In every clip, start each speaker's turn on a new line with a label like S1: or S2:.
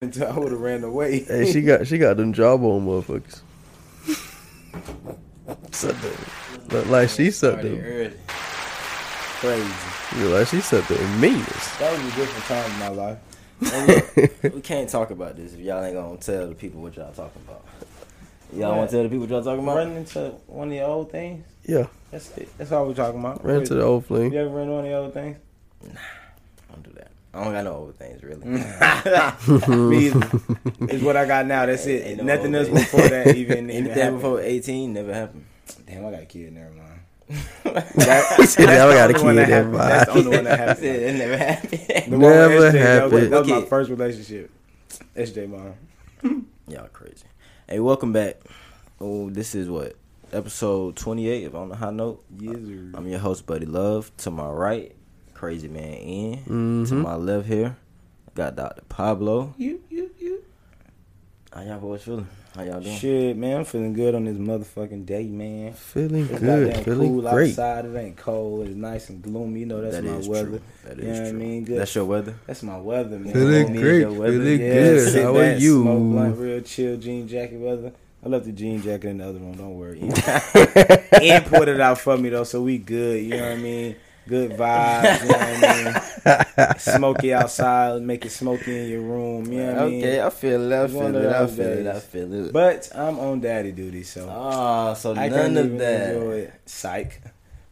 S1: until I would have ran away.
S2: Hey, she got she got them jawbone motherfuckers. Suck them. Look like she sucked
S1: Started
S2: them.
S1: early. Crazy.
S2: Look like she sucked them meanest.
S1: That was a different time in my life. And look, we can't talk about this if y'all ain't gonna tell the people what y'all talking about. Y'all want
S3: Right.
S1: to tell the people what y'all talking about?
S3: Running into one of the old things.
S2: Yeah,
S3: That's it. That's all we're talking about.
S2: ran to the old
S3: You
S2: fling.
S3: ever run into one of the old things?
S1: Don't do that. I don't got no old things really.
S3: Mm. Me either. It's what I got now. That's it.
S1: Ain't no
S3: Nothing
S1: old
S3: else
S1: days.
S3: before that even. even
S1: Anything before eighteen never happened.
S3: happened. Damn, I got a kid. Never mind.
S2: He said, "Now I got
S3: That's the
S2: a
S3: only
S2: kid.
S3: one that happened.
S2: Never
S3: That's the
S2: mind."
S3: only one that
S1: I
S3: happened.
S1: said it never happened.
S3: The one with
S2: Never
S3: SJ, that was-
S2: happened.
S3: That was my
S1: Okay.
S3: first relationship. SJ mom.
S1: Y'all crazy. Hey, welcome back. Oh, this is what episode twenty-eight. If on the high note,
S3: Yes, sir.
S1: I'm your host, Buddy Love. To my right, Crazy Man In. To
S3: Mm-hmm.
S2: Mhm.
S1: my left here, got Doctor Pablo.
S3: You, you, you.
S1: How y'all boys feeling? How y'all doing?
S3: Shit, man. I'm feeling good on this motherfucking day, man.
S2: Feeling
S3: It's
S2: good,
S3: goddamn
S2: feeling
S3: cool
S2: great.
S3: outside. It ain't cold. It's nice and gloomy. You know that's
S1: That
S3: my
S1: is
S3: weather.
S1: true. That
S3: You know
S1: is
S3: what I
S1: true.
S3: mean? Good.
S1: That's your weather.
S3: That's my weather, man.
S2: Feeling
S3: Need
S2: great,
S3: your weather.
S2: feeling
S3: Yeah,
S2: good.
S3: sit
S2: How
S3: back,
S2: are you?
S3: Smoke blunt, real chill, jean jacket weather. I left the jean jacket in the other room. Don't worry. Ian poured it out for me though, so we good. You know what I mean? Good vibes. You know what I mean? Smoky outside, make it smoky in your room. You know what I mean?
S1: okay, I feel it. I
S3: It's one
S1: feel
S3: of
S1: it. I
S3: those
S1: feel it.
S3: days.
S1: I feel it.
S3: But I'm on daddy duty, so
S1: Ah,
S2: Oh,
S1: so
S3: I
S1: none
S3: can't
S1: of
S3: even
S1: that.
S3: enjoy it. Psych.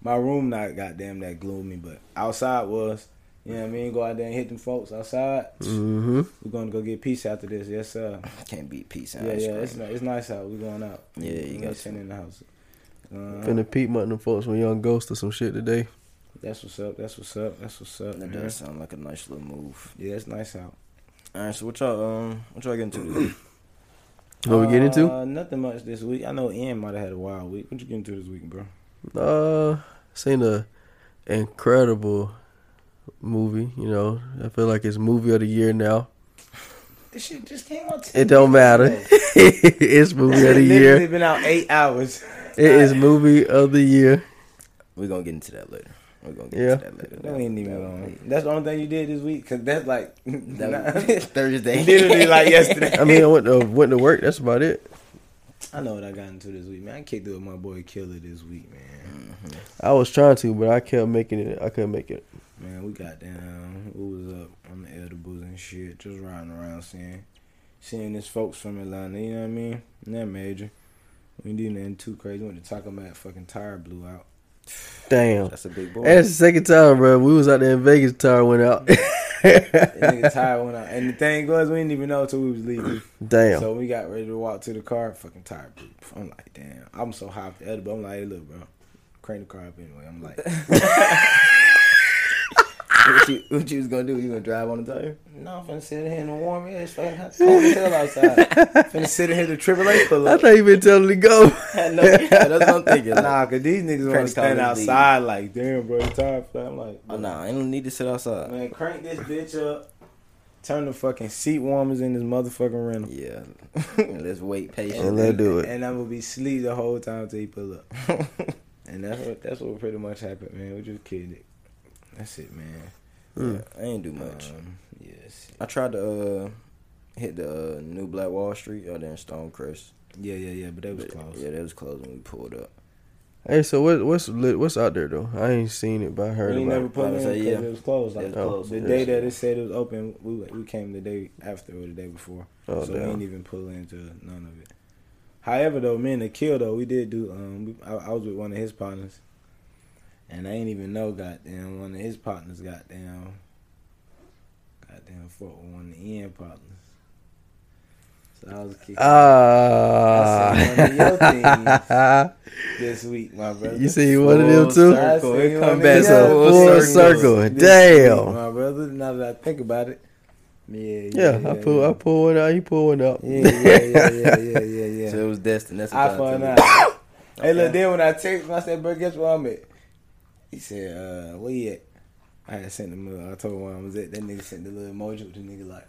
S3: My room not goddamn that gloomy, but outside was. You know what I mean? Go out there and hit them folks outside.
S2: Mm-hmm.
S3: We're gonna go get peace after this. Yes, sir.
S1: Can't beat peace and
S3: Yeah,
S1: ice
S3: yeah,
S1: cream.
S3: it's, ni- it's nice out. We're going out.
S1: Yeah, you
S3: We
S1: got
S3: sitting
S1: to.
S3: in the house. Uh,
S2: Finna peep mutton them folks with Young Ghost or some shit today.
S3: that's what's up. That's what's up. That's what's up.
S1: That
S3: man.
S1: does sound like a nice little move.
S3: Yeah, it's nice out.
S1: All right, so what y'all um what y'all getting to today?
S2: What we get into?
S3: Uh, nothing much this week. I know Ian might have had a wild week. What you getting to this week, bro?
S2: Uh, seen a incredible movie. You know, I feel like it's movie of the year now.
S3: This shit just came out.
S2: It don't matter. it's movie of the year.
S3: been out eight hours.
S2: It is movie of the year.
S1: We're gonna get into that later. We're gonna get
S2: Yeah.
S1: into that later.
S3: That ain't even
S1: was
S3: on.
S1: late.
S3: That's the only thing you did this week, cause that's like
S1: That was Thursday.
S3: literally like yesterday.
S2: I mean, I went to went to work. That's about it.
S3: I know what I got into this week, man. I kicked it with my boy Killer this week, man.
S2: I was trying to, but I kept making it. I couldn't make it.
S3: Man, we got down. We was up on the edibles and shit, just riding around seeing, seeing this folks from Atlanta. You know what I mean? Nothing major. We didn't do nothing too crazy. Went to Taco Mat, fucking tire blew out.
S2: Damn.
S1: That's a big boy.
S2: That's the second time, bro. We was out there in Vegas. Tire went out.
S3: That nigga tire went out, and the thing was, we didn't even know till we was leaving.
S2: Damn.
S3: So we got ready to walk to the car, fucking tire blew. I'm like, damn. I'm so high off the edible. I'm like, hey, look, bro, crank the car up anyway. I'm like,
S1: what, you, what you was gonna do? You gonna drive on the tire?
S3: no, I'm finna sit in here in the warm air. It's fucking hot. cold as hell outside. finna sit in here the triple A pull
S2: I
S3: up.
S2: thought you been telling to go.
S1: no, that's what I'm thinking. Like,
S3: Nah, cause these niggas
S1: Crank
S3: want
S1: the
S3: to stand
S1: car, let's leave.
S3: outside like, damn, bro, you tired for that? I'm like,
S1: oh, nah, I don't need to sit outside.
S3: man, crank this bitch up. Turn the fucking seat warmers in this motherfucking rental.
S1: Yeah, let's wait patiently.
S2: And let do it.
S3: And I'm gonna be sleep the whole time till you pull up. and that's what that's what pretty much happened, man. We just killed it. That's it, man.
S2: Mm.
S1: I ain't do much.
S3: Um, yes.
S1: I tried to uh, hit the uh, new Black Wall Street out there in Stonecrest.
S3: Yeah, yeah, yeah. But that was close.
S1: Yeah, that was close when we pulled up.
S2: Hey, so what, what's lit, what's out there though? I ain't seen it, but I heard
S3: We ain't
S2: about.
S3: never
S2: it.
S3: put
S1: I
S3: in
S1: would
S3: 'cause
S1: say, yeah.
S3: it was closed.
S1: That
S3: Like,
S1: was
S2: oh,
S1: close.
S3: the
S2: yeah.
S3: day that it said it was open, we we came the day after or the day before.
S2: Oh
S3: so we
S2: damn.
S3: didn't even pull into none of it. However, though, me and the kill though, we did do. Um, we, I, I was with one of his partners, and I ain't even know. Goddamn, one of his partners, goddamn, goddamn, fought with one of the end partners. So I was kicking
S2: Uh, Ah.
S3: this week, my brother.
S2: you see one of them too?
S3: I
S1: Circle.
S3: seen one
S1: It come
S3: of
S1: back
S3: them
S1: so full
S3: full
S2: circle.
S3: this week,
S2: Damn.
S3: my brother. Now that I think about it, yeah,
S2: Yeah, I pull, I pull one out. You pull one out.
S3: yeah, yeah, yeah, yeah, yeah, yeah, yeah.
S1: So it was destined. That's what
S3: I found out. Hey, look, then when I text him, I said, bro, guess where I'm at? He said, uh, where you at? I had sent him, uh, I told him where I was at. That nigga sent the little emoji with the nigga like,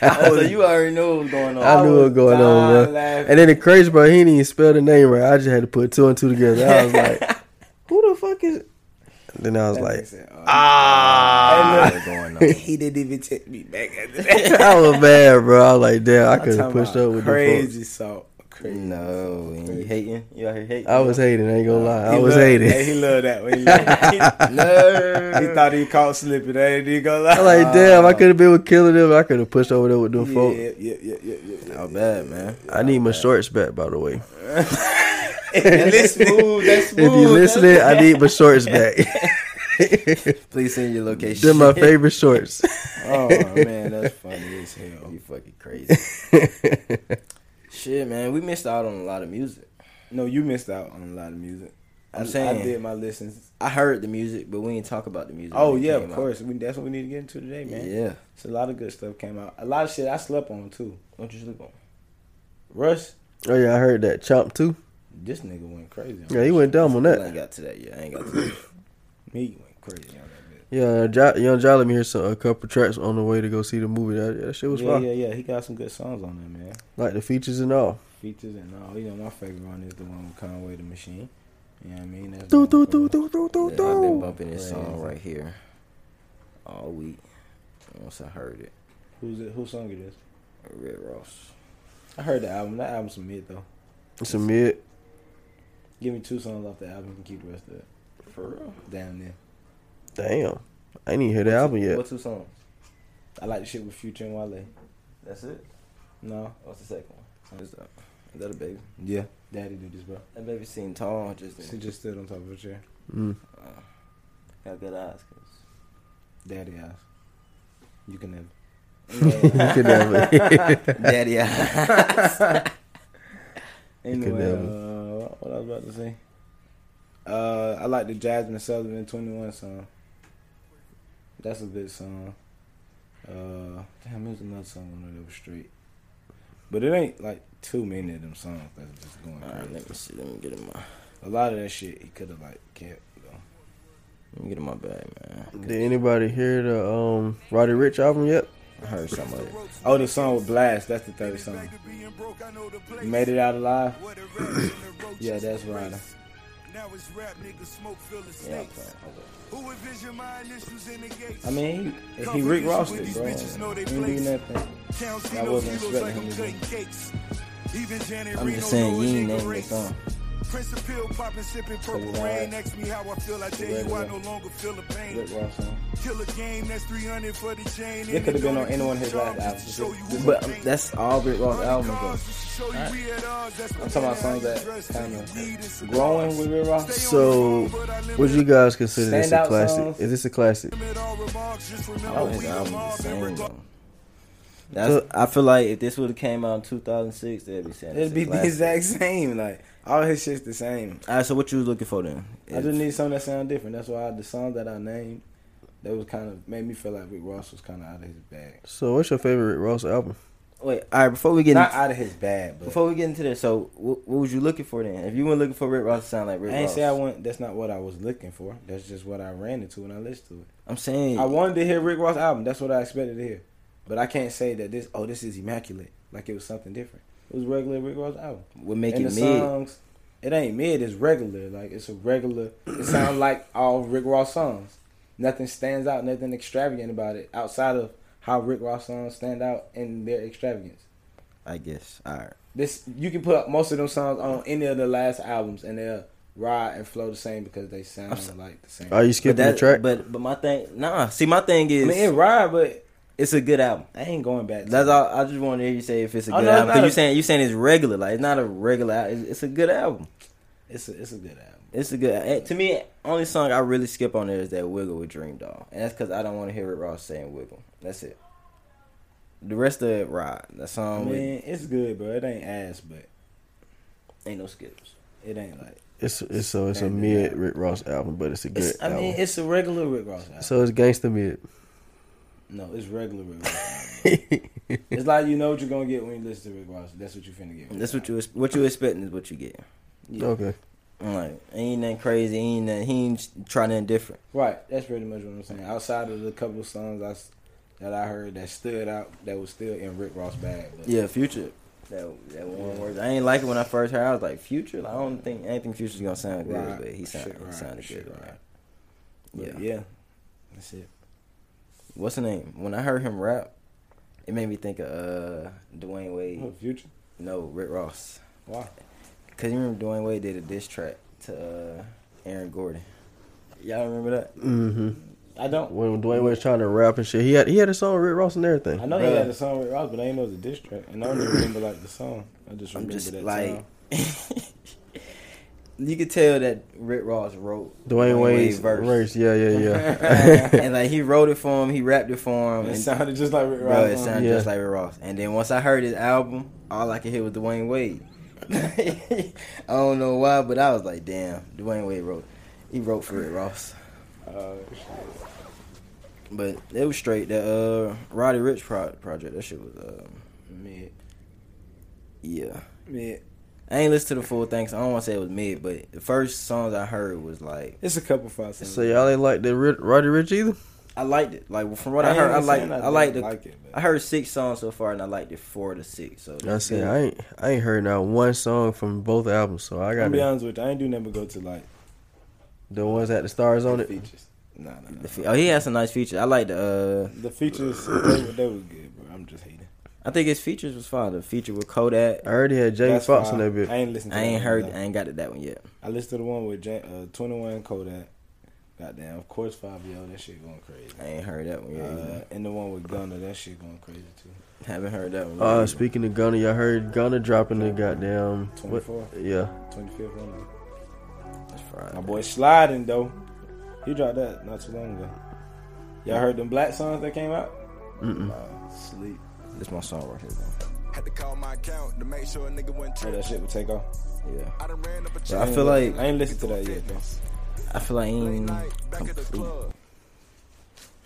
S3: Oh,
S1: Oh, so you already know what was going on.
S2: I knew what
S3: was
S2: going on,
S3: dying
S2: bruh.
S3: laughing.
S2: And then the crazy part, he didn't even spell the name right. I just had to put two and two together. I was like, who the fuck is? Then I was
S3: That
S2: like,
S3: nigga said, oh,
S2: ah,
S1: Hey, look. Going on.
S3: he didn't even take me back after that.
S2: I was mad, bro. I was like, damn, I
S3: I'm
S2: could have
S3: talking
S2: pushed
S3: about
S2: up with the fuck.
S3: crazy salt. Crazy.
S1: No, and you hating? You out here hating?
S2: I was hating. I ain't gonna lie. I
S3: He
S2: was
S3: loved-
S2: hating.
S3: Hey, he loved that. He, loved
S1: No.
S3: it. he thought he caught slipping. Hey, he go
S2: I was like, damn, I could have been with Killer them. I could have pushed over there with them
S3: yeah,
S2: folk.
S3: Oh. yeah, yeah, yeah, yeah, yeah.
S1: How bad, man?
S2: I need my shorts back, by the way.
S3: And that's smooth. That's smooth.
S2: If you listening, I need my shorts back.
S1: Please send your location.
S2: They're my favorite shorts.
S3: Oh man, that's funny as hell.
S1: You fucking crazy. Shit, man, we missed out on a lot of music.
S3: No, you missed out on a lot of music.
S1: I'm
S3: I-
S1: saying.
S3: I did my listens.
S1: I heard the music, but we didn't talk about the music.
S3: Oh
S1: when it
S3: yeah,
S1: came
S3: of
S1: out.
S3: course. We, that's what we need to get into today, man.
S1: Yeah.
S3: It's a lot of good stuff came out. A lot of shit I slept on too.
S1: What you sleep on?
S3: Russ,
S2: Oh yeah, I heard that chomp too.
S3: this nigga went crazy. On
S2: Yeah, he went dumb on
S1: I ain't
S2: that.
S1: got to that yet. I ain't got to that.
S3: He went crazy on that. bitch.
S2: Yeah, jo- Young Jolly me here some a couple tracks on the way to go see the movie. That, that shit was
S3: yeah,
S2: fun.
S3: yeah, yeah. He got some good songs on there, man.
S2: Like the features and all.
S3: Features and all. You know, my favorite one is the one with Conway the Machine. You know what I mean? That's
S2: Do
S3: one
S2: do
S3: for-
S2: do do do do
S1: Yeah, I've been
S2: do.
S1: bumping this song
S3: Crazy.
S1: right here all week. Once I heard it,
S3: Who's it? Who song it is?
S1: Red Ross.
S3: I heard the album. That album's some mid though.
S2: It's a mid.
S3: Give me two songs off the album. You can keep the rest of it. For real? Damn near.
S2: Damn, I ain't even heard the album yet.
S1: What two songs?
S3: I like the shit with Future and Wale.
S1: That's it.
S3: No.
S1: What's the second one? Is that, is that a baby?
S3: Yeah. Daddy do this, bro.
S1: That baby seemed tall. Just uh,
S3: She just stood on top of a chair.
S2: Mm.
S1: got good eyes.
S3: Daddy eyes. You can never.
S2: you could never.
S1: Daddy eyes.
S2: could
S3: Anyway,
S2: never.
S3: uh, what I was about to say. Uh, I like the Jasmine Sullivan 21 song. That's a good song. Uh, damn, there's another song on there that was straight. But it ain't like too many of them songs that's just going
S1: all right,
S3: crazy.
S1: let me see. Let me get in my.
S3: A lot of that shit he could have like kept though.
S1: Let me get in my bag, man.
S2: Did anybody hear the um Roddy Rich album yet?
S1: I heard somebody.
S3: Oh, the song with Blast. That's the third song. Made it out alive.
S4: yeah, that's right.
S1: Yeah, I'm playing. Okay.
S3: I mean, he, he Rick Rossed it, bro. He didn't do nothing.
S4: I wasn't expecting him to.
S1: I'm just saying, you ain't named this song.
S4: Prince of Pill popping, sipping purple
S3: Regular.
S4: rain. Ask me how I feel. I tell you I no longer feel the pain.
S3: Rick Ross song.
S4: Killer game. That's 300 for the chain.
S3: It could have been on any one of his last albums.
S1: But um, that's all Rick Ross albums. though.
S3: I'm talking about songs that kind of growing with Rick Ross.
S2: So, would you guys consider this a
S3: Standout
S2: classic?
S3: songs?
S2: Is this a classic?
S1: I don't think the album is the same though. That's, I feel like if this would have came out in 2006, they'd be saying it's
S3: It'd
S1: a
S3: be the
S1: classic.
S3: exact same. Like all his shit's the same.
S1: All right, so what you was looking for then?
S3: I just need something that sound different. That's why the songs that I named, that was kind of made me feel like Rick Ross was kind of out of his bag.
S2: So, what's your favorite Rick Ross album?
S1: Wait, all right. Before we get
S3: Not
S1: into,
S3: out of his bag, but
S1: before we get into this, so what, what was you looking for then? If you weren't looking for Rick Ross to sound like Rick
S3: I ain't
S1: Ross,
S3: say I want. That's not what I was looking for. That's just what I ran into when I listened to it.
S1: am saying
S3: I wanted to hear Rick Ross album. That's what I expected to hear. But I can't say that this. Oh, this is immaculate. Like it was something different. It was regular Rick Ross album.
S1: would make
S3: and
S1: it
S3: the
S1: mid.
S3: songs, it ain't mid. It's regular. Like it's a regular. It sounds like all Rick Ross songs. Nothing stands out. Nothing extravagant about it outside of how Rick Ross songs stand out and their extravagance.
S1: I guess. All right.
S3: This you can put most of them songs on any of the last albums and they'll ride and flow the same because they sound like the same.
S2: Are you
S1: But
S2: skipping
S1: that,
S2: the track?
S1: but but my thing, nah. See, my thing is,
S3: I mean, it ride, but
S1: it's a good album.
S3: I ain't going back. To
S1: That's
S3: it.
S1: all. I just want to hear you say if it's a
S3: Oh,
S1: good
S3: no, it's
S1: album. 'Cause
S3: not
S1: you
S3: a-
S1: saying you saying it's regular. Like it's not a regular. al- It's, it's a good album.
S3: It's a it's a good album.
S1: It's a good. eh, To me, only song I really skip on there is that "Wiggle" with Dream Doll, and that's because I don't want to hear Rick Ross saying "Wiggle." That's it. The rest of it, ride. That
S3: I
S1: song with-
S3: mean, it's good, bro. It ain't ass, but
S1: ain't no skips.
S3: it ain't like.
S2: it's, it's so it's a
S3: Standout.
S2: mid Rick Ross album, but it's a good
S3: It's, I mean,
S2: album.
S3: it's a regular Rick Ross album.
S2: so it's gangsta mid.
S3: No, it's regular Rick Ross. it's like you know what you're gonna get when you listen to Rick Ross. That's what you finna get.
S1: That's what you ex- what you expecting is what you get.
S2: Okay,
S1: I'm like ain't nothing crazy. Ain't nothing. He ain't trying nothing different.
S3: Right. That's pretty much what I'm saying. Outside of the couple of songs I s that I heard that stood out, that was still in Rick Ross bag. But
S1: Yeah, Future. That that one word. I ain't like it when I first heard. it. I was like Future. Like, I don't think I ain't think Future's gonna sound good,
S3: Right.
S1: but he sounded
S3: Shit, right.
S1: he sounded
S3: Shit,
S1: good. on
S3: right.
S1: that.
S3: But
S1: Yeah.
S3: yeah. That's it.
S1: What's the name? When I heard him rap, it made me think of uh, Dwayne
S3: Oh,
S1: Wade.
S3: future.
S1: No, Rick Ross.
S3: Wow.
S1: Cause you remember Dwayne Wade did a diss track to uh, Aaron Gordon. Y'all remember that?
S2: Mm-hmm.
S3: I don't.
S2: When Dwayne was trying to rap and shit, he had he had a song with Rick Ross and everything.
S3: I know he
S1: Bruh.
S3: had a song with Ross, but I didn't know it was a diss track. And I don't even remember like the song. I just
S1: I'm
S3: remember
S1: just
S3: that
S1: like,
S3: time.
S1: you could tell that Rick Ross wrote
S2: Dwayne Wade's
S1: Wade's
S2: verse. Yeah, yeah, yeah.
S1: and like he wrote it for him, he rapped it for him,
S3: It
S1: and
S3: sounded just like Rick Ross.
S1: bro, it
S3: huh?
S1: sounded
S2: Yeah.
S1: just like Rick Ross. And then once I heard his album, all I could hear was Dwayne Wade. I don't know why, but I was like, damn, Dwayne Wade wrote, he wrote for Rick Ross.
S3: Uh,
S1: But it was straight. That uh, Roddy Rich pro- project, that shit was um,
S3: mid,
S1: yeah.
S3: mid.
S1: I ain't listened to the full thing, so I don't want to say it was mid, but the first songs I heard was like
S3: It's a couple five songs.
S2: so y'all ain't like the Ri- Roddy Rich either.
S1: I liked it. Like from what I, heard,
S3: ain't
S1: I like
S3: saying
S1: I
S3: didn't
S1: like the
S3: it,
S1: I
S3: but
S1: heard six songs so far, and I liked it four to six. So
S2: I
S1: that's
S2: said
S1: good.
S2: I ain't I ain't heard not one song from both albums, so I
S3: I'll
S2: got
S3: be honest with you. I ain't do never go to like
S2: the ones that had the stars on
S3: the
S2: it.
S3: features. Nah, nah, nah.
S1: The fe- oh, he has some nice features. I like the. Uh,
S3: The features, they, were- they were good, bro. I'm just hating.
S1: I think his features was fine. The feature with Kodak.
S2: I already had James
S3: That's
S2: Fox
S3: fine.
S2: on that bit.
S3: I ain't listened. To
S1: I
S3: that
S1: ain't
S3: one,
S1: heard.
S3: though.
S1: I ain't got to that one yet.
S3: I listened to the one with Jan, uh, 21 Kodak. Goddamn, of course Fabio, that shit going crazy.
S1: I ain't heard that one yet.
S3: Uh,
S1: either.
S3: and the one with Gunna, that shit going crazy too.
S1: Haven't heard that one. yet
S2: Uh,
S1: either.
S2: speaking of Gunna, y'all heard Gunna dropping the goddamn what?
S3: 24th,
S2: Yeah,
S3: 25th one.
S1: That's Friday.
S3: My boy Sliding though, he dropped that not too long ago. Y'all heard them black songs that came out?
S2: Mm-mm.
S3: Uh, sleep.
S1: This my song right here. Though.
S4: Had to call my account to make sure a nigga went
S3: Heard that shit would take off.
S1: Yeah.
S4: I done ran up a
S1: I
S4: check.
S1: feel like-
S3: I ain't listened to that yet, though.
S1: I feel like I ain't.
S4: Late
S1: even-
S4: night, back at the
S1: complete.
S4: club.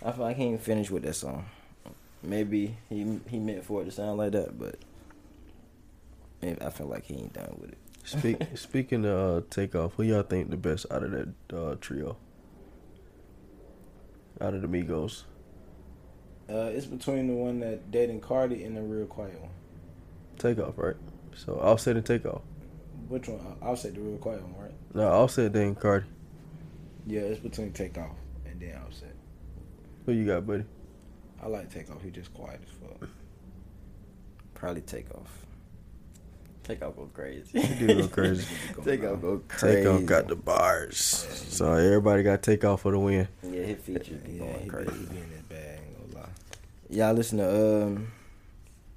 S1: I feel like he ain't finished with that song. Maybe he he meant for it to sound like that, but maybe I feel like he ain't done with it.
S2: Speak, speaking of uh, takeoff, who y'all think the best out of that uh, trio? Out of the Migos,
S3: Uh, it's between the one that dating Cardi and the real quiet one.
S2: takeoff, right? So Offset and takeoff.
S3: Which one? I- I'll say the real quiet one, right?
S2: No, Offset then Cardi.
S3: Yeah, it's between Takeoff and then Offset.
S2: Who you got, buddy?
S3: I like Takeoff. He just quiet as fuck.
S1: Probably take off. Take off go crazy.
S2: He do go crazy.
S1: take off go crazy.
S2: Takeoff got the bars, so everybody got takeoff for the win.
S1: yeah. His features be
S3: yeah,
S1: going
S3: he
S1: crazy.
S3: Be, he be in his bag. Ain't gonna lie.
S1: Y'all listen to um,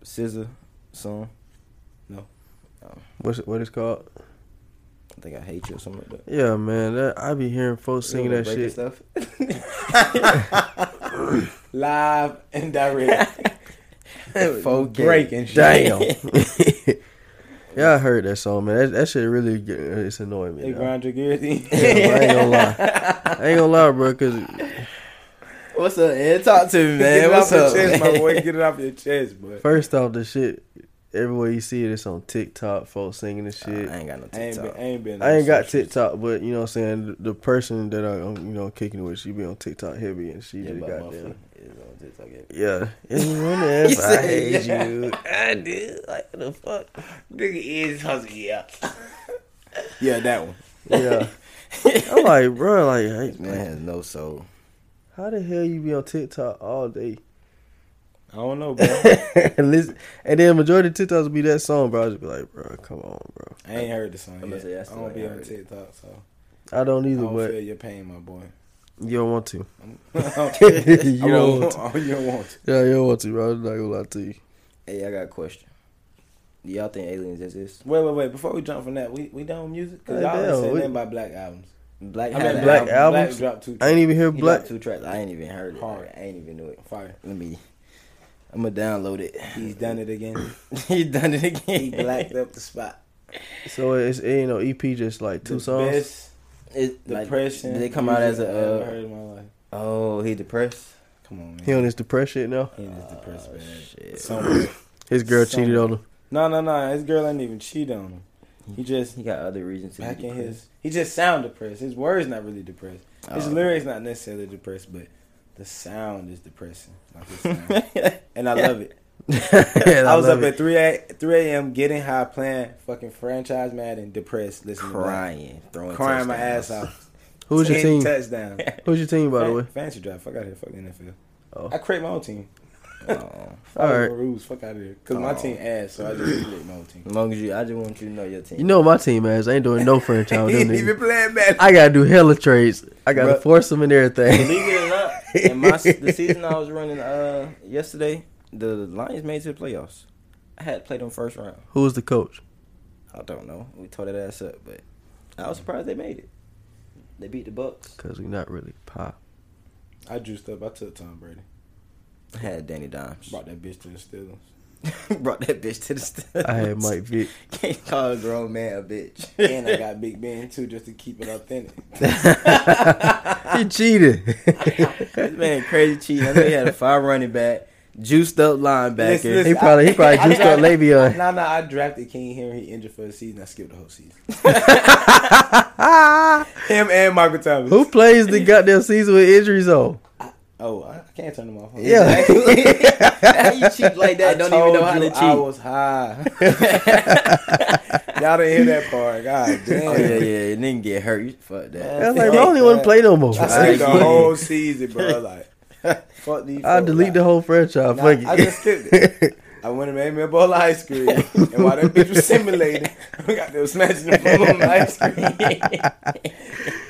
S1: Scissor song.
S2: What's it, what it's called?
S1: I think I hate you or something like that.
S2: Yeah, man. That, I be hearing folks singing
S1: You know,
S2: that
S1: breaking
S2: shit.
S1: Stuff.
S3: Live and direct.
S1: Folk
S3: Break and shit.
S2: Damn. yeah, I heard that song, man. That, that shit really get- uh, it's annoying me.
S3: They
S2: dawg.
S3: grind your gears. in.
S2: Yeah, bro, I ain't gonna lie. I ain't gonna lie, bro, cause
S1: What's up, Ed? Talk to
S3: Get
S1: me,
S3: it
S1: man.
S3: off
S1: What's
S3: your
S1: up?
S3: chest, my boy. Get it off your chest, boy.
S2: first off, the shit everywhere you see it, it's on TikTok. Folks singing this
S1: I
S2: shit.
S1: ain't got no
S3: I ain't, been,
S1: TikTok.
S3: I ain't been. on
S2: I ain't got
S3: socials.
S2: TikTok, but you know what I'm saying. The, the person that I, am you know kicking with, she be on TikTok heavy, and she
S1: Yeah,
S2: just
S1: but
S2: got
S1: motherfucker
S2: there.
S1: is on TikTok, yeah.
S2: Yeah, anyone else? I
S1: said,
S2: hate
S1: yeah.
S2: you. I do. Like what the fuck.
S1: Nigga is husky, yeah.
S3: Yeah, that one.
S2: Yeah. I'm like, bro, like, hey,
S1: Man has no soul.
S2: how the hell you be on TikTok all day?
S3: I don't know, bro.
S2: and listen, and then majority of TikToks will be that song, bro. I just be like, bro, come on, bro.
S3: I ain't heard the song
S1: I'm gonna
S3: yet.
S1: say I
S3: I
S1: still
S3: don't be
S1: ain't
S3: on
S1: heard it.
S3: TikTok, so
S2: I don't
S3: I
S2: either,
S3: don't feel
S2: but
S3: your pain, my boy.
S2: you don't want to.
S3: you
S2: you don't want to.
S3: you don't want to.
S2: Yeah, you don't want to, bro. I'm not gonna lie to you.
S1: Hey, I got a question. Do y'all think aliens exist?
S3: Wait, wait, wait. Before we jump from that, we we done with music because
S2: Hey,
S3: y'all
S2: damn,
S3: ain't said
S2: we-
S3: nothing about black albums.
S1: Black
S3: I
S1: had
S3: mean,
S1: an
S2: black
S1: album.
S2: album.
S3: Black
S2: albums?
S3: dropped two.
S2: I ain't even hear
S1: He
S2: black.
S1: dropped two tracks. I ain't even heard it.
S3: Hard.
S1: I ain't even knew it.
S3: fire.
S1: Let me. I'm gonna download it.
S3: He's done it again.
S1: he done it again.
S3: He blacked up the spot.
S2: So it's it ain't no EP, just like two
S3: the
S2: songs.
S3: Best
S1: It, like,
S3: depression.
S1: did they come out as
S3: music I ever
S1: a? Uh,
S3: heard in my life.
S1: oh, he depressed.
S3: Come on, man.
S2: He on his depressed shit now.
S3: He in his depressed
S1: Oh,
S3: bad.
S1: shit.
S3: Somewhere.
S2: His girl
S3: Son.
S2: cheated on him.
S3: no, no, no. His girl ain't even cheat on him. He just
S1: He got other reasons to
S3: back
S1: be
S3: in
S1: depressed.
S3: his. He just sound depressed. His words not really depressed. His
S1: Oh.
S3: lyrics not necessarily depressed, but the sound is depressing. Like his sound. and I love it.
S2: And
S3: I was
S2: love
S3: up
S2: it.
S3: at 3 a, 3 a.m. getting high, playing fucking franchise mad and depressed, listening
S1: crying,
S3: to
S1: throwing,
S3: that. Crying my ass
S1: touchdowns.
S3: off.
S2: Who's your team?
S3: Touchdown.
S2: Who's your team, by the way?
S3: Fancy draft. Fuck out here. Fuck the NFL.
S2: Oh.
S3: I create my own team.
S1: Oh.
S3: Follow
S2: All right.
S3: the rules. Fuck out of here. Cause my
S1: Oh.
S3: team ass, so I just create my own team.
S1: As long as you, I just want you to know your team.
S2: You know my team ass. I ain't doing no franchise. with them niggas.
S3: playing Madden.
S2: I gotta do hella trades. I gotta
S1: Bruh.
S2: force them and everything.
S1: Believe it or not, in my the season I was running uh yesterday, the Lions made it to the playoffs. I had played them first round.
S2: Who was the coach?
S1: I don't know. We tore that ass up, but I was surprised they made it. They beat the Bucks.
S2: Cause we not really pop.
S3: I juiced up. I took Tom Brady.
S1: I had Danny Dimes.
S3: Brought that bitch to the Steelers.
S1: Brought that bitch to the stand.
S2: I had Mike Vick.
S1: Can't call a grown man a bitch.
S3: and I got Big Ben too, just to keep it authentic.
S2: he cheated.
S1: this man crazy cheating. I know he had a five running back, juiced up
S3: Listen,
S1: linebacker.
S3: listen,
S2: he probably he probably
S3: I-
S2: juiced up Le'Veon.
S3: Nah, nah. I drafted King Henry. He injured for a season. I skipped the whole season. Him and Michael Thomas.
S2: Who plays the goddamn season with injuries on?
S3: Oh, I I can't turn them off.
S2: Yeah.
S1: how you cheat like that?
S3: I
S1: don't even know
S3: told
S1: how to
S3: you
S1: cheat.
S3: I was high. Y'all didn't hear that part. God damn.
S1: oh yeah, yeah, and then get hurt. You- Fuck that.
S3: Yeah.
S2: That's like I don't even want to play no more.
S3: I skipped the
S1: I agree.
S3: whole season, bro. Like, fuck these.
S2: I
S3: folks.
S2: delete the
S3: Like,
S2: whole franchise.
S3: Nah,
S2: Fuck it.
S3: I just skipped it. I went and made me a bowl of ice cream, and while that bitch was simulating, I got them smashing the bowl of ice cream.
S2: he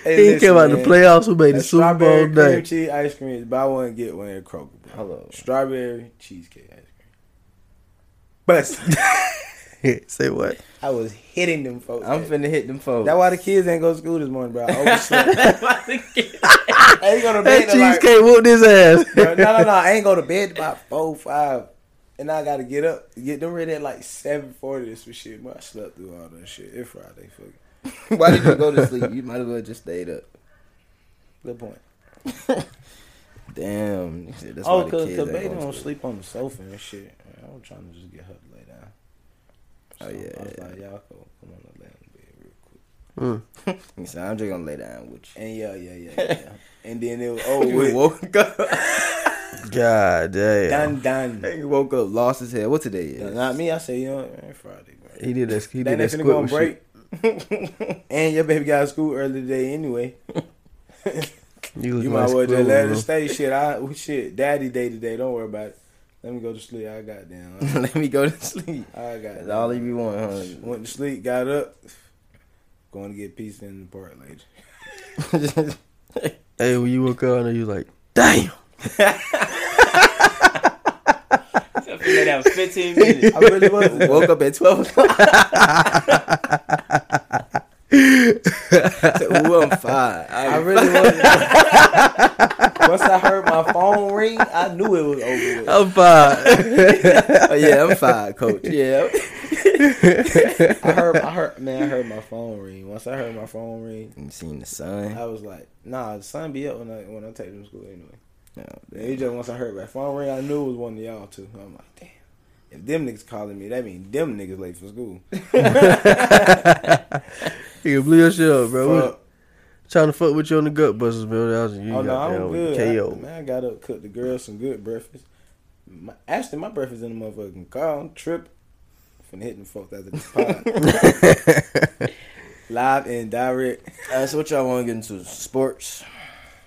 S3: Hey,
S2: didn't
S3: listen,
S2: care about the
S3: man.
S2: playoffs. Who made
S3: That
S2: the Super
S3: strawberry
S2: Bowl
S3: cream
S2: day?
S3: cheese ice cream is buy one get one at Kroger. Bro.
S1: Hello.
S3: Strawberry cheesecake ice cream. But
S2: Say what?
S3: I was hitting them folks.
S1: I'm finna hit them folks.
S3: That's why the kids ain't go to school this morning, bro. I overslept. I ain't go to
S2: That
S3: bed till like,
S2: cheesecake whooped his ass.
S3: bro, no, no, no. I ain't go to bed about four, five, and I gotta get up, get them ready at like seven forty or some shit. But I slept through all that shit. It's Friday, fuck. it.
S1: Why did you go to sleep? You might as well just stayed up.
S3: Good point.
S1: Damn. Shit, that's
S3: oh,
S1: why the
S3: cause,
S1: kids
S3: cause
S1: ain't
S3: baby
S1: going to
S3: don't sleep on the sofa and shit. I'm trying to just get her to lay down.
S1: Oh, yeah,
S3: I was
S1: yeah.
S3: like, y'all go come on and lay on the bed real quick.
S2: Mm.
S1: He said, I'm just gonna lay down with you.
S3: And yeah, yeah, yeah, yeah. and then it was oh,
S1: And we
S3: with,
S1: woke up.
S2: God damn.
S3: done, done.
S1: Nigga woke up, lost his head. What today is?
S3: Not me. I say, you know, what, man, Friday, bro.
S2: He did that. He
S3: Then they
S2: did that
S3: finna go on
S2: squibble
S3: break.
S2: shit.
S3: and your baby got out of school early today anyway.
S2: You,
S3: You
S2: look
S3: might well
S2: like
S3: just
S2: squibble,
S3: let her
S2: bro.
S3: stay. Shit, I we shit, daddy day today. Don't worry about it. Let me go to sleep. I got down.
S1: Let me go to sleep.
S3: I got
S1: That's
S3: down.
S1: all he be wanting,
S3: Went to sleep. Got up. Going to get pizza in the park later.
S1: huh?
S2: Hey, when you woke up and you was like, damn.
S1: that was 15 minutes.
S3: I really was.
S1: woke up at 12 o'clock. Said, Ooh, I'm fine.
S3: I really wasn't. Once I heard my phone ring, I knew it was over. With.
S2: I'm fine.
S1: oh, yeah, I'm fine, coach. Yeah.
S3: I heard, I heard, man, I heard my phone ring. Once I heard my phone ring,
S1: You seen the sun.
S3: I was like, nah, the sun be up when I when I take them to school anyway.
S1: No,
S3: Then it just once I heard my phone ring, I knew it was one of y'all too. I'm like, damn. If them niggas calling me, that means them niggas late for school.
S2: you blew your shit up, bro. We was
S3: Fuck.
S2: trying to fuck with you on the gut busters, bro. That was you.
S3: oh no, I'm good. I-
S2: KO.
S3: man, I got up, cooked the girls some good breakfast. My, actually, my breakfast in the motherfucking car. I'm tripping. Finna hit them folks after this pod. Live and direct.
S1: Uh, so what y'all want to get into? Sports.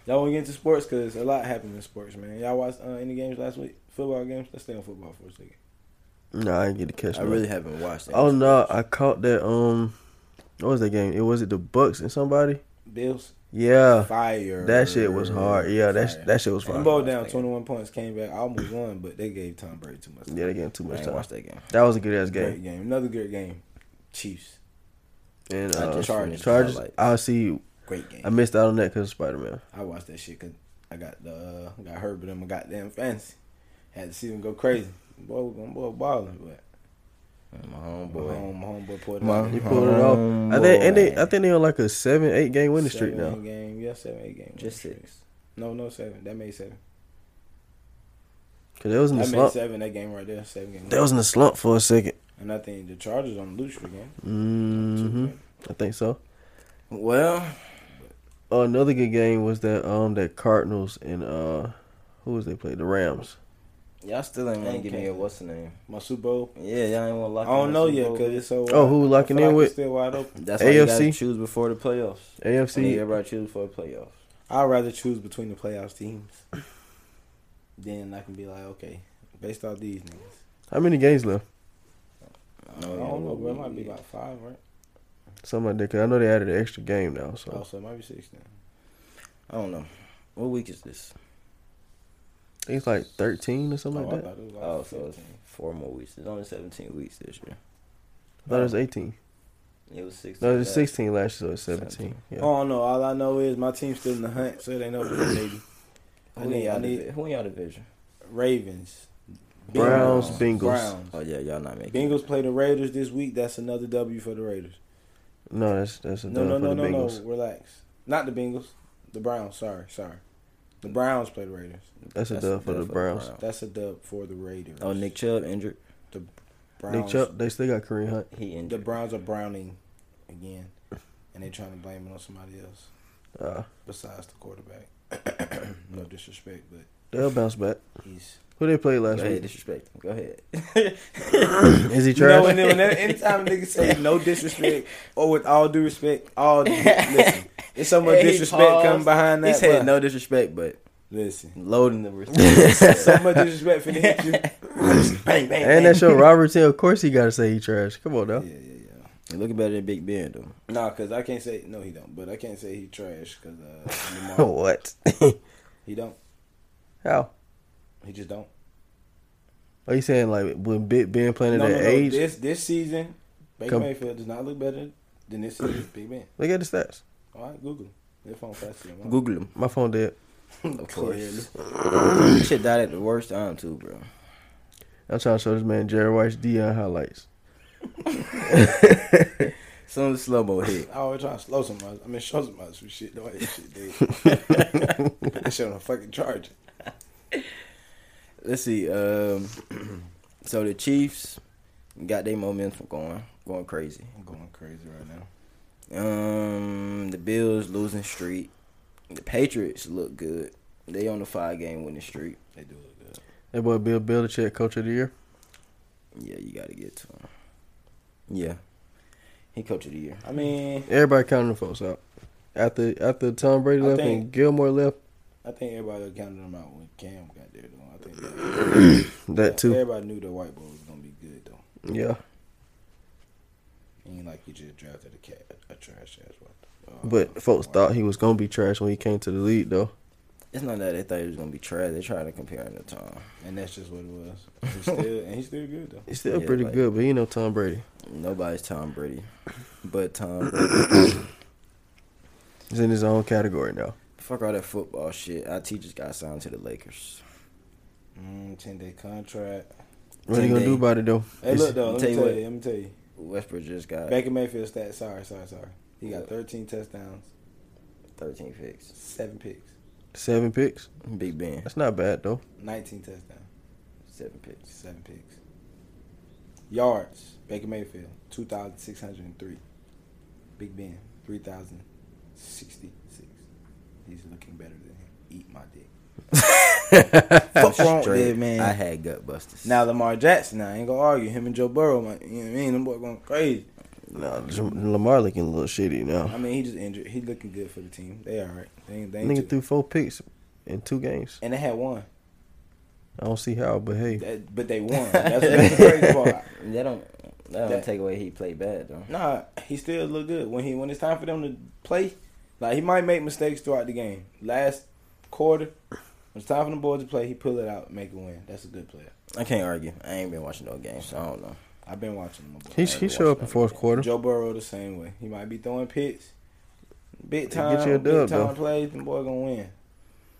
S3: Y'all want to get into sports because a lot happened in sports, man. Y'all watched uh, any games last week? Football games? Let's stay on football for a second.
S2: No, I didn't get to catch.
S1: I
S2: no.
S1: really haven't watched that.
S2: Oh no, I caught that. Um, what was that game? It was it the Bucks and somebody.
S3: Bills
S2: Yeah,
S3: fire.
S2: Uh, that shit was hard. Yeah, that that shit was
S3: Them
S2: fine.
S3: both down 21 points, came back, almost won, but they gave Tom Brady too much.
S2: Yeah, they getting too
S1: I
S2: much
S1: ain't
S2: time.
S1: watched that game.
S2: That was a good ass
S3: Great
S2: game.
S3: game. Another good game. Chiefs.
S2: And
S1: I
S2: uh,
S1: just
S2: Chargers.
S1: finished
S2: Chargers.
S1: highlights.
S2: I see.
S3: Great game.
S2: I missed out on that because of Spider Man.
S3: I watched that shit because I got the uh, got Herbert in my goddamn fantasy. Had to see him go crazy. Boy, my boy balling, but
S1: My
S3: my,
S1: homeboy.
S3: home, my homeboy pulled it
S1: My-
S3: out.
S2: He pulled it off. I think. And they. I
S1: Homeboy.
S2: think they on like a seven, eight game winning
S3: Seven,
S2: streak now.
S3: eight Game, yeah, seven, eight game.
S1: Just
S3: winning
S1: six.
S3: streak. No, no, seven. That made seven.
S2: Cause they was in the
S3: That made
S2: slump.
S3: seven. That game right there, seven game.
S2: They was in the slump for a second.
S3: and I think the Chargers on the loose again.
S2: Mm-hmm. I think so.
S1: Well,
S2: Oh, another good game was that um that Cardinals and uh who was they played the Rams.
S1: Y'all still ain't want to
S3: Ain't
S1: give me a
S3: can't.
S1: what's the name?
S3: My Super Bowl.
S1: Yeah, y'all ain't want to
S3: I
S1: lock. in
S3: don't
S1: that
S3: know
S1: Super
S3: yet
S1: Bowl.
S3: because it's so.
S2: Oh, who
S3: wide. I
S2: locking
S3: feel
S2: in
S3: like
S2: with?
S3: It's still wide open.
S1: That's why you gotta
S2: AFC?
S1: choose before the playoffs. I
S3: Oh,
S1: need
S2: AFC.
S1: everybody to choose before the playoffs.
S3: I'd rather choose between the playoffs teams. then I can be like, okay, based off these niggas.
S2: How many games left?
S1: No,
S3: I don't know, bro. It might be about five, right?
S2: Something like that. Cause I know they added an extra game now.
S3: Oh,
S2: So
S3: so it might be six now.
S1: I don't know. What week is this?
S2: I think it's like thirteen or something
S3: Oh, I
S2: like that.
S3: thought it was like
S1: Oh, so it's
S3: 15.
S1: four more weeks. It's only seventeen weeks this year.
S2: I thought it was eighteen.
S1: It was sixteen.
S2: No, it was
S1: last-
S2: sixteen last year, so it's seventeen.
S3: I
S2: Yeah.
S3: don't know. All I know is my team's still in the hunt, so it ain't over, yet, baby. I
S1: Who in
S3: need, I
S1: y'all,
S3: need
S1: divi- who in y'all division?
S3: Ravens.
S2: Browns, Bengals.
S3: Browns.
S1: Oh yeah, y'all not making.
S3: Bengals play the Raiders this week. That's another W for the Raiders.
S2: No, that's that's a
S3: No,
S2: dub
S3: no,
S2: for
S3: no,
S2: the
S3: no,
S2: Bengals.
S3: no. Relax. Not the Bengals. The Browns. Sorry, sorry. The Browns play the Raiders.
S2: That's a dub for the Browns.
S3: That's a dub for the Raiders.
S1: Oh, Nick Chubb injured.
S3: Browns.
S2: Nick Chubb, they still got Kareem Hunt.
S1: He
S3: The
S1: injured.
S3: Browns are Browning again, and they're trying to blame it on somebody else
S2: Uh,
S3: besides the quarterback. no disrespect, but
S2: they'll bounce back.
S3: he's.
S2: Who they played
S1: Go
S2: last
S1: ahead,
S2: week?
S1: disrespect. Go ahead.
S2: Is he
S3: You know,
S2: trash?
S3: when, when that, anytime niggas say no disrespect or with all due respect, all due, listen, it's so much
S1: Hey, he
S3: disrespect
S1: paused.
S3: coming behind that.
S1: he said
S3: bruh.
S1: no disrespect, but
S3: Listen,
S1: loading the
S3: so
S1: respect.
S3: much disrespect for the hit you. bang, bang, bang.
S2: and that's your Robertson. Of course, he gotta say he trash. Come on now.
S3: Yeah, yeah, yeah.
S1: He looking better than Big Ben though.
S3: Nah, cause I can't say no. He don't, but I can't say he trash because uh, Lamar,
S2: what?
S3: he don't.
S2: How?
S3: He just don't.
S2: Are you saying like when Big Ben playing at
S3: no,
S2: that
S3: no, no.
S2: age?
S3: This this season, Baker
S2: Come-
S3: Mayfield does not look better than this season. Big Ben.
S2: Look at the stats.
S3: All right, Google. Their phone faster than mine.
S1: Google him.
S2: My phone dead.
S1: Of course.
S3: Clearly.
S1: Shit died at the worst time too, bro.
S2: I'm trying to show this man Jerry White's Dion highlights.
S1: Soon as slow mo hit.
S3: I always try to slow somebody. I mean, show somebody some shit. The way this shit did. Put that shit on a fucking charger.
S1: Let's see. Um, so the Chiefs got their momentum going, going crazy.
S3: I'm going crazy right now.
S1: Um, the Bills losing streak. The Patriots look good. They on the five game winning streak.
S3: They do look good.
S2: That boy Bill Belichick, coach of the year.
S1: Yeah, you got to get to him. Yeah, he coach of the year.
S3: I mean,
S2: Everybody counting the folks out. After after Tom Brady
S3: I
S2: left
S3: think-
S2: and Gilmore left,
S3: I think everybody counted them out when Cam got there, though. I think
S2: that too.
S3: Everybody knew the white boy was gonna be good, though.
S2: Yeah.
S3: Ain't like you just drafted a cat, a trash ass white. uh,
S2: But folks
S3: white-
S2: thought he was gonna be trash when he came to the league though.
S1: It's not that they thought it was gonna be trash. They trying to compare him to Tom.
S3: and that's just what it was. He's still, and he's still good though.
S2: He's still
S1: Yeah,
S2: pretty
S1: like-
S2: good, but he ain't no Tom Brady.
S1: Nobody's Tom Brady, but Tom. Brady.
S2: He's in his own category now.
S1: Fuck all that football shit. Our teachers got signed to the Lakers.
S3: Mm, Ten day contract.
S2: What are
S1: Ten
S2: you gonna do
S1: day.
S2: about it though?
S3: Hey,
S1: It's-
S3: look though. Let
S1: tell
S3: me
S1: you
S3: tell
S1: what. Uh,
S3: you. Let me tell you.
S1: Westbrook just got
S3: Baker Mayfield stat. Sorry, sorry, sorry. He
S1: Uh,
S3: got 13 touchdowns,
S1: thirteen picks.
S3: seven picks,
S2: Seven picks.
S1: Big Ben
S2: That's not bad though.
S3: 19 touchdowns,
S1: seven picks.
S3: seven picks. Yards. Baker Mayfield 2,603. Big Ben 3,066. He's looking better than him. Eat my dick. Fuck wrong with
S1: Straight,
S3: that man.
S1: I had gut busters.
S3: Now Lamar Jackson, I ain't gonna argue. Him and Joe Burrow, my, you know what I mean? Them boy going crazy.
S2: No, Lamar looking a little shitty
S3: I
S2: now.
S3: mean, he just injured. He looking good for the team. They all right. They, ain't- they ain't too-
S2: Nigga threw four picks in two games.
S3: and they had one,
S2: I don't see how, but hey,
S3: That- but they won. That's, that's the crazy part.
S1: that don't that don't
S3: That-
S1: take away he played bad though.
S3: Nah, he still look good when he when it's time for them to play. Like he might make mistakes throughout the game. Last quarter, when it's time for the boys to play, he pull it out, and make a win. That's a good player.
S1: I can't argue. I ain't been watching no games, so I don't know.
S3: I've been watching him. my boy.
S2: he he showed up in fourth quarter.
S3: Joe Burrow the same way. He might be throwing picks. Big
S2: They get
S3: time,
S2: you a dub,
S3: big time
S2: though.
S3: plays. The boy gonna win.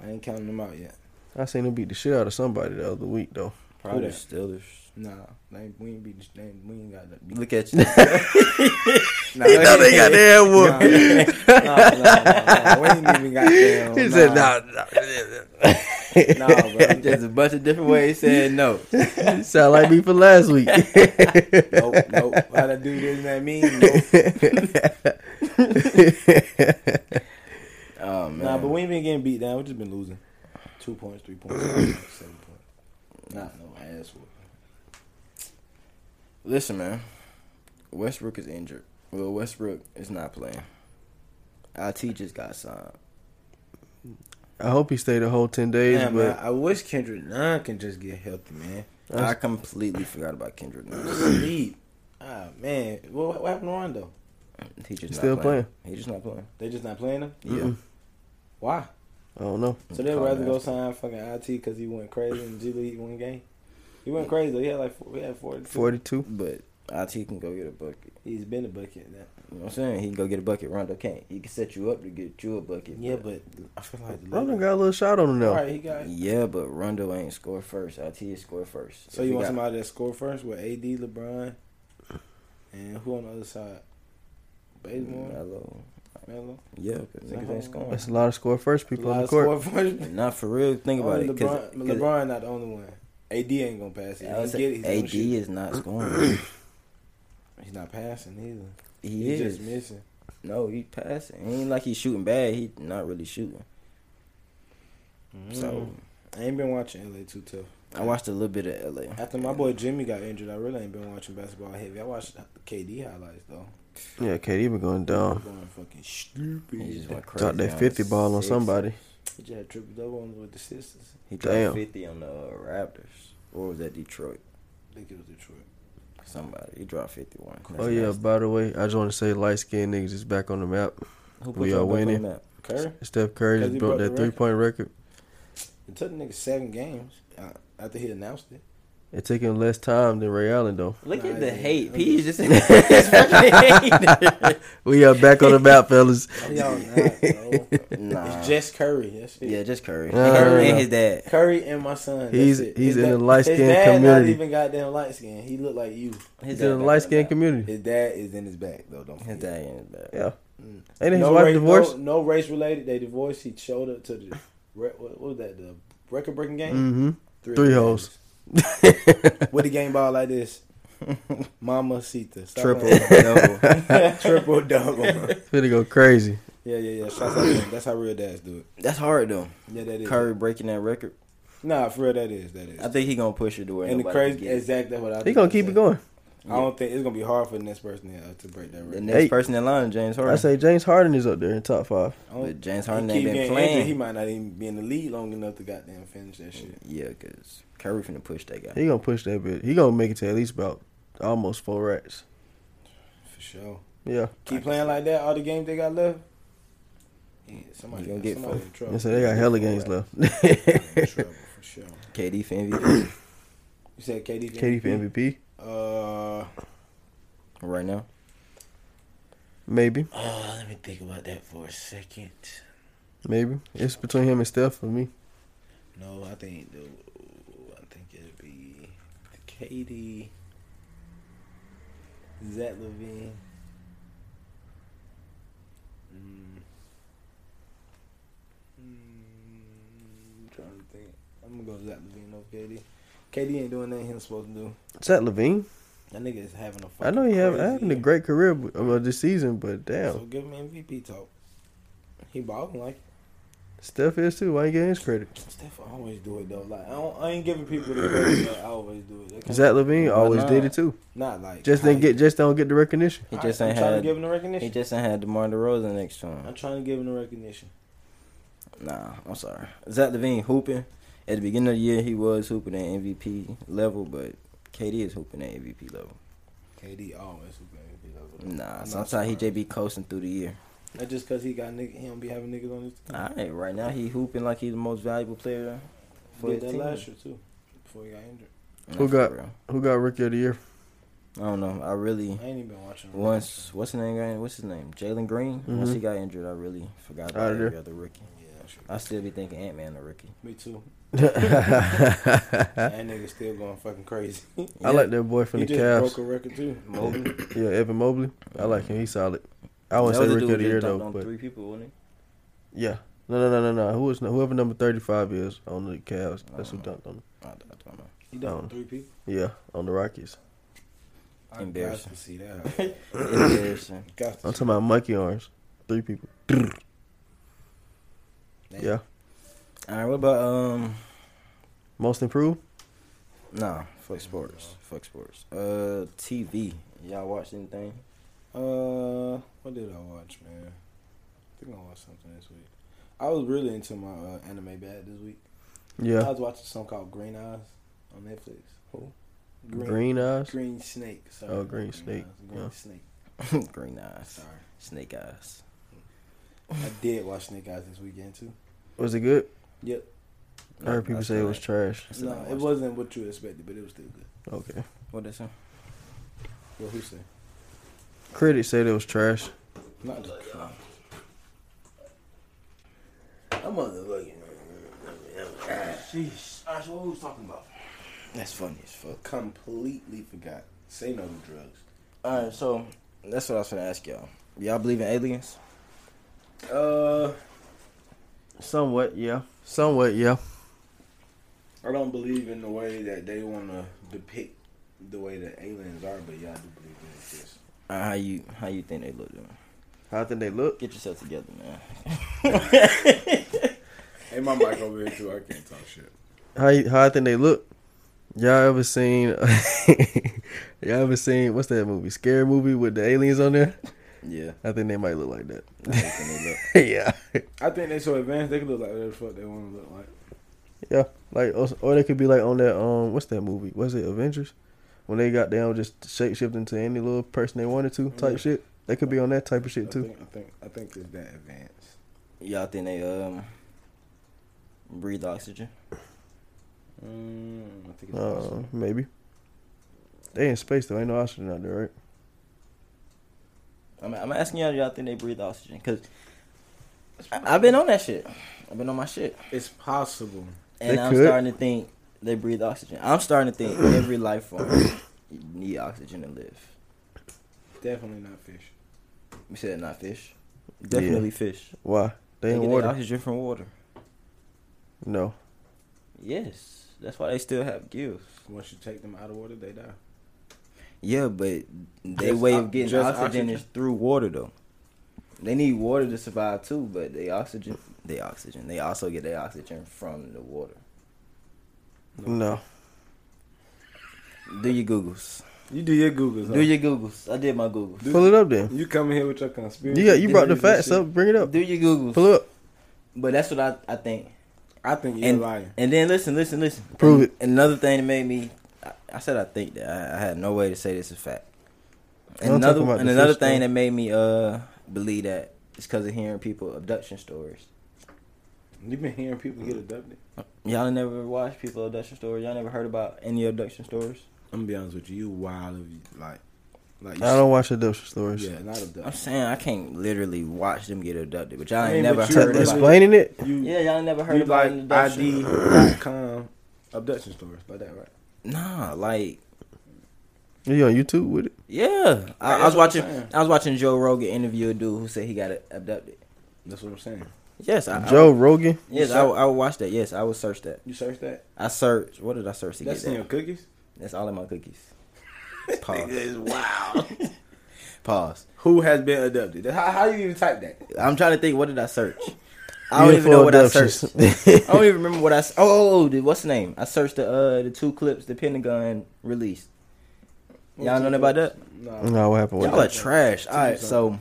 S3: I ain't counting them out yet.
S2: I seen him beat the shit out of somebody the other week though.
S1: Probably
S3: that?
S1: Steelers.
S3: Nah, they ain't, we ain't beat. the- They ain't, we ain't got that. Beat.
S1: Look at you.
S3: Nah, they
S2: got their
S3: Nah, nah, nah, nah, nah. We ain't even got them.
S2: He said,
S3: nah,
S2: "Nah."
S3: nah, bro.
S1: There's a bunch of different ways saying no.
S2: nah. Sound like me for last week.
S3: nope, nope. How that dude isn't that mean? Nope.
S1: Oh man. Oh,
S3: Nah, but we ain't been getting beat down. We just been losing. Two points, three points, seven points. Not no ass whooping.
S1: Listen, man. Westbrook is injured. Well, Westbrook is not playing. IT just got signed.
S2: I hope he stayed the whole ten days,
S3: Damn, man,
S2: but
S3: I wish Kendrick Nunn can just get healthy, man.
S1: I completely forgot about Kendrick. Nunn.
S3: Sleep. Ah man, what, what happened to Rondo?
S1: He just
S2: He's
S1: not
S2: still
S1: playing. He's just not playing.
S3: They just not playing him.
S1: Yeah.
S2: Mm-mm.
S3: Why?
S2: I don't know.
S3: So they'd
S1: Call
S3: rather
S1: him
S3: go
S1: ass.
S3: sign fucking it because he went crazy in G League one game. He went crazy. though. He had like four, he had forty.
S2: Forty two.
S1: But IT can go get a bucket.
S3: He's been a bucket. Now.
S1: You know what I'm saying? He can go get a bucket. Rondo can't. He can set you up to get you a bucket.
S3: Yeah, but I feel like the
S2: Rondo
S3: Lakers-
S2: got a little shot on him
S3: All
S2: now.
S3: right, he got.
S1: yeah, but Rondo ain't score first. IT is score first.
S3: So
S1: If
S3: you
S1: he
S3: want
S1: got-
S3: somebody that score first with AD, LeBron, and who on the other side? Bazemore,
S1: Melo.
S3: Melo.
S1: Mm, Yeah, because niggas ain't scoring.
S2: That's a lot of score first people on the
S3: Last
S2: court.
S3: score first.
S1: Not for real. Think about
S3: Only
S1: it. 'cause-
S3: Oh, LeBron,
S1: 'cause-
S3: LeBron not the only one. AD ain't gonna pass it.
S1: I would
S3: He
S1: say
S3: get it. He's gonna
S1: AD
S3: shoot.
S1: is not scoring.
S3: He's not passing either.
S1: he
S3: He's
S1: is.
S3: just missing.
S1: No, he passing. It ain't like he's shooting bad. He not really shooting. So
S3: So Mm. I ain't been watching LA too tough.
S1: I watched a little bit of LA.
S3: After my boy Jimmy got injured, I really ain't been watching basketball heavy. I watched KD highlights though.
S2: Yeah, KD been going
S3: Um,
S2: down.
S3: going fucking
S1: He just
S3: stupid.
S1: went crazy.
S2: Dropped
S1: on
S2: that fifty ball on
S1: six.
S2: somebody.
S3: He just had triple double on with the sisters.
S1: He dropped
S2: Damn.
S1: fifty on the uh, Raptors. Or was that Detroit?
S3: I think it was Detroit.
S1: Somebody. He dropped fifty one.
S2: Oh yeah. By the way, I just want to say light skinned niggas is back on the map.
S1: Who
S2: we are
S1: y'all back on the
S2: winning.
S1: map?
S3: Curry.
S2: Steph Curry
S3: 'Cause
S2: just
S3: he
S2: broke
S3: broke the
S2: that three point record.
S3: It took the nigga seven games uh, after he announced it.
S2: It took him less time than Ray Allen though.
S1: Look
S3: Nah,
S1: at the
S3: yeah.
S1: hate. P is just in hate.
S2: We are back on the map, fellas.
S3: No, y'all not, bro.
S1: Nah.
S3: It's just Curry. That's it.
S1: yeah, just Curry.
S2: No,
S1: Curry
S2: no, no,
S1: and
S2: no.
S1: his dad.
S3: Curry and my son.
S2: He's-
S3: That's it.
S2: he's
S3: His
S2: in
S3: dad-
S2: the light-skinned
S3: his dad
S2: community.
S3: Not even goddamn light skin. He look like you.
S1: His
S2: He's
S1: dad
S2: in
S1: back
S2: the
S1: on
S2: light skinned
S1: map.
S2: community.
S3: His dad is in his back though. Don't
S1: His
S3: forget.
S1: dad in his back.
S2: Yeah.
S3: Mm.
S2: Ain't his
S3: no
S2: wife
S3: race,
S2: divorced?
S3: No, no race related. They divorced. He showed up to the re- what what was that the record breaking game?
S2: Mm-hmm. Three
S3: of the
S2: hoes.
S3: games. with a game ball like this. Mama Sita. Stop
S1: Triple
S3: playing.
S1: double.
S3: triple double. yeah,
S2: Finna go crazy.
S3: yeah, yeah. Shouts out to him. That's how real dads do it.
S1: That's hard though.
S3: Yeah, that is.
S1: Curry breaking that record.
S3: Nah, for real, that is. That is.
S1: I think he gonna push it to where
S3: and the
S1: nobody can
S3: crazy,
S1: get it.
S3: exactly that's what I
S2: He
S3: think
S2: gonna
S3: they
S2: keep
S3: say.
S2: it going.
S3: I don't think it's gonna be hard for the next person to, uh, to break that
S1: The
S3: record.
S1: next
S2: Hey.
S1: person in line, James Harden.
S2: I say James Harden is up there in top five.
S3: I don't-
S1: but James
S3: he
S1: Harden
S3: keep
S1: ain't been
S3: getting
S1: playing.
S3: Injured, he might not even be in the lead long enough to goddamn finish that shit.
S1: Yeah, because Curry finna push that guy.
S2: He gonna push that bit. He gonna make it to at least about almost four racks.
S3: For sure.
S2: Yeah.
S3: Keep playing like that all the games they got left. Yeah, somebody
S1: You gonna get
S3: somebody
S1: fucked.
S3: in trouble.
S2: And so they got hella games left.
S3: In trouble, for sure.
S1: KD for MVP
S3: You said KD.
S2: KD for MVP,
S3: Uh,
S1: right now.
S2: maybe,
S3: uh, let me think about that for a second.
S2: maybe it's between him and Steph for me.
S3: No, I think the I think it'd be KD, Zach Levine. Mm. Mm, trying to think. I'm gonna go Zach Levine over KD. KD ain't doing nothing he's supposed to do.
S2: Zach Levine,
S3: That nigga is having a fucking
S2: I know he have
S3: crazy
S2: having a
S3: year.
S2: great career but- well, this season,
S3: So
S2: but damn,
S3: give him MVP talk. He balling like
S2: Steph is too. Why ain't getting his credit?
S3: Steph always do it though. Like I, don't, I ain't giving people the credit. but I always do it. That kinda-
S2: Zach Levine
S1: Why
S2: always
S1: not?
S2: did it too.
S3: Not like
S2: Just didn't get just don't get the recognition.
S1: He just ain't
S3: I'm trying to
S1: had.
S3: give him the recognition.
S1: He just ain't had DeMar DeRozan next
S3: I'm
S1: time.
S3: trying to give him the recognition.
S1: Nah, I'm sorry. Zach Levine hooping at the beginning of the year. He was hooping at MVP level, but KD is hooping at MVP level.
S3: KD always was gonna be over there.
S1: Nah,
S3: I'm not
S1: sometimes he
S3: surprised.
S1: just be coasting through the year.
S3: Not just because he got nigga, he don't be having niggas on his team.
S1: All right, right now he hooping like he's the most valuable player for
S3: Did
S1: his
S3: that
S1: team.
S3: last year too, before he got injured.
S1: Nah,
S2: Who
S1: for
S2: got-
S1: real.
S2: Who got rookie of the year?
S1: I don't know. I really
S3: I ain't even been watching. him.
S1: once what's his name? got- What's his name? Jalen Green. Once
S2: Mhm.
S1: he got injured, I really forgot
S2: Outta
S1: about
S2: there.
S1: every other rookie.
S3: Yeah, sure.
S1: I still be thinking Ant Man the rookie.
S3: Me too.
S2: I
S3: that nigga still going fucking crazy. he
S2: like that boy from
S3: just
S2: the Cavs.
S3: broke a record too.
S1: Mobley.
S2: Yeah, Evan Mobley. I like him. He's solid. I wouldn't say rookie of the year though, but
S1: three people, wasn't
S2: yeah. No, no, no, no, no. Who is whoever number thirty-five is on the Cavs? That's
S3: Oh.
S2: who dunked on him.
S1: he? I don't, I don't know.
S3: He done
S2: Oh.
S3: three people.
S2: Yeah, on the Rockies.
S3: I
S1: Embarrassing.
S3: got to see that.
S1: It's embarrassing.
S3: Got to
S2: I'm
S3: see
S2: talking about monkey arms. Three people.
S3: that.
S2: Yeah,
S1: All right, what about um?
S2: most improved.
S1: Nah, fuck sports. Fuck sports. Uh, TV. Y'all watch anything?
S3: Uh, what did I watch, man? I think I watched something this week. I was really into my uh, anime bad this week. I
S2: Yeah.
S3: was watching something called Green Eyes on Netflix. Who?
S2: Green, eyes.
S3: Green Snake. Sorry.
S2: Oh,
S3: not
S2: Green Snake,
S3: Eyes, Green
S2: yeah.
S3: Snake.
S1: Green eyes.
S3: Sorry.
S1: Snake eyes.
S3: I did watch Snake Eyes this weekend too.
S2: Was it good?
S3: Yep.
S2: I heard people say it was trash.
S1: I said
S3: No,
S1: I
S3: it
S1: watched
S3: wasn't what you expected, but it was still good.
S2: Okay.
S1: What they say?
S3: Well, who said?
S2: Critics said it was trash.
S3: Not the crowd. I'm motherfucking. Jeez. Alright, so what we was talking about?
S1: That's funny as fuck.
S3: Completely forgot. Say no to drugs.
S1: All right, so that's what I was gonna ask y'all. Y'all believe in aliens?
S3: Uh,
S2: Somewhat, yeah. Somewhat, yeah.
S3: I don't believe in the way that they want to depict the way that aliens are, but yeah, I do believe in this.
S1: Uh, how you how you think they look? Doing?
S2: How think they look?
S1: Get yourself together, man.
S3: Hey, my mic over here too. I can't talk shit.
S2: How you, how I think they look? Y'all ever seen? y'all ever seen what's that movie? Scary movie with the aliens on there?
S1: Yeah,
S2: I think they might look like that.
S1: I think they look.
S2: yeah,
S3: I think they so advanced they can look like whatever the fuck they want to look like.
S2: yeah. Like or, or they could be like on that um what's that movie? Was it Avengers? When they got down just shape shifting to any little person they wanted to type
S3: Yeah.
S2: shit. They could be on that type of shit
S3: I
S2: too.
S3: think, I think I think it's that advanced.
S1: Y'all think they um breathe oxygen?
S3: Mm, I think it's
S2: Uh,
S3: possible.
S2: maybe. They in space though. Ain't no oxygen out there, right?
S1: I'm I'm asking y'all. do Y'all think they breathe oxygen? Cause I, have been on that shit. I've been on my shit,
S3: It's possible.
S1: and
S2: They
S1: I'm
S2: could.
S1: starting to think they breathe oxygen. I'm starting to think every life form need oxygen to live.
S3: Definitely not fish.
S1: You said not fish.
S2: Yeah.
S1: Definitely fish.
S2: Why? They
S1: get
S2: in
S1: their
S2: water.
S1: oxygen from water.
S2: No.
S1: Yes, that's why they still have gills.
S3: Once you take them out of water, they die.
S1: Yeah, but their
S3: Just
S1: way
S3: o-
S1: of getting
S3: just
S1: oxygen,
S3: oxygen?
S1: is through water, though. They need water to survive too, but they oxygen, they oxygen, they also get their oxygen from the water.
S2: No.
S1: Do your googles?
S3: You do your googles.
S1: Do your googles? I did my googles.
S3: Do-
S2: Pull it up then.
S3: You come in here with your conspiracy.
S2: Yeah, you brought the
S3: theories and
S2: facts
S3: shit.
S2: up. Bring it up.
S1: Do your googles?
S2: Pull it up.
S1: But that's what I, I think.
S3: I think you're
S1: And
S3: lying.
S1: and then listen, listen, listen.
S2: Prove
S1: And- and Another thing that made me, I, I said I think that I, I had no way to say this is fact.
S2: I'm talking
S1: Another
S2: about
S1: and
S2: the
S1: another
S2: fish
S1: thing
S2: thing.
S1: that made me uh believe that is because of hearing people abduction stories.
S3: You've been hearing people get abducted.
S1: Y'all never watched people abduction stories. Y'all never heard about any abduction stories.
S3: I'm gonna be honest with you. You wild if you like, like.
S2: I don't watch adoption stories.
S3: Yeah, not
S1: I'm
S3: abducted.
S1: saying I can't literally watch them get abducted, but y'all
S3: I
S1: ain't
S3: mean,
S1: never
S3: but you
S1: heard
S3: really-
S1: about.
S2: Explaining it.
S3: You,
S1: Yeah, y'all never heard
S3: you
S1: about
S3: like
S1: an abduction.
S3: ID.com abduction stories like that, right?
S1: Nah, like
S2: You on YouTube with it?
S1: yeah, I,
S3: Right,
S1: I was
S3: that's what I'm
S1: watching.
S3: saying.
S1: I was watching Joe Rogan interview a dude who said he got abducted.
S3: That's what I'm saying.
S1: Yes, I, I-
S2: Joe Rogan.
S1: yes, I, would- I would watch that. Yes, I would search that.
S3: You search that.
S1: I searched. What did I search to
S3: That's
S1: get
S3: in
S1: that?
S3: your cookies.
S1: That's all in my cookies. Pause.
S3: is wild.
S1: Pause.
S3: Who has been abducted? That- How, how do you even type that?
S1: I'm trying to think. What did I search? I don't even
S2: Beautiful
S1: know what I
S2: adoptions.
S1: searched. I don't even remember what I. s- Oh, oh, oh, the- what's the name? I searched the uh the two clips the Pentagon released. Y'all know about that?
S3: No.
S2: no, what happened with
S1: Y'all are
S2: that?
S1: trash. All right, so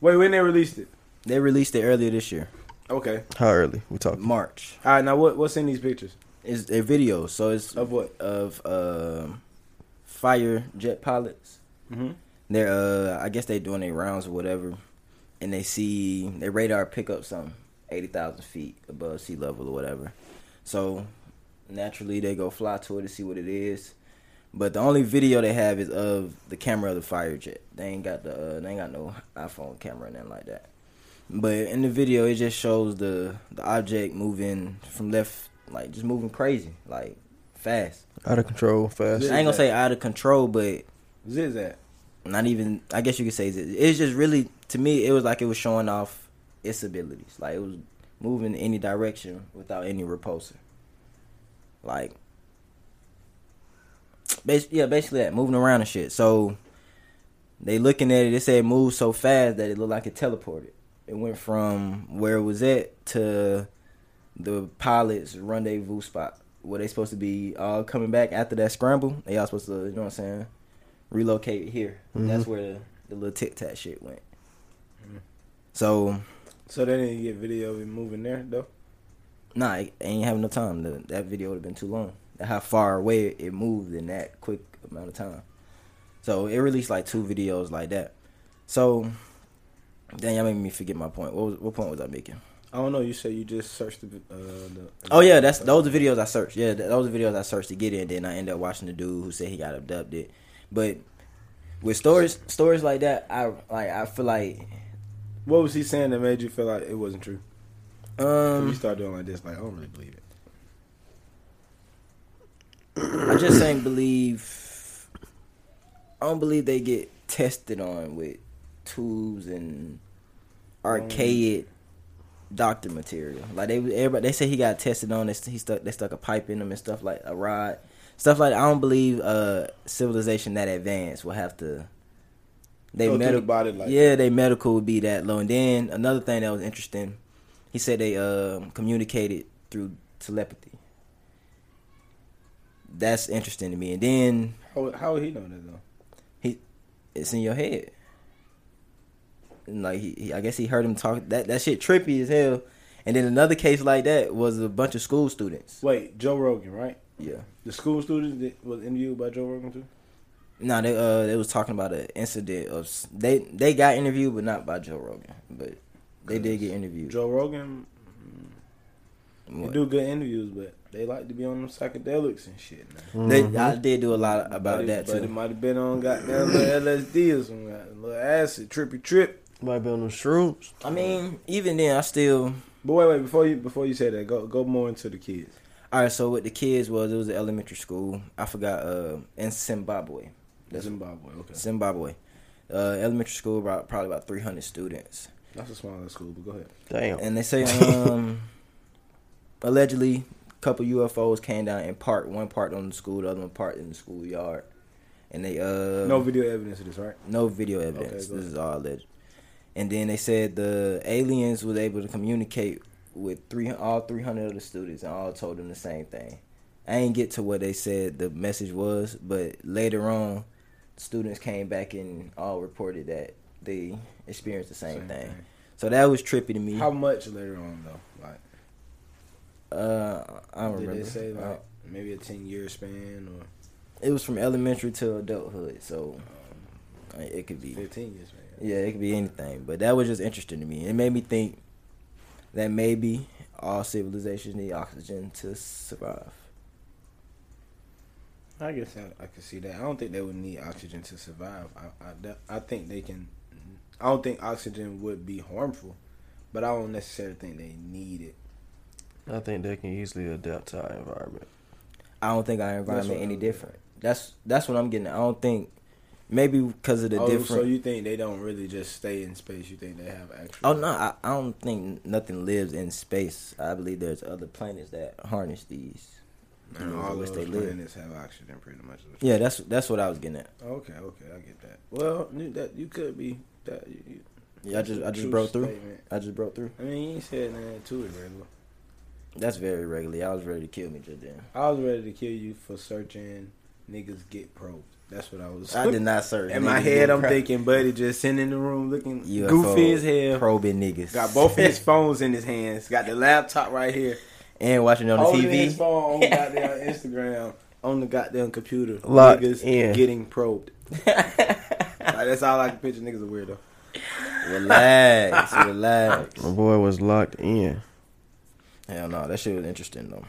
S3: Wait, when they released it?
S1: they released it earlier this year,
S3: Okay.
S2: How early? We
S1: Mm.
S2: talking.
S1: March.
S3: All right. Now what? What's in these pictures?
S1: It's a video, so it's
S3: Of what?
S1: of um fire jet pilots.
S3: Mm-hmm.
S1: They're uh I guess they doing their rounds or whatever, and they see their radar pick up something eighty thousand feet above sea level or whatever. So naturally they go fly to it to see what it is. But the only video they have is of the camera of the fire jet. They ain't got the uh, they ain't got no iPhone camera and nothing like that. But in the video it just shows the the object moving from left like just moving crazy, like fast.
S2: Out of control, fast.
S1: I ain't gonna say out of control, but
S3: Zigzag.
S1: not even I guess you could say it's, it's just really to me it was like it was showing off its abilities. Like it was moving in any direction without any repulsor. Like bas- yeah, basically that moving around and shit. So they looking at it, it said it moved so fast that it looked like it teleported. It went from where it was at to the pilot's rendezvous spot were they supposed to be all coming back after that scramble? They all supposed to, you know what I'm saying, relocate here. And That's where the, the little tic tac shit went. So
S3: So they didn't get video of him moving there though.
S1: nah, I ain't have no time. The, that video would have been too long. How far away it moved in that quick amount of time. So it released like two videos like that. So damn, y'all made me forget my point. What was what point was I making?
S3: I don't know. You say you just searched the. Uh, the uh,
S1: Oh yeah, that's those are videos I searched. Yeah, th- those are videos I searched to get in. Then I end up watching the dude who said he got abducted. But with stories, stories like that, I like. I feel like
S3: What was he saying that made you feel like it wasn't true? you
S1: um,
S3: start doing like this, like I don't really believe it.
S1: I just ain't believe. I don't believe they get tested on with tools and archaic doctor material. Like they everybody they say he got tested on. They, st- he stuck they stuck a pipe in him and stuff like a rod, stuff like that. I don't believe uh civilization that advanced will have to. They
S3: Go through
S1: medi-
S3: the body like
S1: yeah, they medical would be that low. And then another thing that was interesting, he said they um communicated through telepathy. That's interesting to me. And then
S3: How how would he know that though?
S1: it's in your head. And like he, he, I guess he heard him talk. That that shit trippy as hell. And then another case like that was a bunch of school students.
S3: Wait, Joe Rogan, right?
S1: Yeah.
S3: The school students that was interviewed by Joe Rogan too.
S1: No, they uh they was talking about an incident of s- they they got interviewed, but not by Joe Rogan. But they did get interviewed.
S3: Joe Rogan, mm, he
S1: What?
S3: do good interviews, but they like to be on them psychedelics and shit. Now.
S1: They,
S2: Mm.
S1: I did do a lot about
S3: But it-
S1: that
S3: but it
S1: too.
S3: might have been on goddamn little LSD or some goddamn little acid, trippy trip.
S2: Might be on them shrooms.
S1: I mean, even then, I still.
S3: But wait, wait, before you before you say that, go go more into the kids.
S1: All right, so what the kids was, it was an elementary school. I forgot, uh, in Zimbabwe. That's-
S3: Zimbabwe, okay.
S1: Zimbabwe. Uh, elementary school, about, probably about 300 students.
S3: That's a smaller school, but go ahead.
S2: Damn.
S1: And they say, um, allegedly, a couple UFOs came down and parked. One part on the school, the other one part in the schoolyard. And they, uh.
S3: No video evidence of this, right?
S1: No video evidence.
S3: go
S1: this
S3: ahead.
S1: is all alleged. And then they said the aliens was able to communicate with three all three hundred of the students and all told them the same thing. I ain't get to what they said the message was, but later on, students came back and all reported that they experienced the same,
S3: Same
S1: thing.
S3: thing.
S1: So that was trippy to me.
S3: How much later on though? Like
S1: uh, I don't
S3: did
S1: remember.
S3: they say like
S1: Uh,
S3: maybe a ten year span or
S1: it was from elementary to adulthood, so uh, it could be
S3: fifteen years span?
S1: Yeah, it could be anything, but that was just interesting to me. It made me think that maybe all civilizations need oxygen to survive.
S3: I guess I, I can see that. I don't think they would need oxygen to survive. I, I, de- I think they can. I don't think oxygen would be harmful, but I don't necessarily think they need it.
S2: I think they can easily adapt to our environment.
S1: I don't think our
S3: what
S1: environment
S3: I
S1: any
S3: was-
S1: different. That's that's what I'm getting. at. I don't think maybe because of the
S3: oh, so
S1: different.
S3: you think they don't really just stay in space? You think they have actual?
S1: oh no, I, I don't think nothing lives in space. I believe there's other planets that harness these.
S3: And all
S1: Which
S3: those
S1: they live.
S3: planets have oxygen, pretty much.
S1: Yeah, that's that's what I was getting at.
S3: Okay, okay, I get that. Well, you, that you could be that. You, you-
S1: Yeah, I just I just
S3: true
S1: broke through.
S3: statement.
S1: I just broke through.
S3: I mean, you ain't said nothing to it, regular.
S1: That's very regularly. I was ready to kill me just then.
S3: I was ready to kill you for searching niggas get probed. That's what I was.
S1: I did not search.
S3: In my
S1: Niggas
S3: head,
S1: didn't
S3: I'm
S1: cry.
S3: thinking Buddy just sitting in the room looking
S1: UFO
S3: goofy as hell.
S1: probing niggas.
S3: Got both of his phones in his hands. Got the laptop right here.
S1: and watching it on the
S3: Holding his
S1: TV.
S3: phone on goddamn Instagram. On the goddamn computer.
S2: Locked
S3: niggas
S2: in.
S3: getting probed. Like, that's all I can picture. Niggas a weirdo.
S1: relax, relax.
S2: My boy was locked in.
S1: Hell no, that shit was interesting though.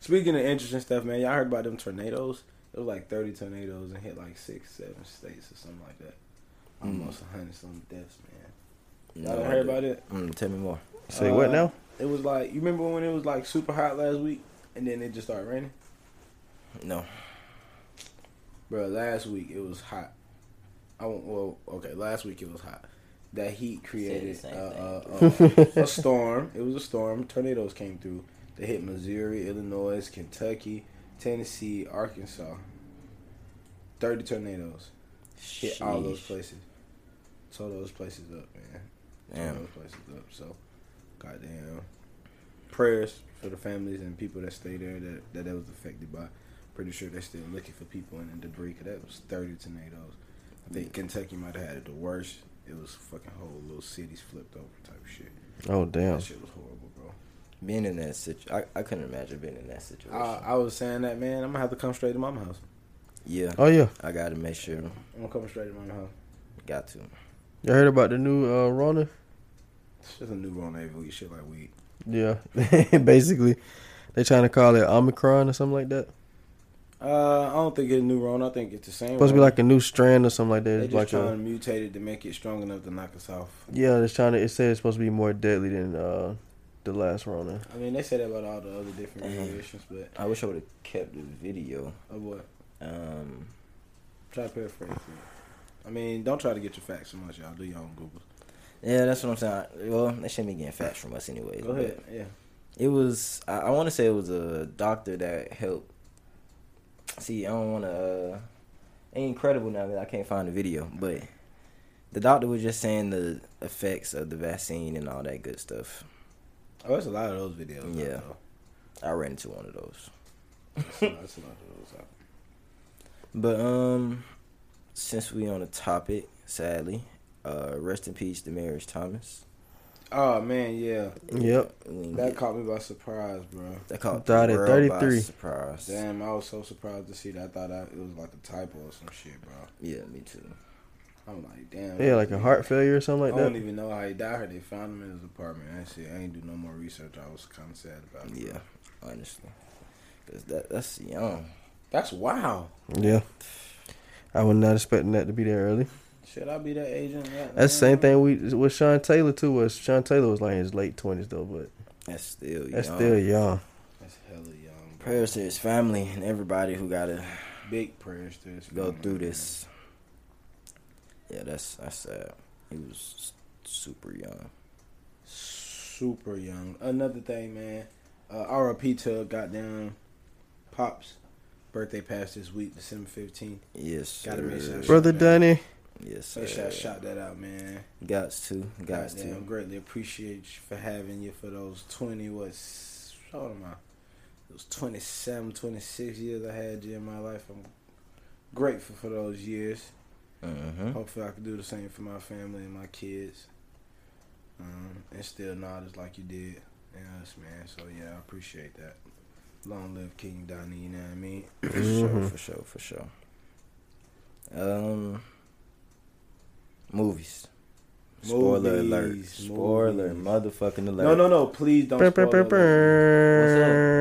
S3: Speaking of interesting stuff, man, y'all heard about them tornadoes? It was like 30 tornadoes and hit like six, seven states or something like that.
S1: Mm.
S3: Almost 100 some deaths, man.
S1: No,
S3: Y'all
S1: I
S3: done heard
S1: didn't.
S3: about it?
S1: Mm, tell me more.
S2: Say
S3: Uh,
S2: what now?
S3: It was like you remember when it was like super hot last week, and then it just started raining.
S1: No,
S3: Bro, last week it was hot. I won't, well, okay, last week it was hot. That heat created
S1: same
S3: uh, uh, uh, a storm. It was a storm. Tornadoes came through. They hit Missouri, Illinois, Kentucky, Tennessee, Arkansas. Thirty tornadoes hit all those
S1: Sheesh.
S3: places. Tore those places up, man. Tore
S1: Damn.
S3: those places up. So, goddamn. prayers for the families and people that stay there that that, that was affected by. Pretty sure they're still looking for people in the debris because that was thirty tornadoes. I think Kentucky might have had it the worst. It was fucking whole little cities flipped over type shit.
S2: Oh damn.
S3: That shit was horrible, bro.
S1: Being in that situ, I, I couldn't imagine being in that situation.
S3: I, I was saying that man, I'm gonna have to come straight to mama house.
S1: yeah,
S3: uh,
S2: Oh yeah.
S1: I gotta make sure.
S3: I'm gonna come straight to mama house.
S1: Got to.
S2: You heard about the new uh, Rona?
S3: It's just a new wrong every week, shit like weed.
S2: Yeah. Basically, they trying to call it Omicron or something like that.
S3: Uh, I don't think it's new wrong. I think it's the same.
S2: Supposed to be
S3: wrong.
S2: like a new strand or something like that.
S3: they
S2: It's
S3: just
S2: like a,
S3: trying to mutate it to make it strong enough to knock us off.
S2: yeah, it's trying to. It says it's supposed to be more deadly than uh, the last Rona.
S3: I mean, they say that about all the other different
S2: Mm-hmm.
S3: variations, but
S1: I wish I would have kept the video.
S3: oh boy,
S1: Um,
S3: try to paraphrase it. I mean, don't try to get your facts so much, y'all. Do your own Google.
S1: yeah, that's what I'm saying. Well, they shouldn't be getting facts from us anyway.
S3: Go ahead. Yeah.
S1: It was. I, I want to say it was a doctor that helped. See, I don't want to. Uh, ain't credible now that I can't find the video, but the doctor was just saying the effects of the vaccine and all that good stuff.
S3: Oh, it's a lot of those videos. out,
S1: Yeah.
S3: though.
S1: I ran into one of those.
S3: It's a lot, it's a lot of those. out.
S1: But um, since we on the topic, sadly, uh, rest in peace, Damaris Thomas.
S3: Oh man, yeah,
S2: Yep.
S1: We didn't
S3: that
S1: get-
S3: caught me by surprise, bro.
S1: that caught
S2: Died
S1: the
S2: at
S1: world
S2: 33.
S1: by surprise.
S3: Damn, I was so surprised to see that. I thought I, it was like a typo or some shit, bro.
S1: Yeah, me too.
S3: I'm like, damn.
S2: Yeah, like a heart failure or
S3: I
S2: something like
S3: don't
S2: that.
S3: even know how he died. I heard They found him in his apartment. That's it. I ain't do no more research. I was kind of sad about it.
S1: Yeah, honestly, cause that that's young.
S3: That's wow.
S2: Yeah. I was not expecting that to be there early.
S3: Should I be that agent? Right
S2: That's the same thing we with Sean Taylor too. Was Sean Taylor was like in his late twenties though, but
S1: That's still young.
S2: that's still young.
S3: That's hella young. Bro.
S1: Prayers to his family and everybody who gotta
S3: Big prayers to this.
S1: go
S3: family,
S1: through
S3: man.
S1: this. Yeah, that's that's sad. He was super young.
S3: Super young. Another thing, man. Uh, R.O.P. to goddamn pops. Birthday passed this week, December fifteenth.
S1: Yes,
S3: Gotta make
S1: sir.
S3: sure-
S2: Brother Dunny,
S1: Yes,
S3: Make sure I
S1: sir.
S3: shout that out, man.
S1: Gots to, gots
S3: Goddamn,
S1: to.
S3: greatly appreciate you for having you for those 20, what, s- how old am I? Those 27, 26 years I had you in my life. I'm grateful for those years.
S1: Mm-hmm.
S3: Hopefully, I can do the same for my family and my kids. Um, and still not as like you did and us, man. So, yeah, I appreciate that. Long live King Donnie, you know what I mean?
S1: For
S2: Mm-hmm.
S1: sure, for sure, for sure. Um, movies. Spoiler alert!
S3: Movies,
S1: Spoiler,
S3: movies.
S1: motherfucking alert!
S3: No, no, no, please don't
S2: Brr, brr,
S3: spoil
S2: brr,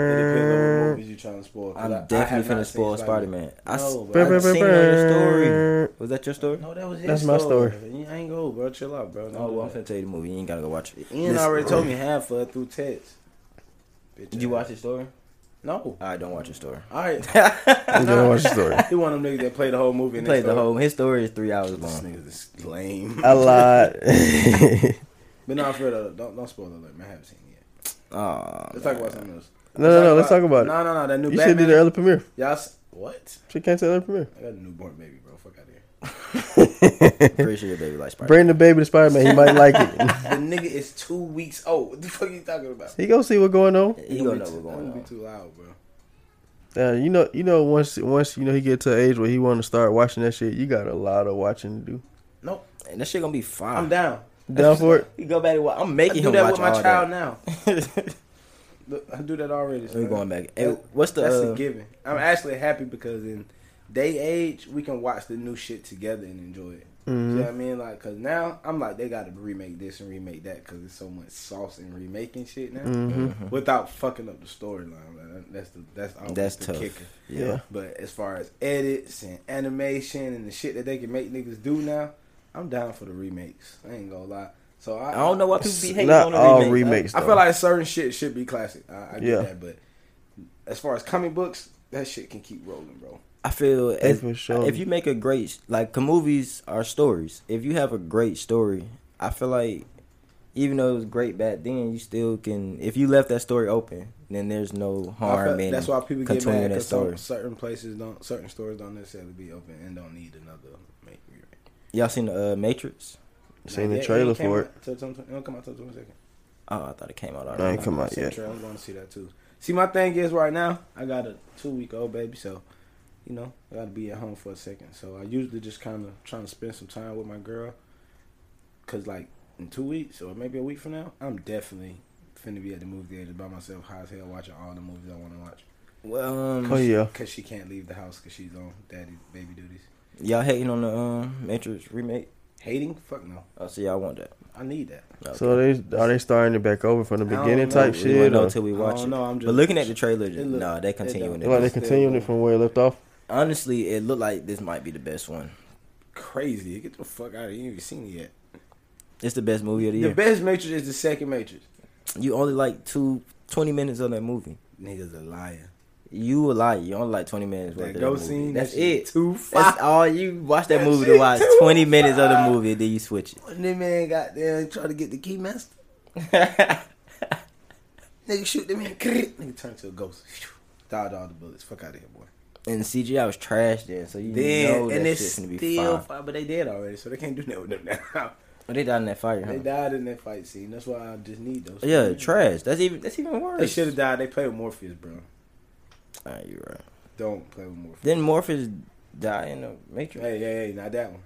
S3: it. It depends on what
S2: brr.
S3: movies you trying to spoil. 'cause
S1: I'm
S3: I- I have
S1: definitely
S3: not
S1: finna
S3: seen
S1: spoil Spider Man. I, s-
S3: No,
S1: I
S3: bro.
S1: seen it on your story.
S2: Brr, brr, brr, brr.
S1: Was that your story?
S3: No, that was his
S2: That's my
S3: You ain't go, bro. Chill out, bro.
S1: Oh, well, I'm finna tell you the movie. You ain't gotta go watch it.
S3: Ian
S1: Listen-
S3: already told me half of it through text. Bitch,
S1: Did you watch his story?
S3: No.
S1: I don't watch his story.
S3: All right.
S2: I'm gonna watch the story.
S3: he one of them niggas that played the whole movie.
S1: He
S3: and
S1: played the
S3: story.
S1: whole. His story is three hours
S3: This
S1: long.
S3: nigga is lame.
S2: I lied.
S3: but no, for real, though, don't don't spoil it, man. I haven't seen it yet.
S1: Oh,
S3: Let's talk about something else.
S2: no, no, no. Let's talk about it.
S3: No, no, no. That new
S2: You should do
S3: Batman.
S2: the early premiere.
S3: Y'all, s- what?
S2: She can't tell the premiere.
S3: I got a newborn baby, bro. Fuck out here.
S1: Pretty sure your baby likes Spider.
S2: Bring the baby to Spider Man. He might like it.
S3: the nigga is two weeks old. What the fuck you talking about?
S2: He gonna see what's going on.
S1: Man.
S3: That
S1: You
S3: would
S1: gonna know
S3: be
S1: what's
S3: too-
S1: going
S3: That would
S1: on.
S3: be too loud, bro.
S2: Uh, you know, you know. Once, once you know, he get to an age where he want to start watching that shit. You got a lot of watching to do.
S3: Nope.
S1: And that shit gonna be
S2: Ah.
S3: I'm
S1: fine.
S3: down.
S2: Down for it?
S1: You go back and watch. I'm
S3: I
S1: making
S3: do
S1: him
S3: that
S1: watch
S3: with my
S1: all
S3: child
S1: that.
S3: now. Look, I do that already.
S1: We're
S3: son.
S1: going back. Hey, what's the?
S3: That's
S1: uh,
S3: a given. I'm actually happy because in day age we can watch the new shit together and enjoy it. You
S1: Mm-hmm.
S3: know what I mean? Like, cause now I'm like they got to remake this and remake that because there's so much sauce in remaking shit now
S1: Mm-hmm.
S3: without fucking up the storyline. man. That- That's the that's always
S1: That's
S3: the
S1: tough.
S3: kicker.
S2: Yeah.
S3: But as far as edits and animation and the shit that they can make niggas do now, I'm down for the remakes. I ain't gonna lie. So I,
S1: I don't know why people
S2: It's
S1: be hating
S2: not
S1: on the
S2: all
S1: remake.
S2: remakes.
S3: I
S2: though.
S3: feel like certain shit should be classic. I, I get
S2: Yeah.
S3: that, but as far as comic books, that shit can keep rolling, bro.
S1: I feel
S2: They
S1: as,
S2: for sure.
S1: if you make a great like 'cause movies are stories. If you have a great story, I feel like even though it was great back then, you still can. If you left that story open, then there's no
S3: I
S1: harm
S3: feel-
S1: in
S3: that's why people get
S1: continuing
S3: mad
S1: that
S3: because
S1: story.
S3: certain places don't, certain stores don't necessarily be open and don't need another make. remake.
S1: Y'all seen the uh, Matrix?
S2: seen
S3: Now,
S2: the
S3: that-
S2: trailer
S3: it came
S2: for it.
S3: out till- till- It'll come out till twenty second.
S1: Oh, I thought it came out
S2: That
S1: already.
S2: ain't come out yet.
S3: Central, I'm going to see that too. See, my thing is right now I got a two week old baby, so you know I got to be at home for a second. So I usually just kind of trying to spend some time with my girl, cause like in two weeks or maybe a week from now, I'm definitely finna be at the movie theater by myself, high as hell, watching all the movies I want to watch.
S1: Well, um,
S2: Oh yeah,
S3: Cause she can't leave the house, cause she's on daddy baby duties.
S1: y'all hating on the um, Matrix remake?
S3: Hating? Fuck no.
S1: Oh, so y'all want that?
S3: I need that.
S1: Okay.
S2: so they are they starting it back over from the
S3: I don't
S2: beginning
S3: know.
S2: type
S1: we won't
S2: shit?
S1: know
S2: Or,
S1: until we
S3: I
S1: watch
S3: don't
S1: it.
S3: know, I'm just-
S1: but looking at the trailer,
S3: It look-
S1: no, they
S3: it
S1: continuing
S3: don't-
S1: it.
S2: like they
S3: still
S2: continuing
S3: going.
S2: it from where it left off.
S1: Honestly, it looked like this might be the best one.
S3: Crazy. Get the fuck out of here. You ain't even seen it yet.
S1: It's the best movie of the
S3: The
S1: year.
S3: best Matrix is the second Matrix.
S1: you only like two, 20 minutes of that movie.
S3: Niggas a liar.
S1: You a lie. You only like 20 minutes worth
S3: That
S1: of that
S3: ghost
S1: movie.
S3: scene.
S1: That's
S3: that shit
S1: it.
S3: Too
S1: That's
S3: far.
S1: all you watch that
S3: That
S1: movie to
S3: shit
S1: watch.
S3: too
S1: 20 minutes of the
S3: far.
S1: movie, and then you switch it.
S3: When that man got there and tried to get the key master, nigga shoot the man. nigga turned to a ghost. Phew. Dodged all the bullets. Fuck out of here, boy.
S1: and CGI was trash then, so you
S3: Then,
S1: know
S3: and
S1: that
S3: it's
S1: shit's gonna be
S3: still
S1: fire.
S3: fire, but they dead already, so they can't do nothing with them now.
S1: But they died in that fire, huh?
S3: They died in that fight scene. That's why I just need those.
S1: Uh-huh. Yeah, trash. That's even that's even worse.
S3: They should have died. They played with Morpheus, bro.
S1: Alright, you're right.
S3: Don't play with Morpheus.
S1: Didn't Morpheus die in the Matrix?
S3: Hey, hey, hey, not that one.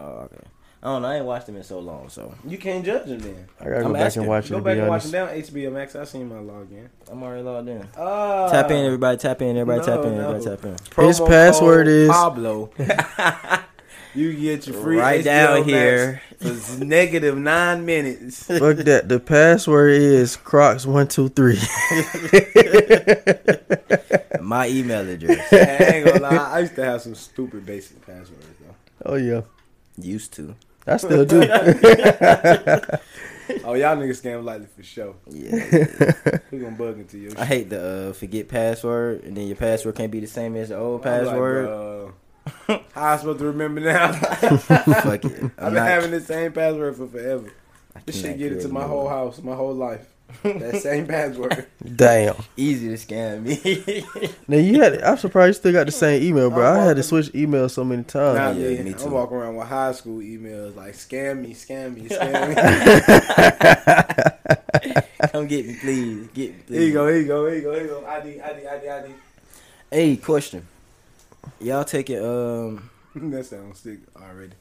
S1: Oh, okay. I don't know. I ain't watched them in so long, so
S3: You can't judge him then.
S2: I gotta
S1: I'm
S2: go back
S1: asking.
S2: and watch it.
S3: Go
S2: to
S3: back
S2: be
S3: and watch
S2: honest.
S3: him down HBO Max. I seen my log in.
S1: I'm already logged in.
S3: Uh,
S1: tap in, everybody. Tap in, everybody. tap in,
S3: no,
S1: everybody.
S3: no.
S1: Tap in.
S2: His
S3: Promo
S2: password
S3: code
S2: is-
S3: Pablo. you get your free
S1: Right
S3: HBO
S1: down
S3: Max
S1: here.
S3: for negative nine minutes.
S2: Fuck that. The password is Crocs one two three.
S1: My email address
S3: I ain't gonna lie. I used to have some stupid basic passwords though.
S2: Oh yeah,
S1: used to.
S2: I still do.
S3: Oh y'all niggas scam lightly for sure.
S1: Yeah,
S3: We gonna bug into your
S1: I
S3: shit.
S1: hate the uh, forget password, and then your password can't be the same as the old
S3: I'm like,
S1: password.
S3: bruh, how I supposed to remember now?
S1: Fuck it. I'm
S3: I've been
S1: not-
S3: having the same password for forever.
S1: I
S3: This
S1: cannot
S3: shit get into
S1: create
S3: my
S1: new
S3: whole
S1: one.
S3: house, my whole life. That same password.
S2: Damn.
S1: Easy to scam me.
S2: Now you had. I'm surprised you still got the same email, bro. I had to switch emails so many
S3: Nah,
S2: times.
S1: Oh, yeah,
S3: yeah,
S1: me too.
S3: I'm walking around with high school emails like scam me, scam me, scam me.
S1: Come get me, please. Get me, please.
S3: here you go, here you go, here you go, here you go. ID, ID, ID, ID.
S1: Hey, question. Y'all take it. Um,
S3: that sounds sick already.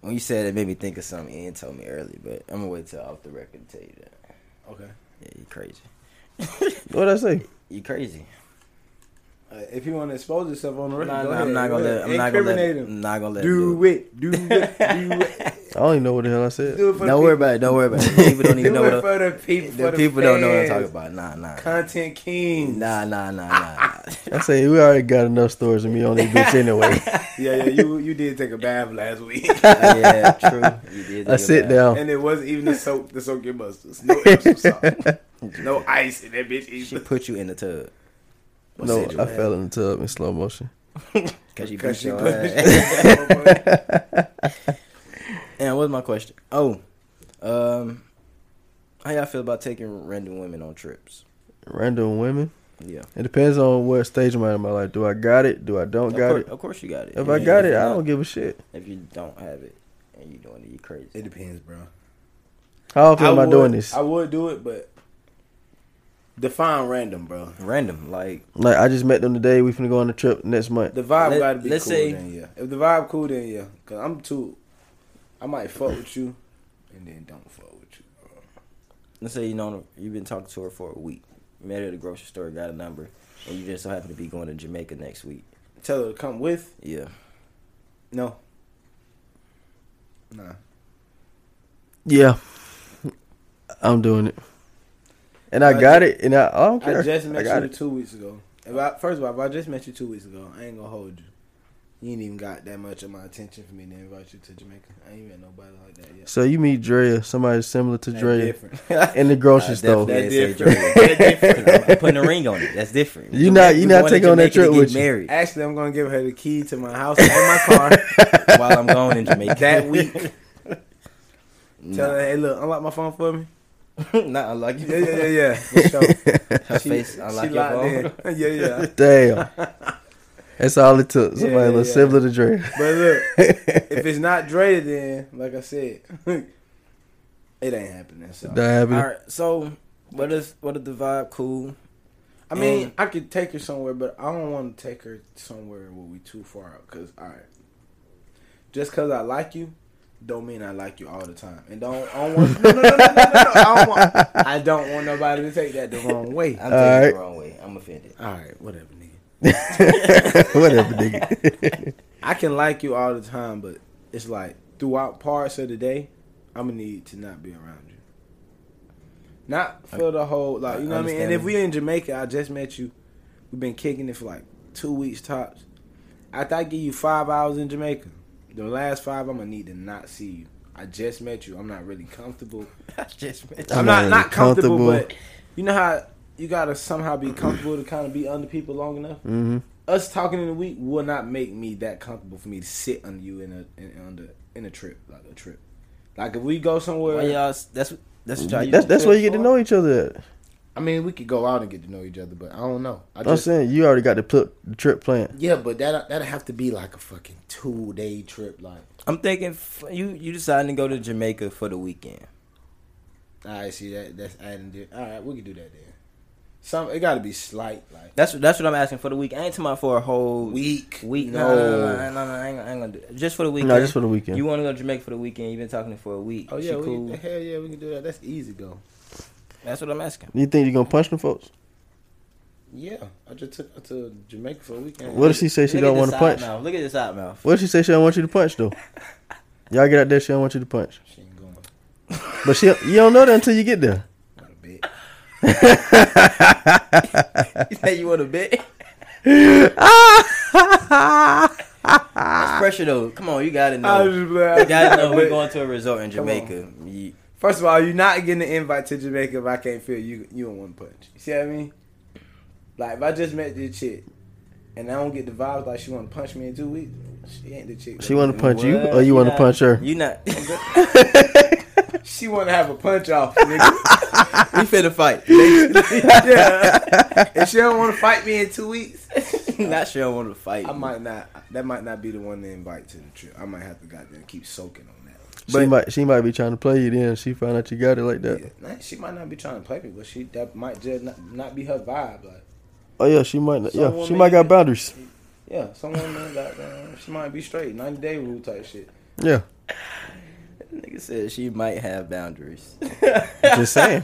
S1: when you said it, made me think of something Ian told me earlier, but I'm gonna wait till off the record to tell you that.
S3: Okay.
S1: Yeah, you crazy.
S2: What I say?
S1: You crazy.
S3: Uh, if you want to expose yourself on the record,
S1: Nah,
S3: go
S1: nah,
S3: ahead,
S1: I'm not
S3: go
S1: gonna let.
S3: ahead.
S1: I'm not gonna let.
S3: Incriminate
S1: I'm not gonna let. him
S3: Do
S1: it.
S3: it, do it, do it.
S2: I don't even know what the hell I said.
S3: Do it for the
S1: Don't worry
S3: people.
S1: about it. Don't worry about it. People don't
S3: Do
S1: even know
S3: it
S1: what.
S3: for the people.
S1: The
S3: for
S1: people don't know what I'm talking
S3: fans.
S1: about. Nah, nah.
S3: Content kings.
S1: Nah, nah, nah, nah.
S2: I say we already got enough stories of me on this bitch anyway.
S3: Yeah, yeah. You you did take a bath last week,
S1: yeah, true. You did
S2: I
S1: think
S2: sit
S1: about it.
S2: down.
S3: and it wasn't even the soap to soak your muscles. No Epsom salt. No ice in that bitch
S1: She
S3: either.
S1: put you in the tub.
S2: No, I fell in the tub in slow motion.
S1: Cause you
S3: Cause
S1: beat
S3: she
S1: your
S3: put
S1: ass.
S3: it.
S1: And what's my question? Oh, um, how y'all feel about taking random women on trips?
S2: Random women.
S1: Yeah,
S2: It depends on what stage I'm at in my life. Do I got it? Do I don't
S1: of,
S2: got
S1: cour-
S2: it?
S1: of course you got it.
S2: If I got
S1: if
S2: it,
S1: you
S2: I don't give a shit.
S1: If you don't have it and you doing it, you crazy.
S3: It depends, bro.
S2: How often am I doing this?
S3: I would do it, but define random, bro.
S1: Random, like
S2: Like I just met them today. We finna go on a trip next month.
S3: The vibe
S1: Let-
S3: gotta be
S1: let's
S3: cool.
S1: say-
S3: then yeah. If the vibe cool, then yeah. Cause I'm too. I might fuck with you, and then don't fuck with you. Bro.
S1: let's say you know you've been talking to her for a week, met her at the grocery store, got a number, and you just so happen to be going to Jamaica next week.
S3: Tell her to come with.
S1: Yeah,
S3: No. Nah.
S2: Yeah, I'm doing it. And I
S3: I
S2: got it, and I, I don't care.
S3: Uh, I just met
S2: got
S3: you
S2: it.
S3: two weeks ago. If I, first of all, if I just met you two weeks ago, I ain't gonna hold you. You ain't even got that much of my attention for me to invite you to Jamaica. I ain't met nobody like that yet.
S2: So you meet Drea, somebody similar to
S3: That
S2: Drea,
S3: different.
S2: in the grocery
S3: Uh,
S2: store.
S1: definitely
S3: That
S1: ain't say
S3: different.
S1: Drake.
S3: That different.
S1: I'm putting a ring on it. That's different.
S2: You not- you not
S1: going to
S2: taking on that
S1: Jamaica
S2: trip
S1: to get
S2: with you.
S1: Married
S3: Actually, I'm gonna give her the key to my house and my car
S1: while I'm going in Jamaica
S3: that week. Tell her,
S1: Nah,
S3: hey, look, unlock my phone for me.
S1: not unlike
S3: Yeah, yeah, yeah, yeah. For sure.
S1: Her
S3: She-
S1: face,
S3: she
S1: unlock your
S3: locked
S1: phone.
S3: in. Yeah, yeah.
S2: Damn, that's all it took. Somebody
S3: Yeah,
S2: a little
S3: yeah.
S2: similar to Drea.
S3: But look, if it's not Dre, then like I said, it It ain't happening. So
S2: That happened.
S1: All right, so what is what is the vibe? Cool.
S3: I mean,
S1: And-
S3: I could take her somewhere, but I don't want to take her somewhere where we too far out. Cause all right, just cause I like you, don't mean I like you all the time. And don't, I don't want, no, no, no, no, no, no, no. I, don't want, I don't want nobody to take that the wrong way.
S1: I'm
S2: All
S1: taking
S2: right.
S1: the wrong way. I'm offended.
S3: All right, whatever, nigga.
S2: Whatever, nigga.
S3: I can like you all the time, but it's like throughout parts of the day, I'm gonna need to not be around you. Not for the whole, like you know what I mean. And if we in Jamaica, I just met you. We've been kicking it for like two weeks tops. After I give you five hours in Jamaica, the last five I'm gonna need to not see you. I just met you. I'm not really comfortable.
S1: I just met
S3: I'm,
S2: I'm
S3: not
S2: not
S3: not comfortable,
S2: comfortable.
S3: but you know how you gotta somehow be comfortable to kind of be under people long enough
S2: hmm
S3: us talking in a week will not make me that comfortable for me to sit under you in a in, under in a trip like a trip. Like if we go somewhere,
S1: Why y'all? That's that's what y'all use
S2: That's that's
S1: the
S2: where you get to
S1: for?
S2: know each other. At.
S3: I mean, we could go out and get to know each other, but I don't know. I
S2: I'm
S3: just
S2: saying you already got the, pl- the trip planned.
S3: yeah, but that that'd have to be like a fucking two day trip. Like
S1: I'm thinking f- you you deciding to go to Jamaica for the weekend.
S3: I see that that's adding. There. All right, we could do that then. Some it got to be slight like
S1: That's what that's what I'm asking for the week. I ain't talking about for a whole
S3: week
S1: Week? No,
S3: No.
S1: no, no, no, no, no, I ain't, gonna- I ain't gonna do. Just for the weekend.
S2: No, just for the weekend.
S1: You want to go to Jamaica for the weekend? You've been talking to her for a week.
S3: Oh
S1: She
S3: yeah, we,
S1: cool.
S3: hell yeah, we can do that. That's easy go.
S1: That's what I'm asking.
S2: You think you're gonna punch them folks?
S3: Yeah, I just took her to Jamaica for a weekend.
S2: What if she say she
S1: Look at
S2: don't
S1: this
S2: want to
S1: side
S2: punch?
S1: Mouth. Look at this side mouth.
S2: What if she say she don't want you to punch though? Y'all get out there, she don't want you to punch.
S3: She ain't going.
S2: But she, you don't know that until you get there.
S3: Not a bit.
S1: you say you want a bit? That's pressure though. Come on, you gotta know.
S3: I was just playing. I
S1: you
S3: was
S1: gotta
S3: just
S1: know we're
S3: playing.
S1: going to a resort in
S3: Come
S1: Jamaica. You-
S3: First of all, you're not getting an invite to Jamaica if I can't feel you you in one punch. You see what I mean? Like if I just met this chick and I don't get the vibes like she wanna punch me in two weeks, she ain't the chick.
S2: She want to punch you,
S1: What?
S2: or you want to
S1: not-
S2: punch her?
S1: You not?
S3: she wanna have a punch off, nigga.
S1: we finna fight.
S3: yeah. If she don't wanna fight me in two weeks,
S1: not sure I want to fight.
S3: I might not that might not be the one to invite to the trip. I might have to goddamn keep soaking on that.
S2: she might, she might be trying to play you. Then she find out you got it like that.
S3: Yeah. Nah, She might not be trying to play me, but she that might just not, not be her vibe. Like
S2: Oh yeah, she might.
S3: Some
S2: Yeah, she
S3: women-
S2: might got boundaries.
S3: yeah, some woman goddamn she might be straight, ninety day rule type shit.
S2: Yeah,
S1: Nigga said she might have boundaries.
S2: just saying.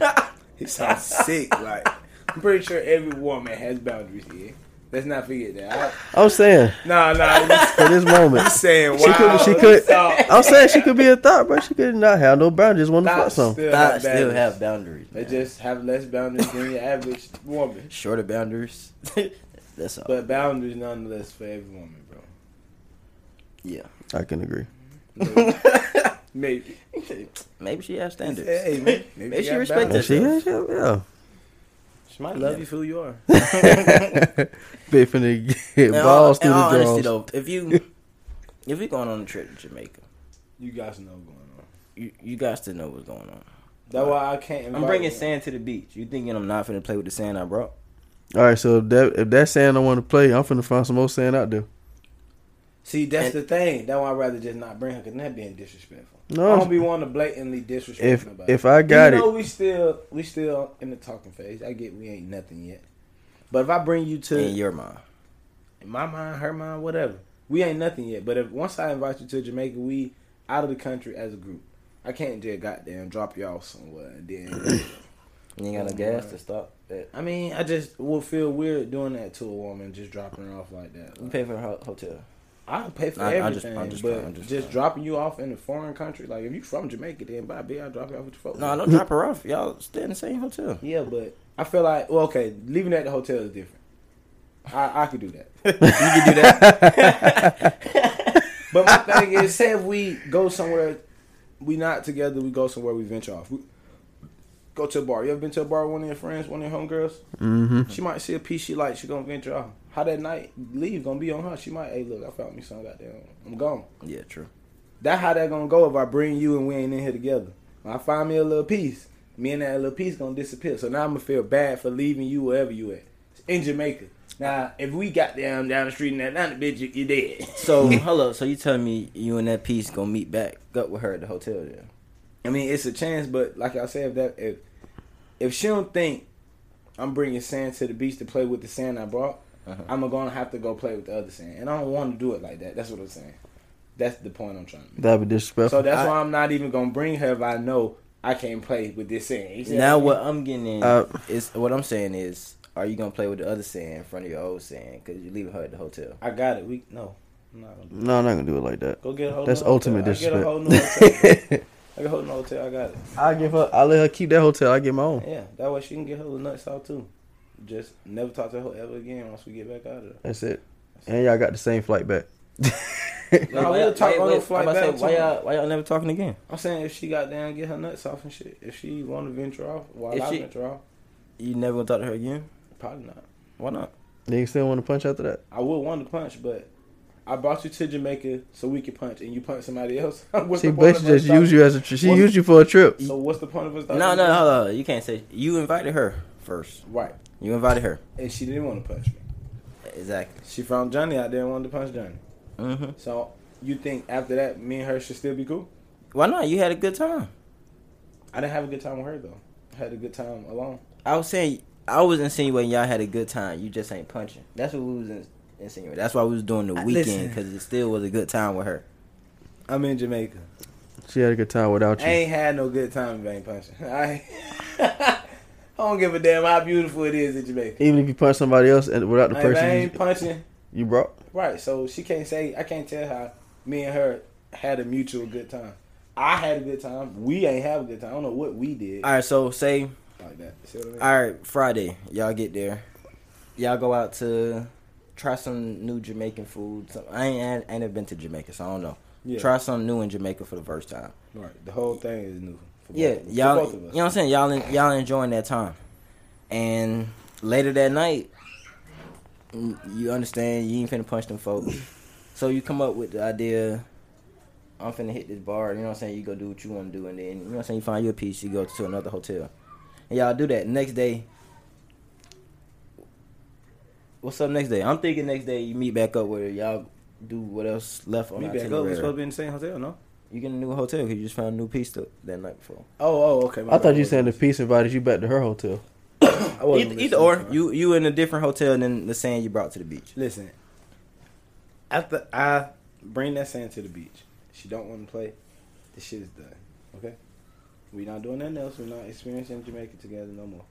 S3: He sounds sick. Like I'm pretty sure every woman has boundaries here. Let's not forget that.
S2: I'm saying
S3: I, nah, nah. You
S2: for this moment,
S3: saying
S2: she
S3: wow?
S2: could, she could.
S3: so-
S2: I'm saying she could be a thought, but she could not have no boundaries. Want to
S3: Thoughts
S2: fuck some?
S3: still,
S1: I
S3: have
S1: still
S3: boundaries.
S1: have boundaries.
S3: They
S1: man.
S3: just have less boundaries than your average woman,
S1: shorter boundaries. That's all.
S3: but boundaries nonetheless for every woman, bro.
S1: yeah.
S2: I can agree.
S3: Maybe. Maybe.
S1: Maybe she has standards.
S3: Hey, man. Maybe,
S1: Maybe
S3: you
S1: she
S3: got
S1: respect
S2: And
S3: boundaries.
S2: she, yeah,
S1: Herself.
S2: yeah.
S3: She might love you for who you are.
S2: Big finna get
S1: In all-
S2: balls through
S1: in all
S2: the
S1: honesty,
S2: drawers.
S1: though, if you if you're going on a trip to Jamaica,
S3: You guys know what's going on.
S1: you you guys to know what's going on.
S3: That's why I can't.
S1: I'm
S3: invite
S1: bringing
S3: you.
S1: sand to the beach. You thinking I'm not finna play with the sand I brought?
S2: All right, so if that if that sand I want to play, I'm finna find some more sand out there.
S3: See, that's the
S1: And-
S3: thing. That's why I'd rather just not bring her, because that being disrespectful.
S2: No.
S3: I don't be wanting to blatantly disrespect
S2: If
S3: nobody.
S2: if I got
S3: you know
S2: it,
S3: we still we still in the talking phase. I get we ain't nothing yet, but if I bring you to
S1: In your mind,
S3: in my mind, her mind, whatever, we ain't nothing yet. But if once I invite you to Jamaica, we out of the country as a group. I can't just goddamn drop y'all somewhere. And then
S1: you ain't got
S3: Oh,
S1: no gas to stop. That.
S3: I mean, I just will feel weird doing that to a woman, just dropping her off like that.
S1: You pay for the ho- hotel.
S3: I'll pay for
S1: I- I just-
S3: everything,
S1: I'm just
S3: but
S1: fine, I'm just
S3: just,
S1: fine.
S3: dropping you off in a foreign country, like if you from Jamaica, then by I'll drop you off with your folks.
S1: No, don't drop her off. Y'all stay in the same hotel.
S3: Yeah, but I feel like well, okay, leaving at the hotel is different. I I could do that,
S1: You can do that.
S3: but my thing is, say if we go somewhere, we not together, we go somewhere, we venture off. We, Go to a bar. You ever been to a bar with one of your friends, one of your homegirls?
S2: hmm
S3: She might see a piece she like, she gonna venture off. How that night leave gonna be on her. She might, hey look, I found me some goddamn I'm gone.
S1: yeah, true.
S3: That how that gonna go if I bring you and we ain't in here together. When I find me a little piece, me and that little piece gonna disappear. So now I'm gonna feel bad for leaving you wherever you at in Jamaica. Now if we got down down the street in Atlanta, bitch, you, you dead.
S1: So hello. So you tell me you and that piece gonna meet back up with her at the hotel then?
S3: I mean, it's a chance, but like I said, if that if if she don't think I'm bringing sand to the beach to play with the sand I brought,
S1: Uh-huh.
S3: I'm gonna have to go play with the other sand, and I don't want to do it like that. That's what I'm saying. That's the point I'm trying to make.
S2: That'd be disrespectful.
S3: So that's
S1: I-
S3: why I'm not even gonna bring her if I know I can't play with this sand. You see
S1: Now
S3: what
S1: what I'm getting in
S2: Uh,
S1: is what I'm saying is, are you gonna play with the other sand in front of your old sand? Cause you're leaving her at the hotel.
S3: I got it. We no, I'm not gonna do it.
S2: no, I'm not gonna do it like that.
S3: Go get a whole.
S2: That's
S3: new hotel.
S2: ultimate
S3: I get a
S2: disrespect.
S3: whole new hotel. I get a whole new hotel. I got it.
S2: I give her. I let her keep that hotel. I get my own.
S3: Yeah, that way she can get her little nuts out too. Just never talk to her ever again once we get back out of there.
S2: That's it. And y'all got the same flight back.
S3: No, we'll talk on the flight
S1: I'm about to
S3: back,
S1: Say, why
S3: too.
S1: y'all, why y'all never talking again?
S3: I'm saying if she got down, get her nuts off and shit. If she want to venture off, while
S1: If
S3: I
S1: she-
S3: venture off,
S1: You never gonna talk to her again?
S3: probably not.
S1: Why not?
S2: Niggas still want to punch after that.
S3: I would want to punch, but I brought you to Jamaica so we could punch, and you punch somebody else. What's
S2: She
S3: the point of
S2: basically
S3: us
S2: just
S3: talking-
S2: used you as a. Tri- she
S3: Well-
S2: used you for a trip.
S3: So what's the point of us? talking
S1: No, no,
S3: about-
S1: hold on. You can't say you invited her first.
S3: Right,
S1: You invited her.
S3: and she didn't want to punch me.
S1: Exactly.
S3: She found Johnny out there and wanted to punch Johnny.
S1: hmm
S3: So you think after that, me and her should still be cool?
S1: Why not? You had a good time.
S3: I didn't have a good time with her though. I had a good time alone.
S1: I was saying, I was insinuating y'all had a good time. You just ain't punching. That's what we was in, insinuating. That's why we was doing the
S3: I-
S1: weekend
S3: listen.
S1: because it still was a good time with her.
S3: I'm in Jamaica.
S2: She had a good time without
S3: I
S2: you.
S3: ain't had no good time if I ain't punching. I, I don't give a damn how beautiful it is in Jamaica.
S2: Even if you punch somebody else and without the
S3: Like, if I
S2: person
S3: ain't
S2: you,
S3: punching,
S2: you brought.
S3: right? So she can't say I can't tell how me and her had a mutual good time. I had a good time. We ain't have a good time. I don't know what we did
S1: All right, so say
S3: like that. See what I mean?
S1: All right, Friday, y'all get there. Y'all go out to try some new Jamaican food. Some, I ain't I ain't ever been to Jamaica, so I don't know.
S3: yeah.
S1: Try something new in Jamaica for the first time.
S3: Right. The whole thing is new. For
S1: Yeah,
S3: both of us. For
S1: y'all,
S3: both
S1: you
S3: of
S1: know
S3: us.
S1: what I'm saying? Y'all en- y'all enjoying that time, and later that night, mm, you understand you ain't finna punch them folks. So you come up with the idea. I'm finna hit this bar. You know what I'm saying? You go do what you want to do, and then you know what I'm saying. You find your piece. You go to another hotel, and y'all do that. Next day, what's up? Next day, I'm thinking next day you meet back up with her. Y'all do what else left on
S3: Me
S1: our
S3: back up. We
S1: itinerary.
S3: supposed to be in the same hotel, no?
S1: You get a new hotel because you just found a new piece to, that night before.
S3: Oh, oh, okay. my
S2: I
S3: bad.
S2: thought you saying the piece invited you back to her hotel.
S3: I wasn't
S1: Either, either
S3: listening.
S1: or, you you in a different hotel than the sand you brought to the beach.
S3: Listen, after I bring that sand to the beach, she don't want to play. The shit is done. Okay, we not doing nothing else. We're not experiencing Jamaica together no more.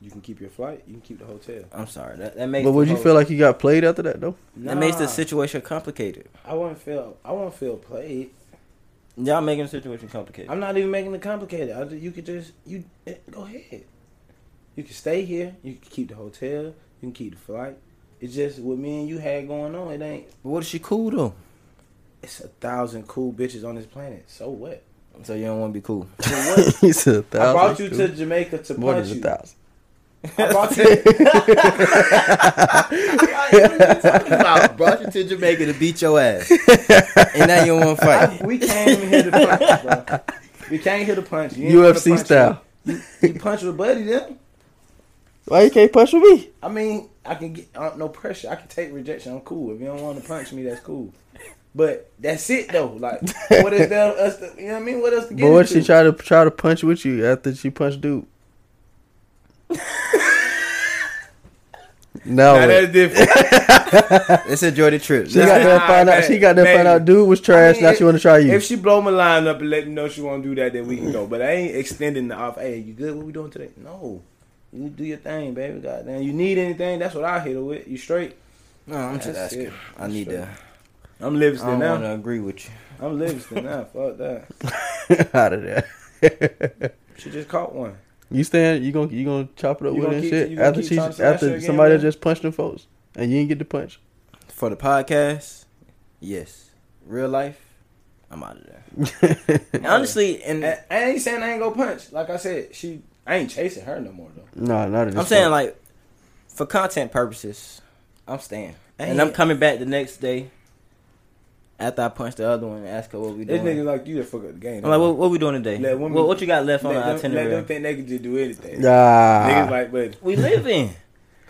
S3: You can keep your flight. You can keep the hotel.
S1: I'm sorry, that, that makes
S2: But would
S1: the
S2: you
S1: whole-
S2: feel like you got played after that though?
S1: that makes the
S3: Nah,
S1: situation complicated.
S3: I won't feel. I won't feel played.
S1: Y'all making the situation complicated.
S3: I'm not even making it complicated. I ju- you could just you eh, go ahead. You can stay here. You can keep the hotel. You can keep the flight. It's just what me and you had going on. It ain't.
S1: but what if she cool though?
S3: It's a thousand cool bitches on this planet. So what?
S1: So you don't want to be cool.
S3: So what?
S2: he said a
S3: I
S2: thousand.
S3: brought you to
S2: dude.
S3: Jamaica to
S2: more
S3: punch
S2: than a
S3: you.
S2: thousand.
S3: I brought you.
S1: I brought you to Jamaica to beat your ass, and now you don't want to
S3: I-
S1: fight.
S3: we came here to punch, bro. We came here to punch. You ain't
S2: UFC
S3: wanna punch
S2: style.
S3: me. You punch with Buddy then.
S2: Why you can't punch with me?
S3: I mean, I can get uh, no pressure. I can take rejection. I'm cool. If you don't want to punch me, that's cool. But that's it though. Like, what is there us? To, you know what I mean? What else to get
S2: But what if
S3: into?
S2: she try to try to punch with you after she punched dude?
S3: Now
S2: now what?
S3: that's different.
S1: Let's enjoy the trip.
S2: she got
S3: Nah,
S2: to find out.
S3: man,
S2: She got to
S3: man.
S2: find out dude was
S3: I
S2: trash.
S3: mean,
S2: now she want to try you.
S3: If she blow my line up and let me know she won't do that, then we can go. But I ain't extending the off. Hey, you good? What we doing today? No. You do your thing, baby. Goddamn. You need anything? That's what I hit her with. You straight?
S1: no, I'm just
S3: That's
S1: asking.
S3: it.
S1: I need to.
S3: I'm
S1: I
S3: Livingston
S1: don't
S3: now.
S1: want to agree with you.
S3: I'm Livingston now. Fuck that.
S2: out of there.
S3: She just caught one.
S2: you stand. You gonna you gonna chop it up
S3: You
S2: with
S3: gonna
S2: her and
S3: keep- you
S2: shit
S3: gonna
S2: after
S3: keep
S2: she
S3: trying to smash her
S2: after
S3: again,
S2: somebody
S3: man?
S2: just punched them folks and you didn't get the punch.
S1: For the podcast, yes. Real life, I'm out of there. Honestly, and
S3: I, I ain't saying I ain't gonna punch. Like I said, she. I ain't chasing her no more though.
S2: no, not at this
S1: I'm saying like for content purposes, I'm staying. And I'm coming back the next day after I punch the other one and ask her what we
S3: This
S1: doing.
S3: nigga like you to fuck up the game.
S1: I'm like, what, what we doing today?
S3: Let women-
S1: what, what you got left on
S3: let,
S1: our
S3: them, let them
S1: itinerary?
S3: think they can just do anything. Niggas
S2: Nah.
S3: like, but
S1: We live in.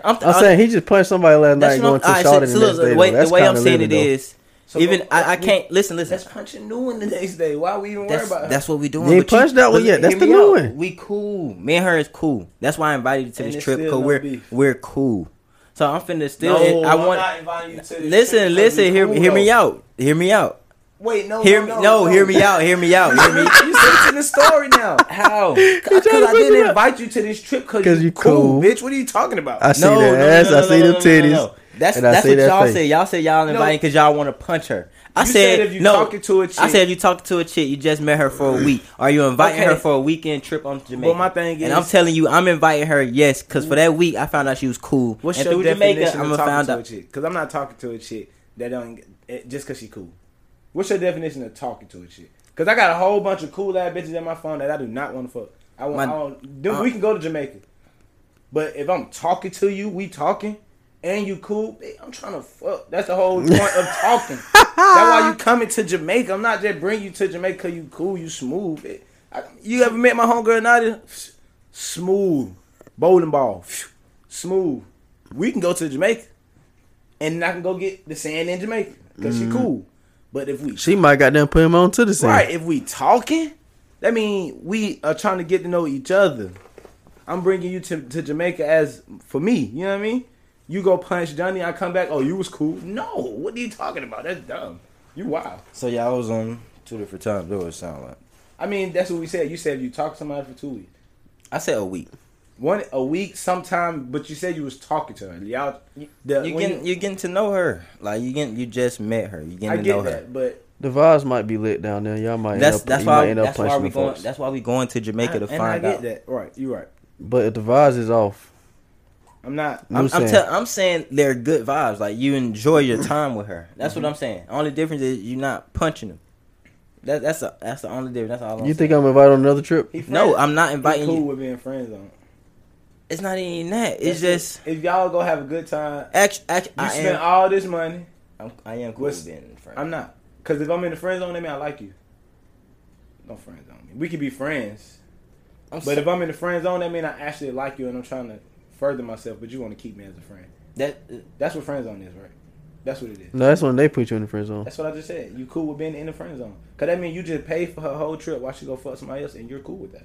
S1: I'm,
S2: I'm saying he just punched somebody last night
S1: that's
S2: going
S1: what I'm-
S2: to
S1: all right,
S2: Charlotte
S1: so-
S2: the
S1: so
S2: next
S1: look,
S2: day.
S1: the way,
S2: though. That's
S1: the way I'm
S2: kinda
S1: saying it
S2: living,
S1: is,
S3: So
S1: even
S3: go-
S1: I, I
S3: we-
S1: can't listen. Listen,
S3: Let's punch a new one the next day. Why we even worry
S1: That's,
S3: about her?
S1: that's what we doing.
S2: They ain't
S1: but you-
S2: punched that one
S1: but
S2: yet. That's
S1: hear
S2: the
S1: me
S2: new
S1: out.
S2: one.
S1: We cool. Me and her is cool. That's why I invited you to
S3: And
S1: this
S3: it's
S1: trip
S3: still
S1: because
S3: no
S1: we're
S3: beef.
S1: we're cool. So I'm finna still.
S3: No,
S1: I
S3: I'm
S1: want.
S3: not inviting you to this trip
S1: listen,
S3: 'cause
S1: listen.
S3: we
S1: Hear me.
S3: cool,
S1: Hear me
S3: though.
S1: out. Hear me out.
S3: Wait, Oh, no,
S1: Hear me.
S3: no,
S1: No. Hear me out. Hear me out. Hear me.
S3: you in the story now.
S1: How?
S3: Because
S2: trying to
S3: I
S2: put you
S3: didn't
S2: up.
S3: invite you to this trip because
S2: 'Cause
S3: you,
S2: you
S3: cool,
S2: cool.
S3: bitch. What are you talking about?
S2: I see
S1: No,
S2: the
S1: no, no,
S2: ass.
S1: no,
S2: I
S1: no,
S2: see
S1: no,
S2: the
S1: no,
S2: titties.
S1: no, no. That's
S2: and I
S1: that's
S2: see
S1: what
S2: that
S1: y'all
S2: face.
S1: said. Y'all said y'all inviting because y'all want to punch her. I
S3: You
S1: said,
S3: said if you
S1: no.
S3: talking to a chick-
S1: I said if you talking to a chick, you just met her for a week. Are you inviting
S3: Okay.
S1: her for a weekend trip on to Jamaica?
S3: my thing is-
S1: and I'm telling you, I'm inviting her. Yes, because for that week, I found out she was cool.
S3: What's
S1: and
S3: your
S1: through
S3: definition
S1: Jamaica,
S3: of
S1: I'ma
S3: talking
S1: found
S3: to a
S1: out.
S3: chick? Because I'm not talking to a chick that don't eh, just because she cool. What's your definition of talking to a chick? Because I got a whole bunch of cool ass bitches in my phone that I do not want to fuck. I want.
S1: My- uh,
S3: I want dude, we can go to Jamaica, but if I'm talking to you, we talking. And you cool? bitch, I'm trying to fuck. That's the whole point of talking. That's why you coming to Jamaica. I'm not just bringing you to Jamaica. 'cause You cool? You smooth? bitch. I- you ever met my homegirl Nadia? Smooth bowling ball, Phew. smooth. We can go to Jamaica, and I can go get the sand in Jamaica because she cool. But if we
S2: She might goddamn put him on to the scene.
S3: right, if we talking, that mean we are trying to get to know each other. I'm bringing you to, to Jamaica as for me. You know what I mean? You go punch Johnny. I come back. Oh, you was cool. No, what are you talking about? That's dumb. You wild.
S1: So y'all was on two different times. That would sound like.
S3: I mean, that's what we said. You said you talk to somebody for two weeks.
S1: I said a week.
S3: One a week, sometime, but you said you was talking to her. Y'all, the,
S1: You
S3: Uh, when
S1: getting you getting to know her. Like you getting you just met her. You getting
S3: I
S1: to know
S3: get
S1: her.
S3: that, but
S2: The vibes might be lit down there. Y'all might
S1: That's
S2: end up,
S1: that's
S2: you might
S1: why
S2: end up
S1: that's why
S2: punching
S1: we
S2: the
S1: going
S2: folks.
S1: that's why we going to Jamaica to
S3: and I
S1: find
S3: get
S1: out.
S3: that. Right, you're right.
S2: But if the vibes is off,
S3: I'm not.
S2: No.
S1: I'm,
S2: Who's
S1: I'm,
S2: saying?
S1: tell, I'm saying they're good vibes. Like you enjoy your time with her. That's
S3: Mm-hmm.
S1: what I'm saying. Only difference is you're not punching them. That, that's a, that's the only difference. That's all. I'm
S2: you think
S1: saying.
S2: I'm invited on another trip?
S3: He
S1: No,
S3: friends-
S1: I'm not
S3: he
S1: inviting
S3: cool
S1: you.
S3: with being friends on.
S1: It's not even that. It's just
S3: if y'all go have a good time.
S1: act, act,
S3: You
S1: I
S3: spend
S1: am
S3: all this money.
S1: I'm, I am cool
S3: What's-
S1: with being friends.
S3: I'm not. Cause if I'm in the friend zone, that mean I like you. No friend zone. me. We could be friends,
S1: I'm
S3: but
S1: so-
S3: if I'm in the friend zone, that mean I actually like you and I'm trying to further myself. But you want to keep me as a friend.
S1: that
S3: That's what friend zone is, right? That's what it is.
S2: No, that's when they put you in the friend zone.
S3: That's what I just said. You cool with being in the friend zone? Cause that mean you just pay for her whole trip while she go fuck somebody else, and you're cool with that.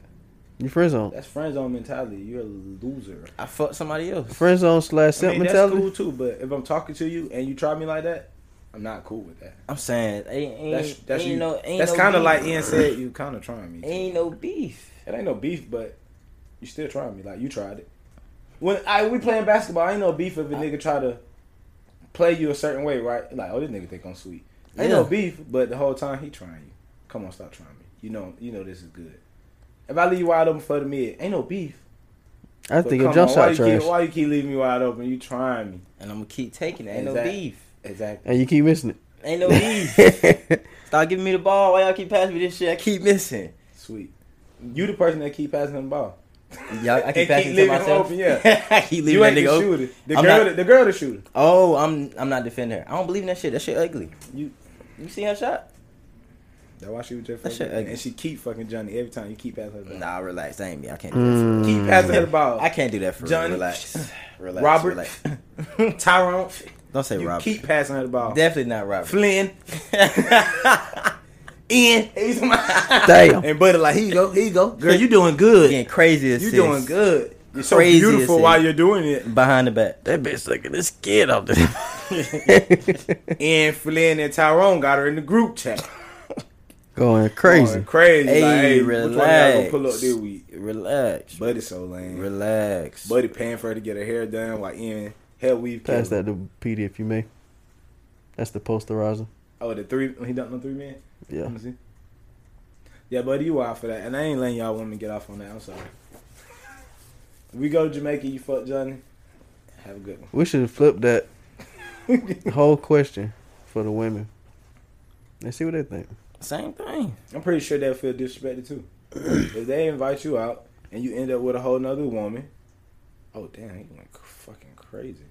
S2: You friend zone.
S3: That's friend zone mentality. You're a loser.
S1: I fucked somebody else.
S2: Friend zone slash
S3: I
S2: simp
S3: mean, that's
S2: mentality.
S3: cool too. But if I'm talking to you and you try me like that, I'm not cool with that.
S1: I'm saying ain't, ain't,
S3: That's that's
S1: ain't
S3: you.
S1: no ain't
S3: that's
S1: no
S3: kind of
S1: beef.
S3: like Ian said. You kind of trying me. too.
S1: ain't no beef.
S3: It ain't no beef, but you still trying me. Like you tried it. When I we playing basketball, ain't no beef if a nigga try to play you a certain way, right? Like oh, this nigga think I'm sweet. Ain't no
S1: Yeah.
S3: beef, but the whole time he trying you. Come on, stop trying me. You know, you know this is good. If I leave you wide open for the mid, ain't no beef.
S2: I
S3: But
S2: think your
S3: come
S2: jump
S3: on,
S2: shot
S3: why You
S2: trash,
S3: keep, why you keep leaving me wide open? You trying me?
S1: And I'm gonna keep taking it. Ain't
S3: Exact-
S1: no beef.
S3: Exactly.
S2: and you keep missing
S1: Ain't no beef.
S2: it.
S1: Stop giving me the ball. Why y'all keep passing me this shit? I keep missing.
S3: Sweet. You the person that keep passing him the ball.
S1: Y'all, I
S3: And
S1: keep
S3: keep
S1: passing it to
S3: leaving him
S1: myself.
S3: open, yeah.
S1: I keep leaving
S3: you
S1: that
S3: ain't
S1: nigga
S3: the
S1: open.
S3: shooter. The
S1: I'm
S3: girl,
S1: not-
S3: the girl, the shooter.
S1: Oh, I'm I'm not defending her. I don't believe in that shit. That shit ugly.
S3: You
S1: You see her shot?
S3: That's why she was just
S1: That
S3: fucking.
S1: shit ugly.
S3: And she keep fucking Johnny every time you keep passing her the ball.
S1: Nah, relax. That ain't me. I can't. Do
S3: Keep passing her the
S1: that
S3: ball.
S1: for, I can't do that for real.
S3: Johnny.
S1: Relax. Relax.
S3: Robert.
S1: Relax.
S3: Tyrone.
S1: Don't say
S3: You
S1: Robert.
S3: keep passing her the ball.
S1: Definitely not Robert.
S3: Flynn. Ian. He's my-
S2: Damn.
S3: and Buddy like, here you go, here you go. Girl, you doing good.
S1: Getting crazy as
S3: You doing good. You're so
S1: Crazy
S3: beautiful
S1: assist.
S3: while you're doing it.
S1: behind the back.
S2: That bitch sucking the skin off the.
S3: And Flynn and Tyrone got her in the group chat.
S2: Going crazy.
S3: Going crazy.
S1: Hey,
S3: like, hey Which one y'all gonna
S1: relax.
S3: pull up this week?
S1: Relax.
S3: Buddy so lame.
S1: relax.
S3: Buddy paying for her to get her hair done while Ian hell weave.
S2: Pass
S3: killing.
S2: that to Petey if you may. That's the posterizer.
S3: Oh, the three. He dunked on three men.
S2: Yeah.
S3: Let me see. Yeah, buddy, you wild for that. And I ain't letting y'all women get off on that. I'm sorry. we go to Jamaica, you fuck Johnny. Have a good one.
S2: We should flip that whole question for the women. And see what they think.
S1: Same thing.
S3: I'm pretty sure they'll feel disrespected too. if they invite you out and you end up with a whole nother woman, oh damn, he went c- fucking crazy.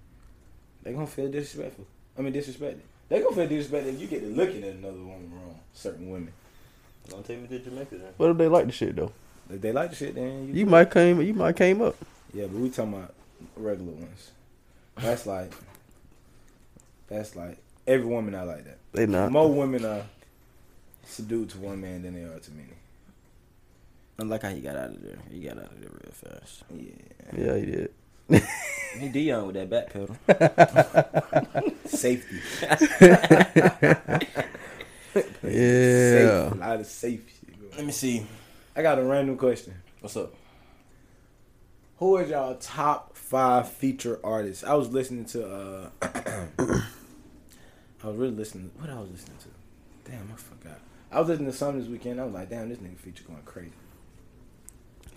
S3: They gonna feel disrespectful. I mean disrespected. They gonna feel disrespected if you get to looking at another woman wrong. Certain women.
S1: Don't take me to Jamaica then.
S2: What if they like the shit though?
S3: If they like the shit, then you,
S2: You might came. You might came up.
S3: Yeah, but we talking about regular ones. That's like, that's like every woman not like that.
S2: They not.
S3: More women are subdued to one man than they are to many.
S1: I like how he got out of there. He got out of there real fast.
S3: Yeah.
S2: Yeah, he did.
S1: He Dion with that back pedal.
S3: Safety.
S2: Yeah.
S3: Safety. A lot of safety.
S1: Let me see.
S3: I got a random question.
S1: What's up?
S3: Who are y'all top five feature artists? I was listening to. uh I was really listening. What I was listening to? Damn, I forgot. I was listening to something this weekend. I was like, damn, this nigga feature going crazy.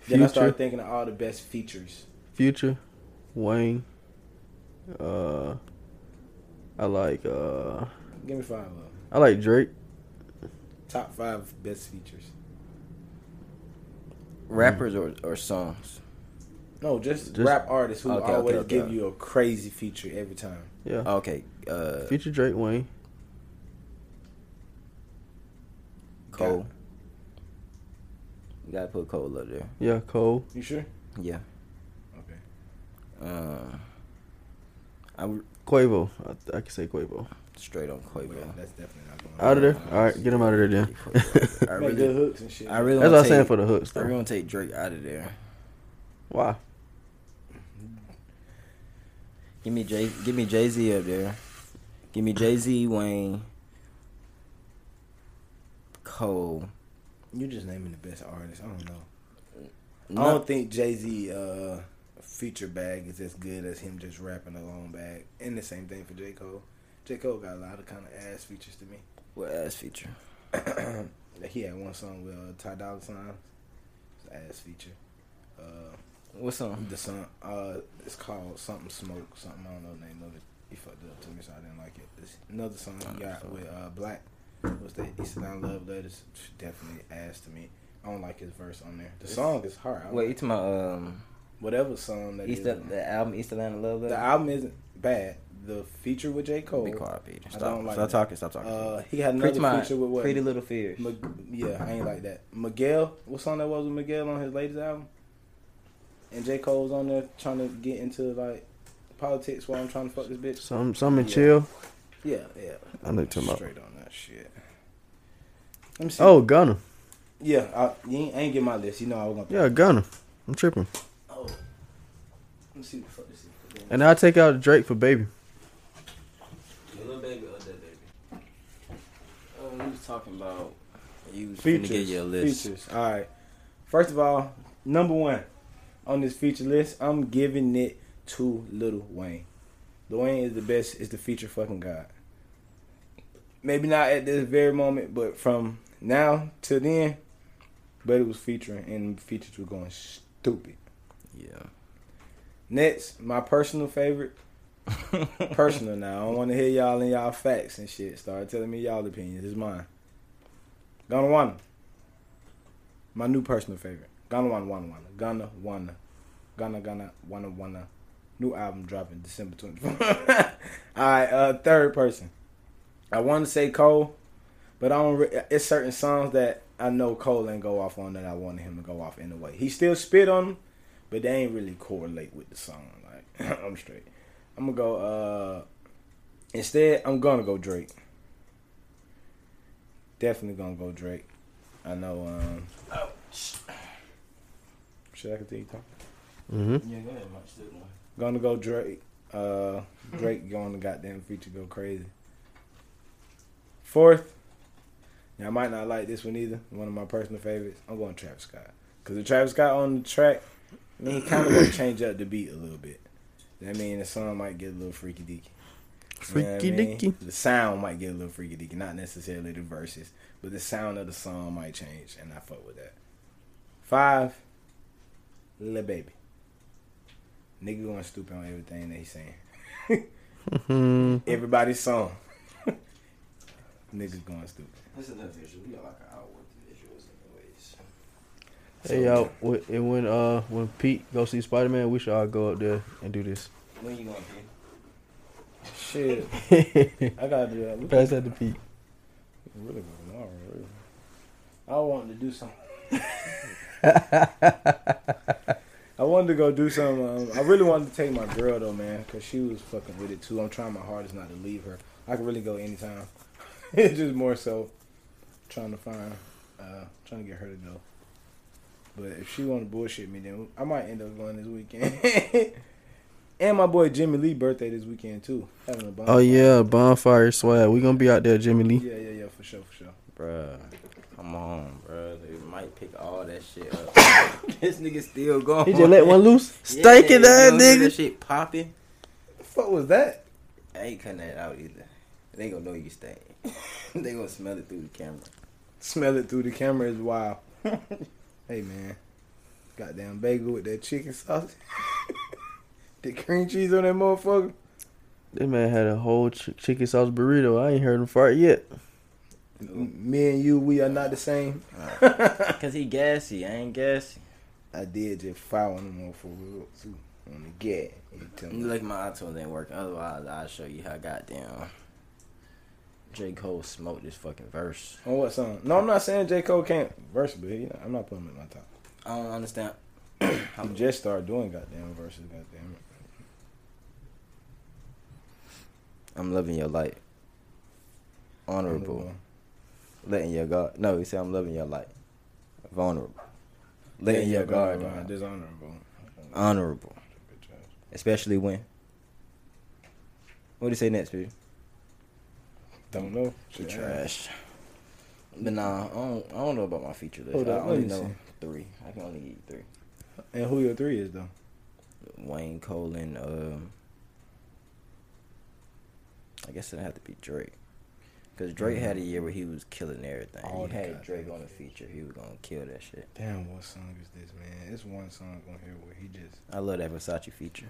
S3: Then I
S2: Future.
S3: started thinking of all the best features.
S2: Future, Wayne. Uh, I like uh,
S3: Give me five of them.
S2: I like Drake.
S3: Top five best features.
S1: Rappers or, or songs?
S3: No, just,
S2: Just-
S3: rap artists who
S1: Okay, okay,
S3: always
S1: okay.
S3: give you a crazy feature every time.
S2: Yeah,
S1: Okay. Uh,
S2: Future, Drake, Wayne.
S1: Cole. You gotta put Cole up there.
S2: Yeah, Cole.
S3: You sure?
S1: Yeah.
S3: Okay.
S1: Um, I'm
S2: Quavo. I, I can say Quavo.
S1: straight on
S3: Well,
S1: Quavo.
S3: that's definitely not going
S2: Out of there. All right, get him out of there then.
S1: I
S3: Make good
S1: really,
S3: hooks and shit.
S1: I really.
S2: That's
S1: wanna
S2: what I'm saying
S1: take-
S2: for the hooks.
S1: I really
S2: Though.
S1: want to take Drake out of there.
S2: Why?
S1: Give me Jay. Give me Jay Z up there. Give me Jay Z, Wayne, Cole.
S3: You just naming the best artists. I don't know. I
S1: No,
S3: don't think Jay Z uh, feature bag is as good as him just rapping alone bag. And the same thing for J Cole. J Cole got a lot of kind of ass features to me.
S1: what ass feature?
S3: Like he had one song with uh, Ty Dolla Sign, It's an ass feature. Uh,
S1: What song?
S3: the song uh, it's called something smoke something. I don't know the name of it. He fucked it up to me, so I didn't like it. It's another song he got with uh, Black. What's that? He said I love letters. Definitely ass to me. I don't like his verse on there. The song is hard. I don't
S1: Wait, you
S3: like-
S1: talking about um
S3: whatever song that
S1: East
S3: is on-
S1: the album East Atlanta Love
S3: The
S1: Letter?
S3: album isn't bad. The feature with J. Cole.
S1: Be quiet, Peter.
S3: I
S1: Stop.
S3: don't like
S1: stop
S3: that.
S1: talking. Stop talking.
S3: Uh, he had another
S1: Pretty my
S3: feature with what?
S1: Pretty Little Fears.
S3: M- yeah, I ain't like that. Miguel, what song that was with Miguel on his latest album? And J. Cole's on there trying to get into like politics while I'm trying to fuck this bitch.
S2: Some, some and
S3: Yeah.
S2: chill.
S3: Yeah, yeah.
S2: I know what you're talking about.
S3: Straight on that shit. Let me see.
S2: Oh, Gunna.
S3: yeah. I, you ain't, I ain't get my list. You know I was gonna.
S2: Yeah, Gunna. I'm tripping.
S3: Oh. Let me see what the fuck this is.
S2: And I take out Drake for baby.
S1: Little baby or that baby? Oh, we was talking about you. Features.
S3: Features.
S1: Get your list.
S3: Features. All right. First of all, number one on this feature list, I'm giving it to Little Wayne. Lil Wayne is the best. Is the feature fucking god. Maybe not at this very moment, but from now to then, but it was featuring and features were going stupid.
S1: Yeah.
S3: Next, my personal favorite. personal now. I don't want to hear y'all and y'all facts and shit. Start telling me y'all opinions. It's mine. Ghana Wana. My new personal favorite. Ghana Wana Wana Wana. Ghana Wana. Ghana Ghana Wana Wana. New album dropping December 24th. Alright, uh, third person. I want to say Cole, but I don't. Re- it's certain songs that I know Cole ain't go off on that I wanted him to go off anyway. He still spit on them, but they ain't really correlate with the song. Like I'm straight. I'm gonna go. uh Instead, I'm gonna go Drake. Definitely gonna go Drake. I know. um Should I continue talking?
S2: Mm-hmm.
S1: Yeah, go ahead, Mike. Still one.
S3: Gonna go Drake. Uh, Drake going to goddamn feature go crazy. Fourth, now I might not like this one either. One of my personal favorites. I'm going Travis Scott because the Travis Scott on the track, I mean, he kind of gonna change up the beat a little bit. That mean the song might get a little freaky deaky. You know what I
S2: Freaky
S3: mean?
S2: deaky.
S3: The sound might get a little freaky deaky. Not necessarily the verses, but the sound of the song might change, and I fuck with that. Five, Lil Baby. Nigga going stupid on everything that he's saying.
S2: Mm,
S3: Everybody's song. Niggas going stupid.
S1: That's enough visual. We got like an hour worth of visuals, anyways.
S2: hey y'all, wh- and when uh when Pete go see Spider Man, we should all go up there and do this.
S1: When you going to
S3: Shit,
S2: Pass
S3: I gotta do that. We
S2: that to Pete.
S3: can really go tomorrow, really. I wanted to do something. I wanted to go do something. Um, I really wanted to take my girl though, man, because she was fucking with it too. I'm trying my hardest not to leave her. I could really go anytime. it's just more so trying to find, uh, trying to get her to go. But if she want to bullshit me, then I might end up going this weekend. and my boy Jimmy Lee birthday this weekend too. Having a
S2: Oh
S3: bonfire.
S2: yeah, bonfire swag. We gonna be out there, Jimmy Lee.
S3: Yeah, yeah, yeah, for sure, for sure.
S1: Bruh, come on, bruh. They might pick all that shit up. this nigga still going.
S2: He just let one loose,
S1: Yeah,
S2: stinking that
S1: you know, That
S2: nigga.
S1: shit popping.
S3: The fuck was that?
S1: I ain't cutting that out either. They gonna know you stink. they gonna smell it through the camera.
S3: Smell it through the camera is wild. hey man, goddamn bagel with that chicken sauce, the cream cheese on that motherfucker.
S2: This man had a whole ch- chicken sauce burrito. I ain't heard him fart yet.
S3: Me and you, we are not the same.
S1: Cause he gassy. I ain't gassy.
S3: I did just fire on them for real too on the gas. You tell me.
S1: Look, my iTunes ain't working. Otherwise, I'll show you how goddamn J Cole smoked this fucking verse.
S3: On what song? No, I'm not saying J Cole can't verse, but you know, I'm not putting him in my top.
S1: I don't understand.
S3: He just started doing goddamn verses, goddamn it.
S1: I'm loving your light. Honorable. Letting your guard. No, he said I'm loving your light. Vulnerable. Letting your Uh. guard
S3: Dishonorable.
S1: down.
S3: Dishonorable.
S1: Honorable. Especially when. What do you say next, bitch?
S3: Don't know.
S1: You
S3: Shit,
S1: trash. But nah, I don't, I don't know about my feature list.
S3: Hold
S1: I
S3: up, let
S1: only
S3: me
S1: know
S3: see.
S1: three. I can only eat three.
S3: And who your three is though?
S1: Wayne Cole and um, I guess it'd have to be Drake, because Drake had a year where he was killing everything.
S3: Mm. All
S1: he
S3: the
S1: had
S3: goddamn
S1: Drake on the feature. He was gonna kill that shit.
S3: Damn, what song is this, man? It's one song on here where he just
S1: I love that Versace feature.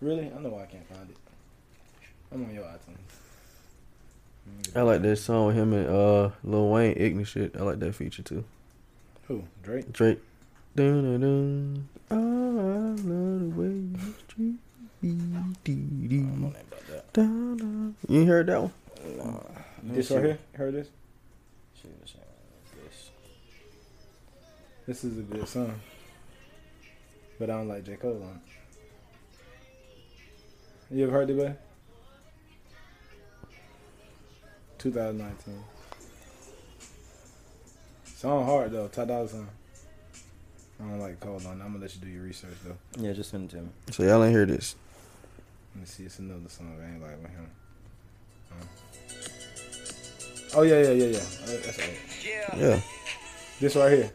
S3: really. I know why I can't find it. I'm on your iTunes.
S2: I like that song with him and uh Lil Wayne Ignis shit. I like that feature too.
S3: Who? Drake.
S2: Drake. Dun, dun, dun. Oh, I love the way you treat me. Dee,
S1: I
S2: dee.
S1: don't know nothing about that.
S2: Dun, dun. You ain't heard that one?
S1: No.
S3: This right here. Heard this?
S1: She was saying this.
S3: This is a good song. But I don't like J. Cole on it. You ever heard it, bud? 2019. Song hard, though. Ty Dolla Sign. I don't like Cole on it. I'm going to let you do your research, though.
S1: Yeah, just send it to me.
S2: So y'all ain't heard this.
S3: Let me see. It's another song I ain't like with him. Huh? Oh, yeah, yeah, yeah, yeah. Uh, That's all.
S2: Yeah.
S3: This right here.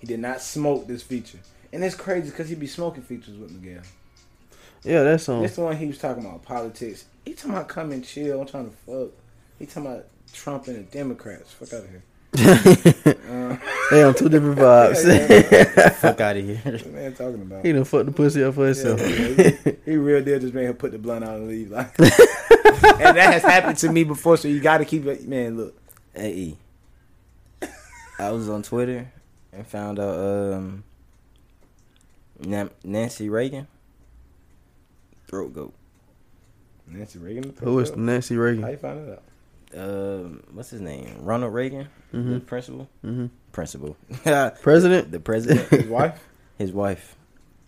S3: He did not smoke this feature. And it's crazy because he be smoking features with Miguel.
S2: Yeah, that song.
S3: This the one he was talking about politics. He talking about come and chill. I'm trying to fuck. He talking about Trump and the Democrats. Fuck out of here. Uh,
S2: they on two different vibes.
S1: Fuck out of here.
S3: what the man talking about?
S2: Uh, he done fucked the pussy up for
S3: Yeah,
S2: himself.
S3: he, he real deal just made her put the blunt out and leave. Like, and that has happened to me before. So you got to keep it. Man, look.
S1: Hey, E. I was on Twitter and found out um, Nam- Nancy Reagan, throat goat.
S3: Nancy Reagan.
S2: Who is Nancy
S3: How
S2: Reagan?
S3: you find it out?
S1: Um, what's his name? Ronald Reagan,
S2: Mhm.
S1: the principal.
S2: hmm
S1: Principal, the
S2: President?
S1: president,
S3: His wife.
S1: his wife,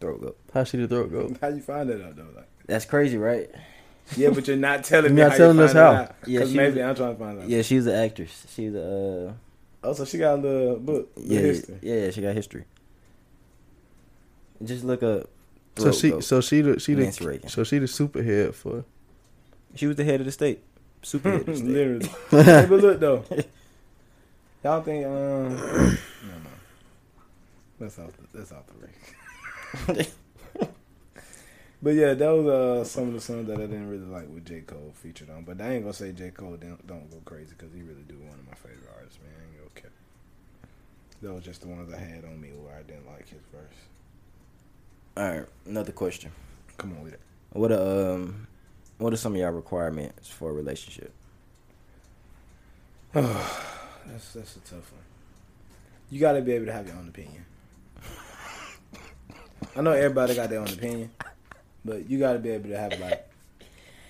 S1: throat goat.
S2: How she the throat go?
S3: How you find that out though? Like.
S1: That's crazy, right?
S3: Yeah, but you're not telling
S2: You're
S3: me.
S2: not
S3: how
S2: telling
S3: you
S2: us
S3: find
S2: how.
S3: it out.
S1: Yeah,
S3: 'Cause
S1: she-
S3: maybe I'm trying to find out.
S1: Yeah, she's an actress. She's a uh,
S3: Oh, so she got a little book. Yeah.
S1: yeah,
S3: History.
S1: yeah, yeah. She got history. Just look up.
S2: So
S1: Throat
S2: she,
S1: Goat.
S2: so she the she the
S1: Nancy Reagan.
S2: so she the superhead for
S1: She was the head of the state. Super head of
S2: Hmm,
S1: the state.
S3: Literally. hey, but look though. Y'all think? Um, no, no. That's off. The, that's off the record. But yeah, those are some of the songs that I didn't really like with J Cole featured on. But I ain't gonna say J Cole don't, don't go crazy because he really do one of my favorite artists, man. I ain't gonna cap. Those just the ones I had on me where I didn't like his verse.
S1: All right, another question.
S3: Come on with it.
S1: What are, um, what are some of y'all requirements for a relationship?
S3: That's that's a tough one. You gotta be able to have your own opinion. I know everybody got their own opinion, but you gotta be able to have like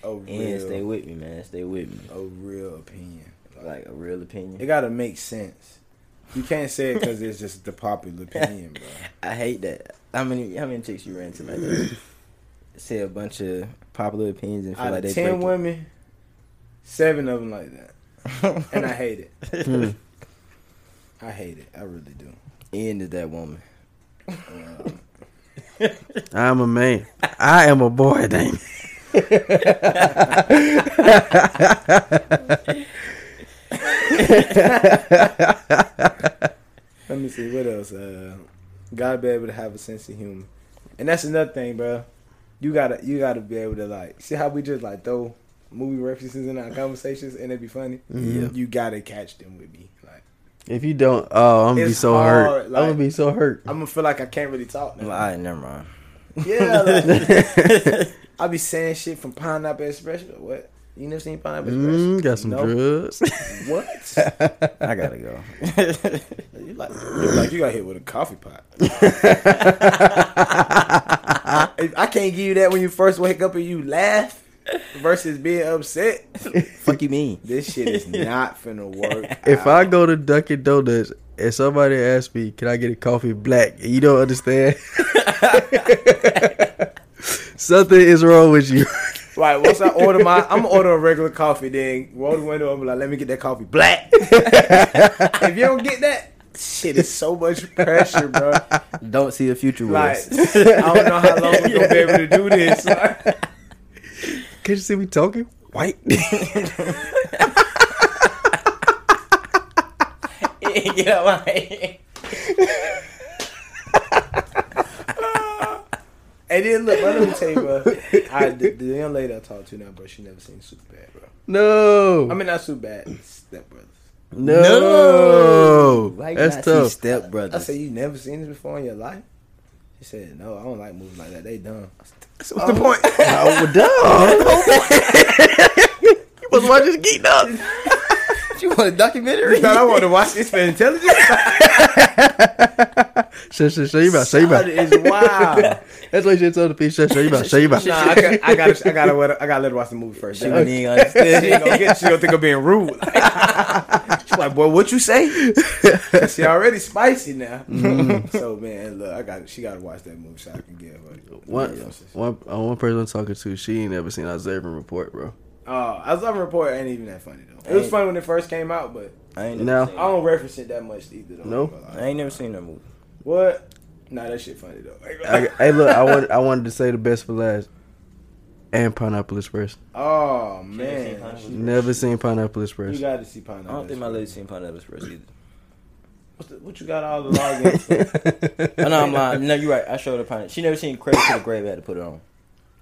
S3: a
S1: And stay
S3: real,
S1: with me, man. Stay with me.
S3: a real opinion.
S1: Like a real
S3: It
S1: opinion.
S3: gotta make sense. You can't say it because it's just the popular opinion, bro.
S1: I hate that. How many how many chicks you ran to like that? say a bunch of popular opinions and feel
S3: Out
S1: like they
S3: of ten
S1: break it.
S3: women, seven of them like that, and I hate it.
S2: Hmm.
S3: I hate it. I really do.
S1: End is that woman.
S2: I'm a man. I am a boy, dang.
S3: Let me see what else. Uh, gotta be able to have a sense of humor, and that's another thing, bro. You gotta you gotta be able to like see how we just like throw movie references in our conversations and it be funny.
S2: Mhm.
S3: You gotta catch them with me. Like
S2: If you don't, oh, I'm gonna be
S3: It's
S2: so
S3: hard,
S2: hurt. I'm
S3: like-
S2: gonna be so hurt.
S3: I'm gonna feel like I can't really talk now.
S1: All right, never mind.
S3: Yeah, like, I be saying shit from Pineapple Express. but What you never seen Pineapple Express?
S2: Mm, got some
S3: No.
S2: drugs.
S3: What?
S1: I gotta go.
S3: you like you like you got hit with a coffee pot. If I can't give you that when you first wake up and you laugh versus being upset.
S1: Fuck you mean?
S3: This shit is not finna work.
S2: If I go to Dunkin' Donuts and somebody asks me, "Can I get a coffee black?" and you don't understand, something is wrong with you.
S3: right, once I order my, I'm gonna order a regular coffee. Then roll the window and be like, "Let me get that coffee black." if you don't get that, shit is so much pressure, bro.
S1: Don't see the future with
S3: Like,
S1: us.
S3: I don't know how long we're gonna be able to do this.
S2: Can you see me talking? White.
S1: Get out my head.
S3: And then look, bro, let me tell you, bro. I, the, the young lady I talked to now, bro, she never seen Superbad, bro.
S2: No.
S3: I mean, not Superbad, Step Brothers.
S2: no.
S1: Like
S2: That's
S1: not see
S2: tough.
S1: Step
S3: I
S1: brothers.
S3: said, you never seen this before in your life? She said, no, I don't like movies like that. They dumb.
S2: So what's the point? Oh, duh. you must watch this geek up.
S1: you want a documentary?
S3: You thought I want to watch this for intelligence?
S2: Shut, shut, shut your mouth. Shut your
S3: That
S2: mouth.
S3: is wild.
S2: That's why you should tell the people. Shut, shut your mouth. Shut your mouth.
S3: Nah, I got, I got, I got to, let her, I got to let her watch the movie first.
S1: she
S3: She,
S1: wouldn't even understand.
S3: she ain't gonna get. She gonna think I'm being rude. She's like, boy, what you say? She already spicy now.
S2: Mm-hmm.
S3: so man, look, I got. She got to watch that movie so I can give her.
S2: One, one, uh, one person I'm talking to, she ain't never seen Observing Report, bro.
S3: Oh, I love report. Ain't even that funny though. It was funny when it first came out, but
S1: I ain't
S2: No.
S1: never seen
S3: I don't reference it that much either. Though.
S2: No.
S1: that. I ain't never seen that movie.
S3: What? Nah, that shit funny though.
S2: I, hey, look, I wanted, I wanted to say the best for last, and Pineapple Express.
S3: oh
S1: never seen
S3: man,
S1: Pineapple
S2: Never seen Pineapple
S3: you
S2: Express.
S3: got to see Pineapple.
S1: I don't think my lady seen Pineapple Express either.
S3: What's the, what you got all the logins? for?
S1: oh, no, I'm lying. No, you're right. I showed her Pineapple. She never seen Credit to the Grave. I had to put it on.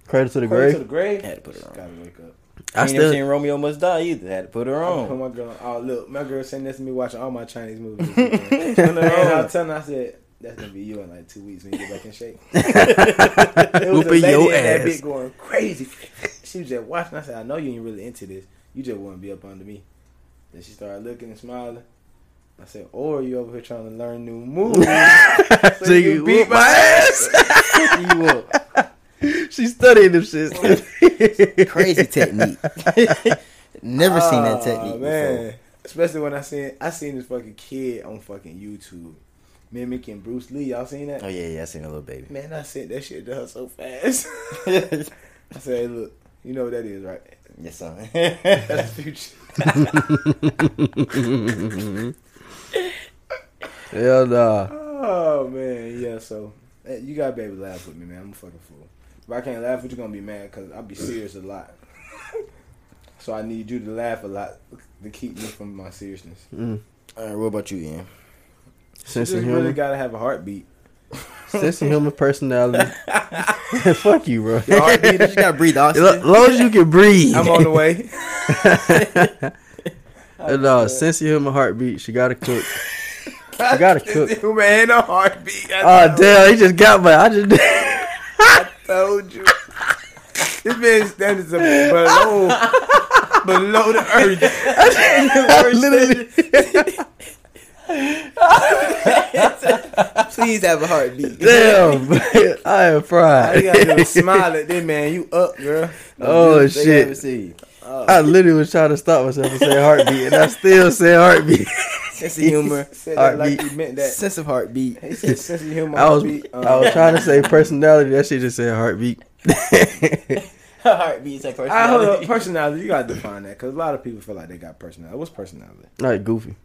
S2: Credit to the
S3: Cradle to the
S2: grave.
S3: grave.
S1: I had to put it on.
S3: Gotta wake up.
S1: I
S2: I
S1: ain't never
S2: still,
S1: seen Romeo Must Die either. I had to put her
S3: I put
S1: on.
S3: my girl. on- Oh look, my girl sent this to me watching all my Chinese movies. and I was telling her, I said, "That's gonna be you in like two weeks when you get back in shape." it was a
S2: Whooping
S3: lady
S2: your
S3: in that
S2: ass.
S3: bit going crazy. She was just watching. I said, "I know you ain't really into this. You just want to be up under me." Then she started looking and smiling. I said, "Or you over here trying to learn new moves?" so
S2: So you whoop my ass.
S3: you up.
S2: she studying them shits.
S1: Crazy technique. never seen that technique before.
S3: Oh, Especially when I seen I seen this fucking kid on fucking YouTube mimicking Bruce Lee. Y'all seen that?
S1: Oh yeah, yeah, I seen a little baby.
S3: Man, I sent that shit to her so fast.
S1: yes,
S3: I said, hey, look, you know what that is, right?
S1: son.
S3: That's future.
S2: Hell nah.
S3: Oh man, yeah. So eh, you gotta be able to laugh with me, man. I'm a fucking fool. If I can't laugh with you, gonna be mad because I be serious a lot. so I need you to laugh a lot to keep me from my seriousness.
S2: Mm.
S1: All right, what about you, Ian?
S2: Sense
S3: you
S2: of
S3: just
S2: humor.
S3: really gotta have a heartbeat.
S2: sense of humor, personality. Fuck you, bro.
S1: All right, you just gotta breathe
S2: As lo-
S1: oxygen.
S2: long as you can breathe.
S3: I'm on the way.
S2: no, sense of humor, heartbeat. She gotta cook. She gotta cook.
S3: man, a heartbeat. I
S2: Oh
S3: know.
S2: damn, he just got my. I just.
S3: told you. This man standards are below below the earth.
S2: literally.
S1: Please have a heartbeat.
S2: Damn, I am
S3: I gotta
S2: fried.
S3: just smile at this man. You up, girl.
S2: oh
S1: They never
S2: shit!
S1: see you.
S2: I literally was trying to stop myself from saying heartbeat, and I still say heartbeat.
S1: sense of humor,
S3: said that like
S2: Alright,
S3: he meant that.
S1: sense of heartbeat.
S3: He said sense of humor.
S2: I was
S3: beat, um,
S2: I was trying to say personality. That shit just said heartbeat.
S1: heartbeat and
S3: I hold up.
S1: personality.
S3: Personality, you gotta define that because a lot of people feel like they got personality. What's personality?
S2: Like goofy.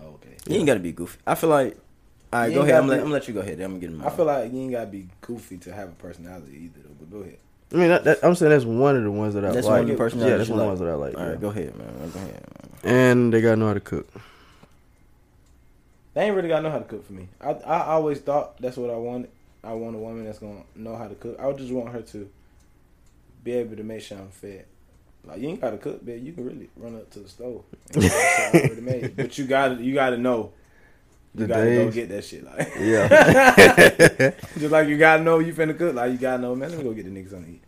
S3: Oh, okay.
S1: You ain't gotta be goofy. I feel like. All right,
S3: You
S1: go
S3: ain't
S1: ahead. I'm
S3: gotta
S1: let,
S3: be-
S1: I'm gonna let you go ahead. then I'm getting.
S3: I feel like you ain't gotta be goofy to have a personality either. Though, but go ahead.
S2: I mean, that, that, I'm saying that's one of the ones that I
S1: That's
S2: like.
S1: one of the personalities
S2: Yeah, that's
S1: you
S2: one of the
S1: like.
S2: ones that I like.
S1: All
S2: yeah.
S1: right, go ahead, man. Go ahead.
S2: And they gotta know how to cook.
S3: They ain't really gotta know how to cook for me. I I always thought that's what I wanted. I want a woman that's gonna know how to cook. I just want her to be able to make sure I'm fed. Like you ain't gotta cook, man. You can really run up to the stove. And get that shit I already made. But you gotta you gotta know. You
S2: The
S3: gotta go
S2: days.
S3: get that shit. Like
S2: Yeah.
S3: just like you gotta know you finna cook. Like you gotta know, man. Let me go get the niggas something to eat.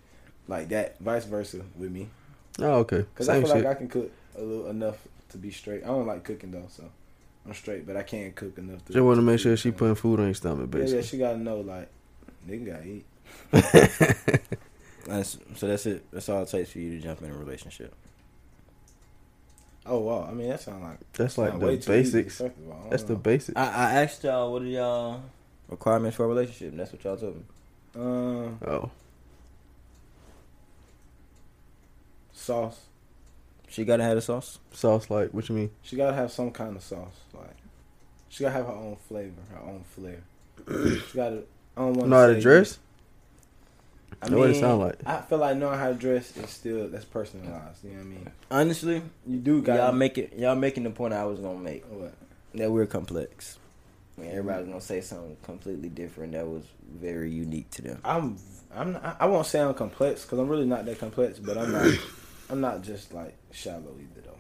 S3: Like that. Vice versa with me.
S2: oh, okay.
S3: Cause I
S2: Same
S3: feel
S2: shit.
S3: like I can cook a little enough to be straight. I don't like cooking though, so I'm straight. But I can't cook enough. To,
S2: Just want to make sure
S3: be
S2: she
S3: straight.
S2: putting food on your stomach,
S3: Yeah, yeah,
S2: basically.
S3: she gotta know like nigga gotta eat.
S1: That's, so that's it. That's all it takes for you to jump in a relationship.
S3: Oh wow, I mean that sounds like
S2: That's like
S3: sound
S2: the
S3: way too easy,
S2: basics.
S3: first of all. I don't
S2: That's the
S3: know.
S2: basic.
S1: I, I asked y'all what are y'all requirements for a relationship. and That's what y'all told me.
S3: um
S2: Oh,
S3: sauce.
S1: She gotta have the sauce.
S2: sauce like what you mean?
S3: She gotta have some kind of sauce. Like she gotta have her own flavor, her own flair. she gotta. I don't want
S2: Know how to dress?
S3: I
S2: Know what it
S3: mean,
S2: sound like.
S3: I feel like knowing how to dress is still that's personalized. You know what I mean?
S1: Honestly,
S3: You do got
S1: y'all make it. Y'all making the point I was gonna make
S3: what?
S1: that we're complex. I mean, everybody's gonna say something completely different that was very unique to them.
S3: I'm I'm not, I won't say I'm complex because I'm really not that complex, but I'm not I'm not just like shallow either though.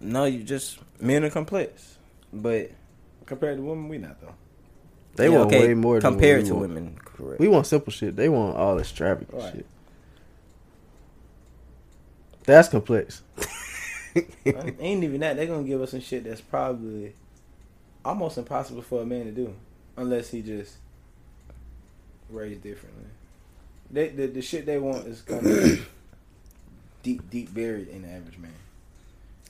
S1: No, you just men are complex, but
S3: Compared to women, we not though.
S2: They
S1: Yeah,
S2: want
S1: okay,
S2: way more than
S1: compared
S2: what we
S1: to
S2: want.
S1: women. Correct.
S2: We want simple shit. They want all extravagant
S3: Right.
S2: shit. That's complex.
S3: Ain't- ain't even that. They're gonna give us some shit that's probably almost impossible for a man to do, unless he just raised differently. They, the the shit they want is kind of deep deep buried in the average man.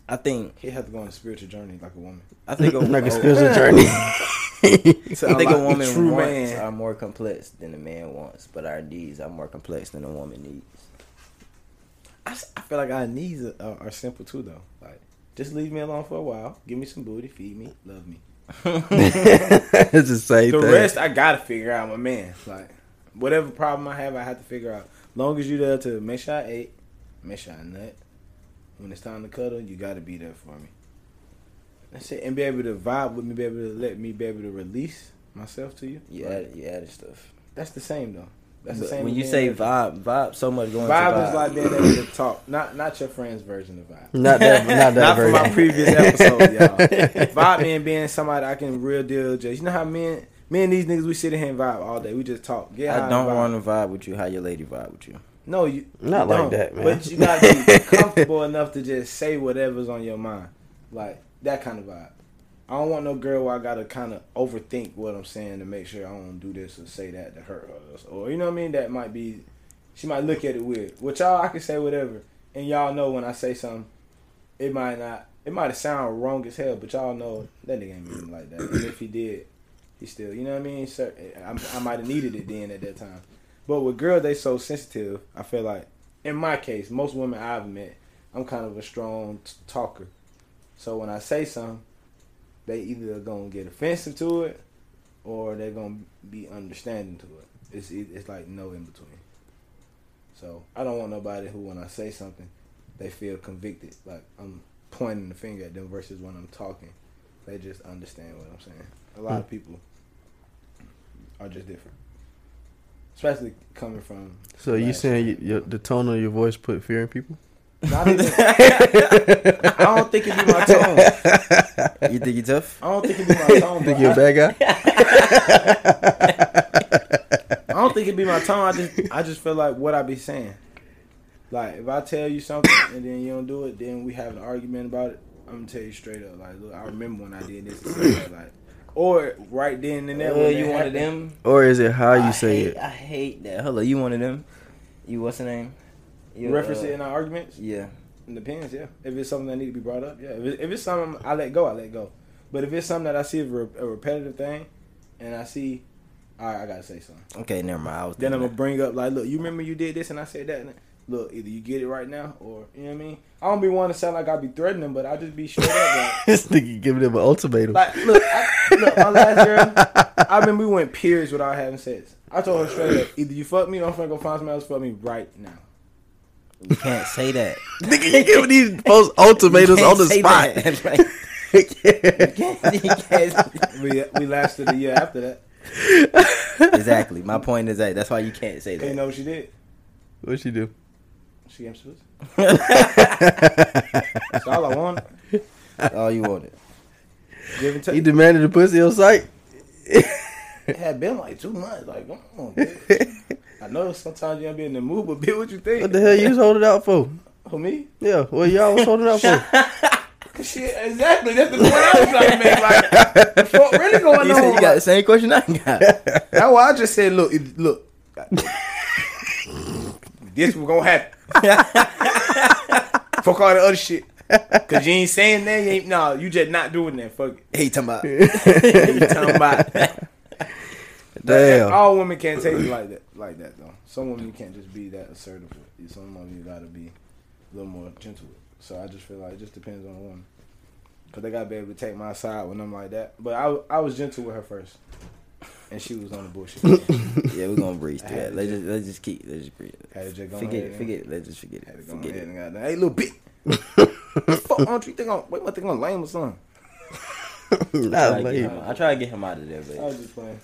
S1: I think.
S3: He has to go on a spiritual journey like a woman.
S1: I think. A,
S2: like
S3: oh.
S1: a-
S2: a spiritual journey.
S1: I think
S3: Unlock
S1: a
S3: the
S1: woman
S3: true
S1: wants
S3: man.
S1: are more complex than a man wants, but our needs are more complex than a woman needs.
S3: I, s- I feel like our needs are- are, are simple too though. Like just leave me alone for a while, give me some booty, feed me, love me.
S2: it's the same
S3: The
S2: thing.
S3: rest I gotta figure out, my man. Like whatever problem I have, I have to figure out. Long as you there to make sure I ate, make sure I nut. When it's time to cuddle, you gotta be there for me. That's it, and be able to vibe with me, be able to let me, be able to release myself to you.
S1: You
S3: Like,
S1: add, you added stuff.
S3: that's the same though. That's the
S1: But
S3: same.
S1: When
S3: as
S1: you
S3: being
S1: say
S3: able-
S1: vibe, vibe, so much going.
S3: vibe,
S1: to
S3: is like being able to talk. Not not your friend's version of vibe.
S2: Not that. Not that
S3: Not from
S2: version.
S3: my previous episode, y'all. vibe man being somebody I can real deal just you know how men me and these niggas we sit in here and vibe all day. We just talk. Get high
S1: I
S3: and
S1: don't
S3: vibe.
S1: want to vibe with you. How your lady vibe with you?
S3: No, you you
S2: Not like
S3: don't.
S2: that, man.
S3: But you gotta be comfortable enough to just say whatever's on your mind, like that kind of vibe. I don't want no girl where I gotta kind of overthink what I'm saying to make sure I don't do this or say that to hurt her, or you know what I mean. That might be, she might look at it weird. Which y'all, I can say whatever, and y'all know when I say something, it might not, it might sound wrong as hell, but y'all know that nigga ain't really like that. And if he did, he still, you know what I mean. So I, I might have needed it then at that time. But with girls, they so sensitive. I feel like, in my case, most women I've met, I'm kind of a strong t- talker. So when I say something, they either gonna get offensive to it, or they're gonna be understanding to it. It's it- it's like no in between. So I don't want nobody who, when I say something, they feel convicted. Like I'm pointing the finger at them versus when I'm talking, they just understand what I'm saying. A lot of people are just different, especially coming from.
S2: So you
S3: last
S2: saying you,
S3: year.
S2: your, the tone of your voice put fear in people?
S3: Not even, I don't think it be my tone. I
S1: You think you tough?
S3: don't think it be my tone. bro.
S2: Think you're a
S3: I,
S2: bad guy?
S3: I don't think it be my tone. I just I just feel like what I be saying. Like if I tell you something and then you don't do it, then we have an argument about it. I'm gonna tell you straight up. Like look, I remember when I did this. And said that, like, or right then and there.
S1: Uh,
S3: when
S1: you
S3: that
S1: one of
S3: happened.
S1: them?
S2: Or is it how you
S1: I
S2: say
S1: hate,
S2: it?
S1: I hate that. Hello, you one of them? You what's the name? You,
S3: Reference it
S1: uh,
S3: in our arguments.
S1: Yeah.
S3: It depends, yeah. If it's something that need to be brought up, yeah. If, it, if it's something I let go, I let go. But if it's something that I see as re- a repetitive thing, and I see, all right, I gotta say something.
S1: Okay, never mind. I was
S3: Then I'm
S1: thinking
S3: gonna bring up like, look, you remember you did this and I said that. And look, either you get it right now or you know what I mean. I don't be wanting to sound like I be threatening, but I just be straight up.
S2: this nigga giving him an ultimatum.
S3: Like, like look, I, look, my last girl, I mean, we went periods without having sex. I told her straight up, either you fuck me or I'm gonna go find somebody else to fuck me right now.
S1: You can't say that.
S2: nigga, you giving these folks ultimatums
S1: You can't
S2: on the
S1: say
S2: spot.
S1: that. Like, you can't-
S3: We we lasted a year after that.
S1: exactly. My point is that that's why you can't say
S3: And you
S1: that.
S3: know what she did?
S2: What she do?
S3: She gave me some pussy. That's all I want.
S1: All you wanted.
S3: Give and
S2: He
S3: take.
S2: demanded a pussy on site.
S3: It had been like two months. Like, come on, bitch. I know sometimes you don't be in the mood, but bitch, what you think?
S2: What the hell you was holding out for?
S3: For me?
S2: Yeah, well y'all was holding out for.
S3: Shit, exactly. That's the point I was trying to make. Like, the fuck really going
S1: You said
S3: on?
S1: you got the same question I got.
S3: That's why I just said, look, it, look. this was gonna happen. Fuck all the other shit. Cause you ain't saying that. You ain't, no, you just not doing that. Fuck it.
S1: He talking about.
S3: You talking about?
S2: Damn.
S3: All women can't take it like that. Like that though. Some women you can't just be that assertive with. Some women you gotta be a little more gentle with. So I just feel like it just depends on the woman. Cause they gotta be able to take my side when I'm like that. But I I was gentle with her first, and she was on the bullshit.
S1: Yeah, we're gonna breeze through
S3: I had to
S1: that. Let's just let's just keep let's just breeze.
S3: Had to just go
S1: Forget
S3: ahead
S1: it,
S3: and-
S1: forget it. Let's just forget
S3: Had
S1: it.
S3: to go
S1: Forget
S3: ahead
S1: it.
S3: and got that. Hey, little bitch. the fuck, don't you think I'm? Wait, what think I'm lame or something?
S1: I
S2: Not
S1: try, to get
S2: lame.
S1: him, I try to get him out of there,
S3: I was
S1: but
S3: just playing.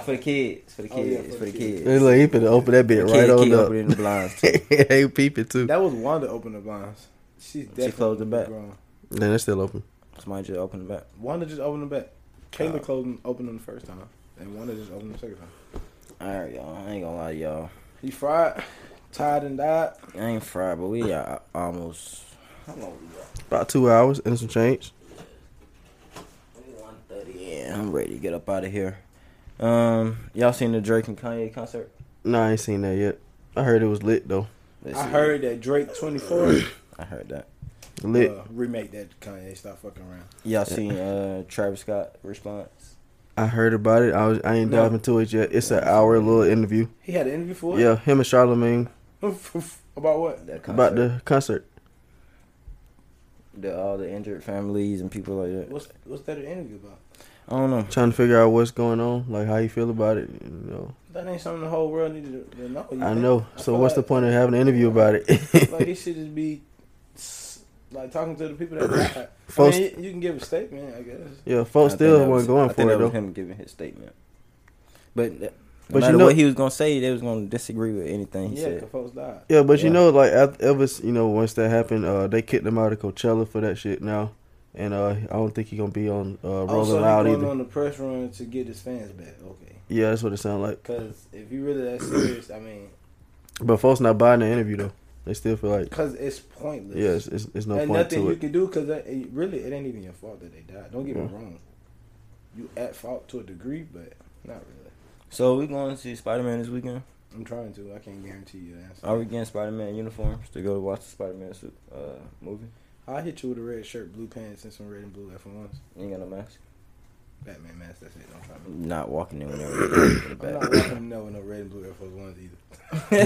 S1: for the kids, for the
S3: Oh, yeah,
S1: kids, for the kids.
S2: Hey, Look, he finna open that bit right
S1: The kids
S2: on
S1: keep
S2: up.
S1: opening the blinds. Too.
S2: hey, peeping too.
S3: That was Wanda opening the blinds. She's definitely
S1: closed the back.
S3: grown.
S2: Nah, that's still open.
S1: Somebody just opened the back.
S3: Wanda just opened the back. Kayla closed and opened them the first time, Oh. and Wanda just opened the second time.
S1: All right, y'all. I ain't gonna lie to y'all.
S3: He fried, tied and died.
S1: I ain't fried, but we are almost. How long we got?
S2: About two hours and some change.
S1: One thirty. Yeah, I'm ready to get up out of here. Um, y'all seen the Drake and Kanye concert?
S2: Nah, I ain't seen that yet. I heard it was lit though.
S1: Let's
S3: I
S1: see.
S3: heard that Drake 24
S1: I heard that.
S2: Lit.
S3: uh, remake that Kanye stop fucking around.
S1: Y'all seen uh Travis Scott response?
S2: I heard about it. I was I ain't
S3: No.
S2: diving into it yet. It's an hour little interview.
S3: He had an interview for it.
S2: Yeah, him and Charlemagne
S3: Yeah. About what?
S1: That concert.
S2: about the concert.
S1: the all the injured families and people like that.
S3: What's what's that an interview about?
S1: I don't know.
S2: Trying to figure out what's going on, like how you feel about it. You know,
S3: That ain't something the whole world needed to know. you
S2: I
S3: think?
S2: know.
S3: I
S2: So
S3: feel
S2: what's the
S3: like-
S2: point of having an interview about
S3: like
S2: it?
S3: he should just be s- like talking to the people that died. I
S2: Folks-
S3: mean, you, you can give a statement, I guess.
S2: yeah,
S1: I
S2: folks
S1: think
S2: still
S1: that
S2: wasn't
S1: was-
S2: going
S1: I
S2: for
S1: think
S2: it
S1: that was
S2: though.
S1: him giving his statement. But that,
S2: But you
S1: no matter
S2: know-
S1: what he was gonna say, they was gonna disagree with anything he
S3: Yeah, because
S1: said.
S3: folks died.
S2: Yeah, but you
S1: Yeah.
S2: know, like af- ever s- you know, once that happened, uh, they kicked him out of Coachella for that shit now, and uh, I don't think he gonna be on uh,
S1: Oh,
S2: Rolling
S3: Also, Oh, he
S2: Loud
S3: going
S2: either.
S3: on the press run to get his fans back. Okay,
S2: Yeah, that's what it sounded like.
S3: because if you really that serious, I mean,
S2: But folks not buying the interview though. They still feel like
S3: because it's pointless.
S2: yeah, it's, it's, it's no
S3: and
S2: point
S3: nothing
S2: to
S3: you
S2: it.
S3: can do because it, really it ain't even your fault that they died. Don't get me
S2: Mhm.
S3: wrong. You at fault to a degree, but not really.
S1: So we going to see Spider Man this weekend.
S3: I'm trying to. I can't guarantee you the answer.
S1: Are we getting Spider Man uniforms to go to watch the Spider Man uh, movie?
S3: I'll hit you with a red shirt, blue pants, and some red and blue F1s.
S1: You ain't got no mask.
S3: Batman mask. That's it. Don't try me.
S1: Not walking in whenever you get in the
S3: I'm
S1: back.
S3: not welcome no no red and blue Air Force Ones either.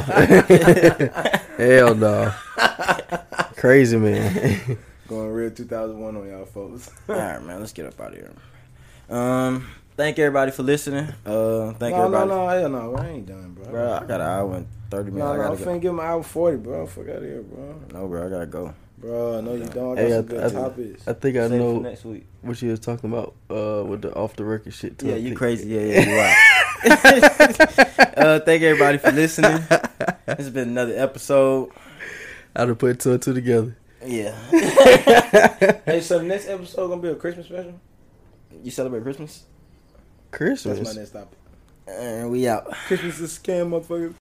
S2: Hell no. Hell no. Crazy man.
S3: Going real 2001 on y'all folks.
S1: All right, man. Let's get up out of here. Um, thank everybody for listening. Uh, thank
S3: no,
S1: everybody.
S3: no, no, hell no, bro, I ain't done, bro.
S1: Bro, I got an hour and thirty minutes.
S3: no,
S1: I
S3: no, I'm
S1: gotta go.
S3: finna give him hour 40, bro. Fuck out of here, bro.
S1: No, bro, I gotta go.
S3: Bro, no, you don't. I got
S2: Hey, I-
S3: some good
S2: I-
S3: topics.
S2: I think I
S1: Save it for
S2: know
S1: next week.
S2: what you was talking about uh, with the off the record shit too.
S1: Yeah, you crazy. Yeah, yeah, you right. uh, thank everybody for listening. This has been another episode.
S2: I'd have put two and two together.
S1: Yeah.
S3: hey, so the next episode gonna be a Christmas special?
S1: You celebrate Christmas?
S3: That's my
S2: Christmas.
S3: next topic.
S1: And we out.
S3: Christmas is a scam, motherfucker.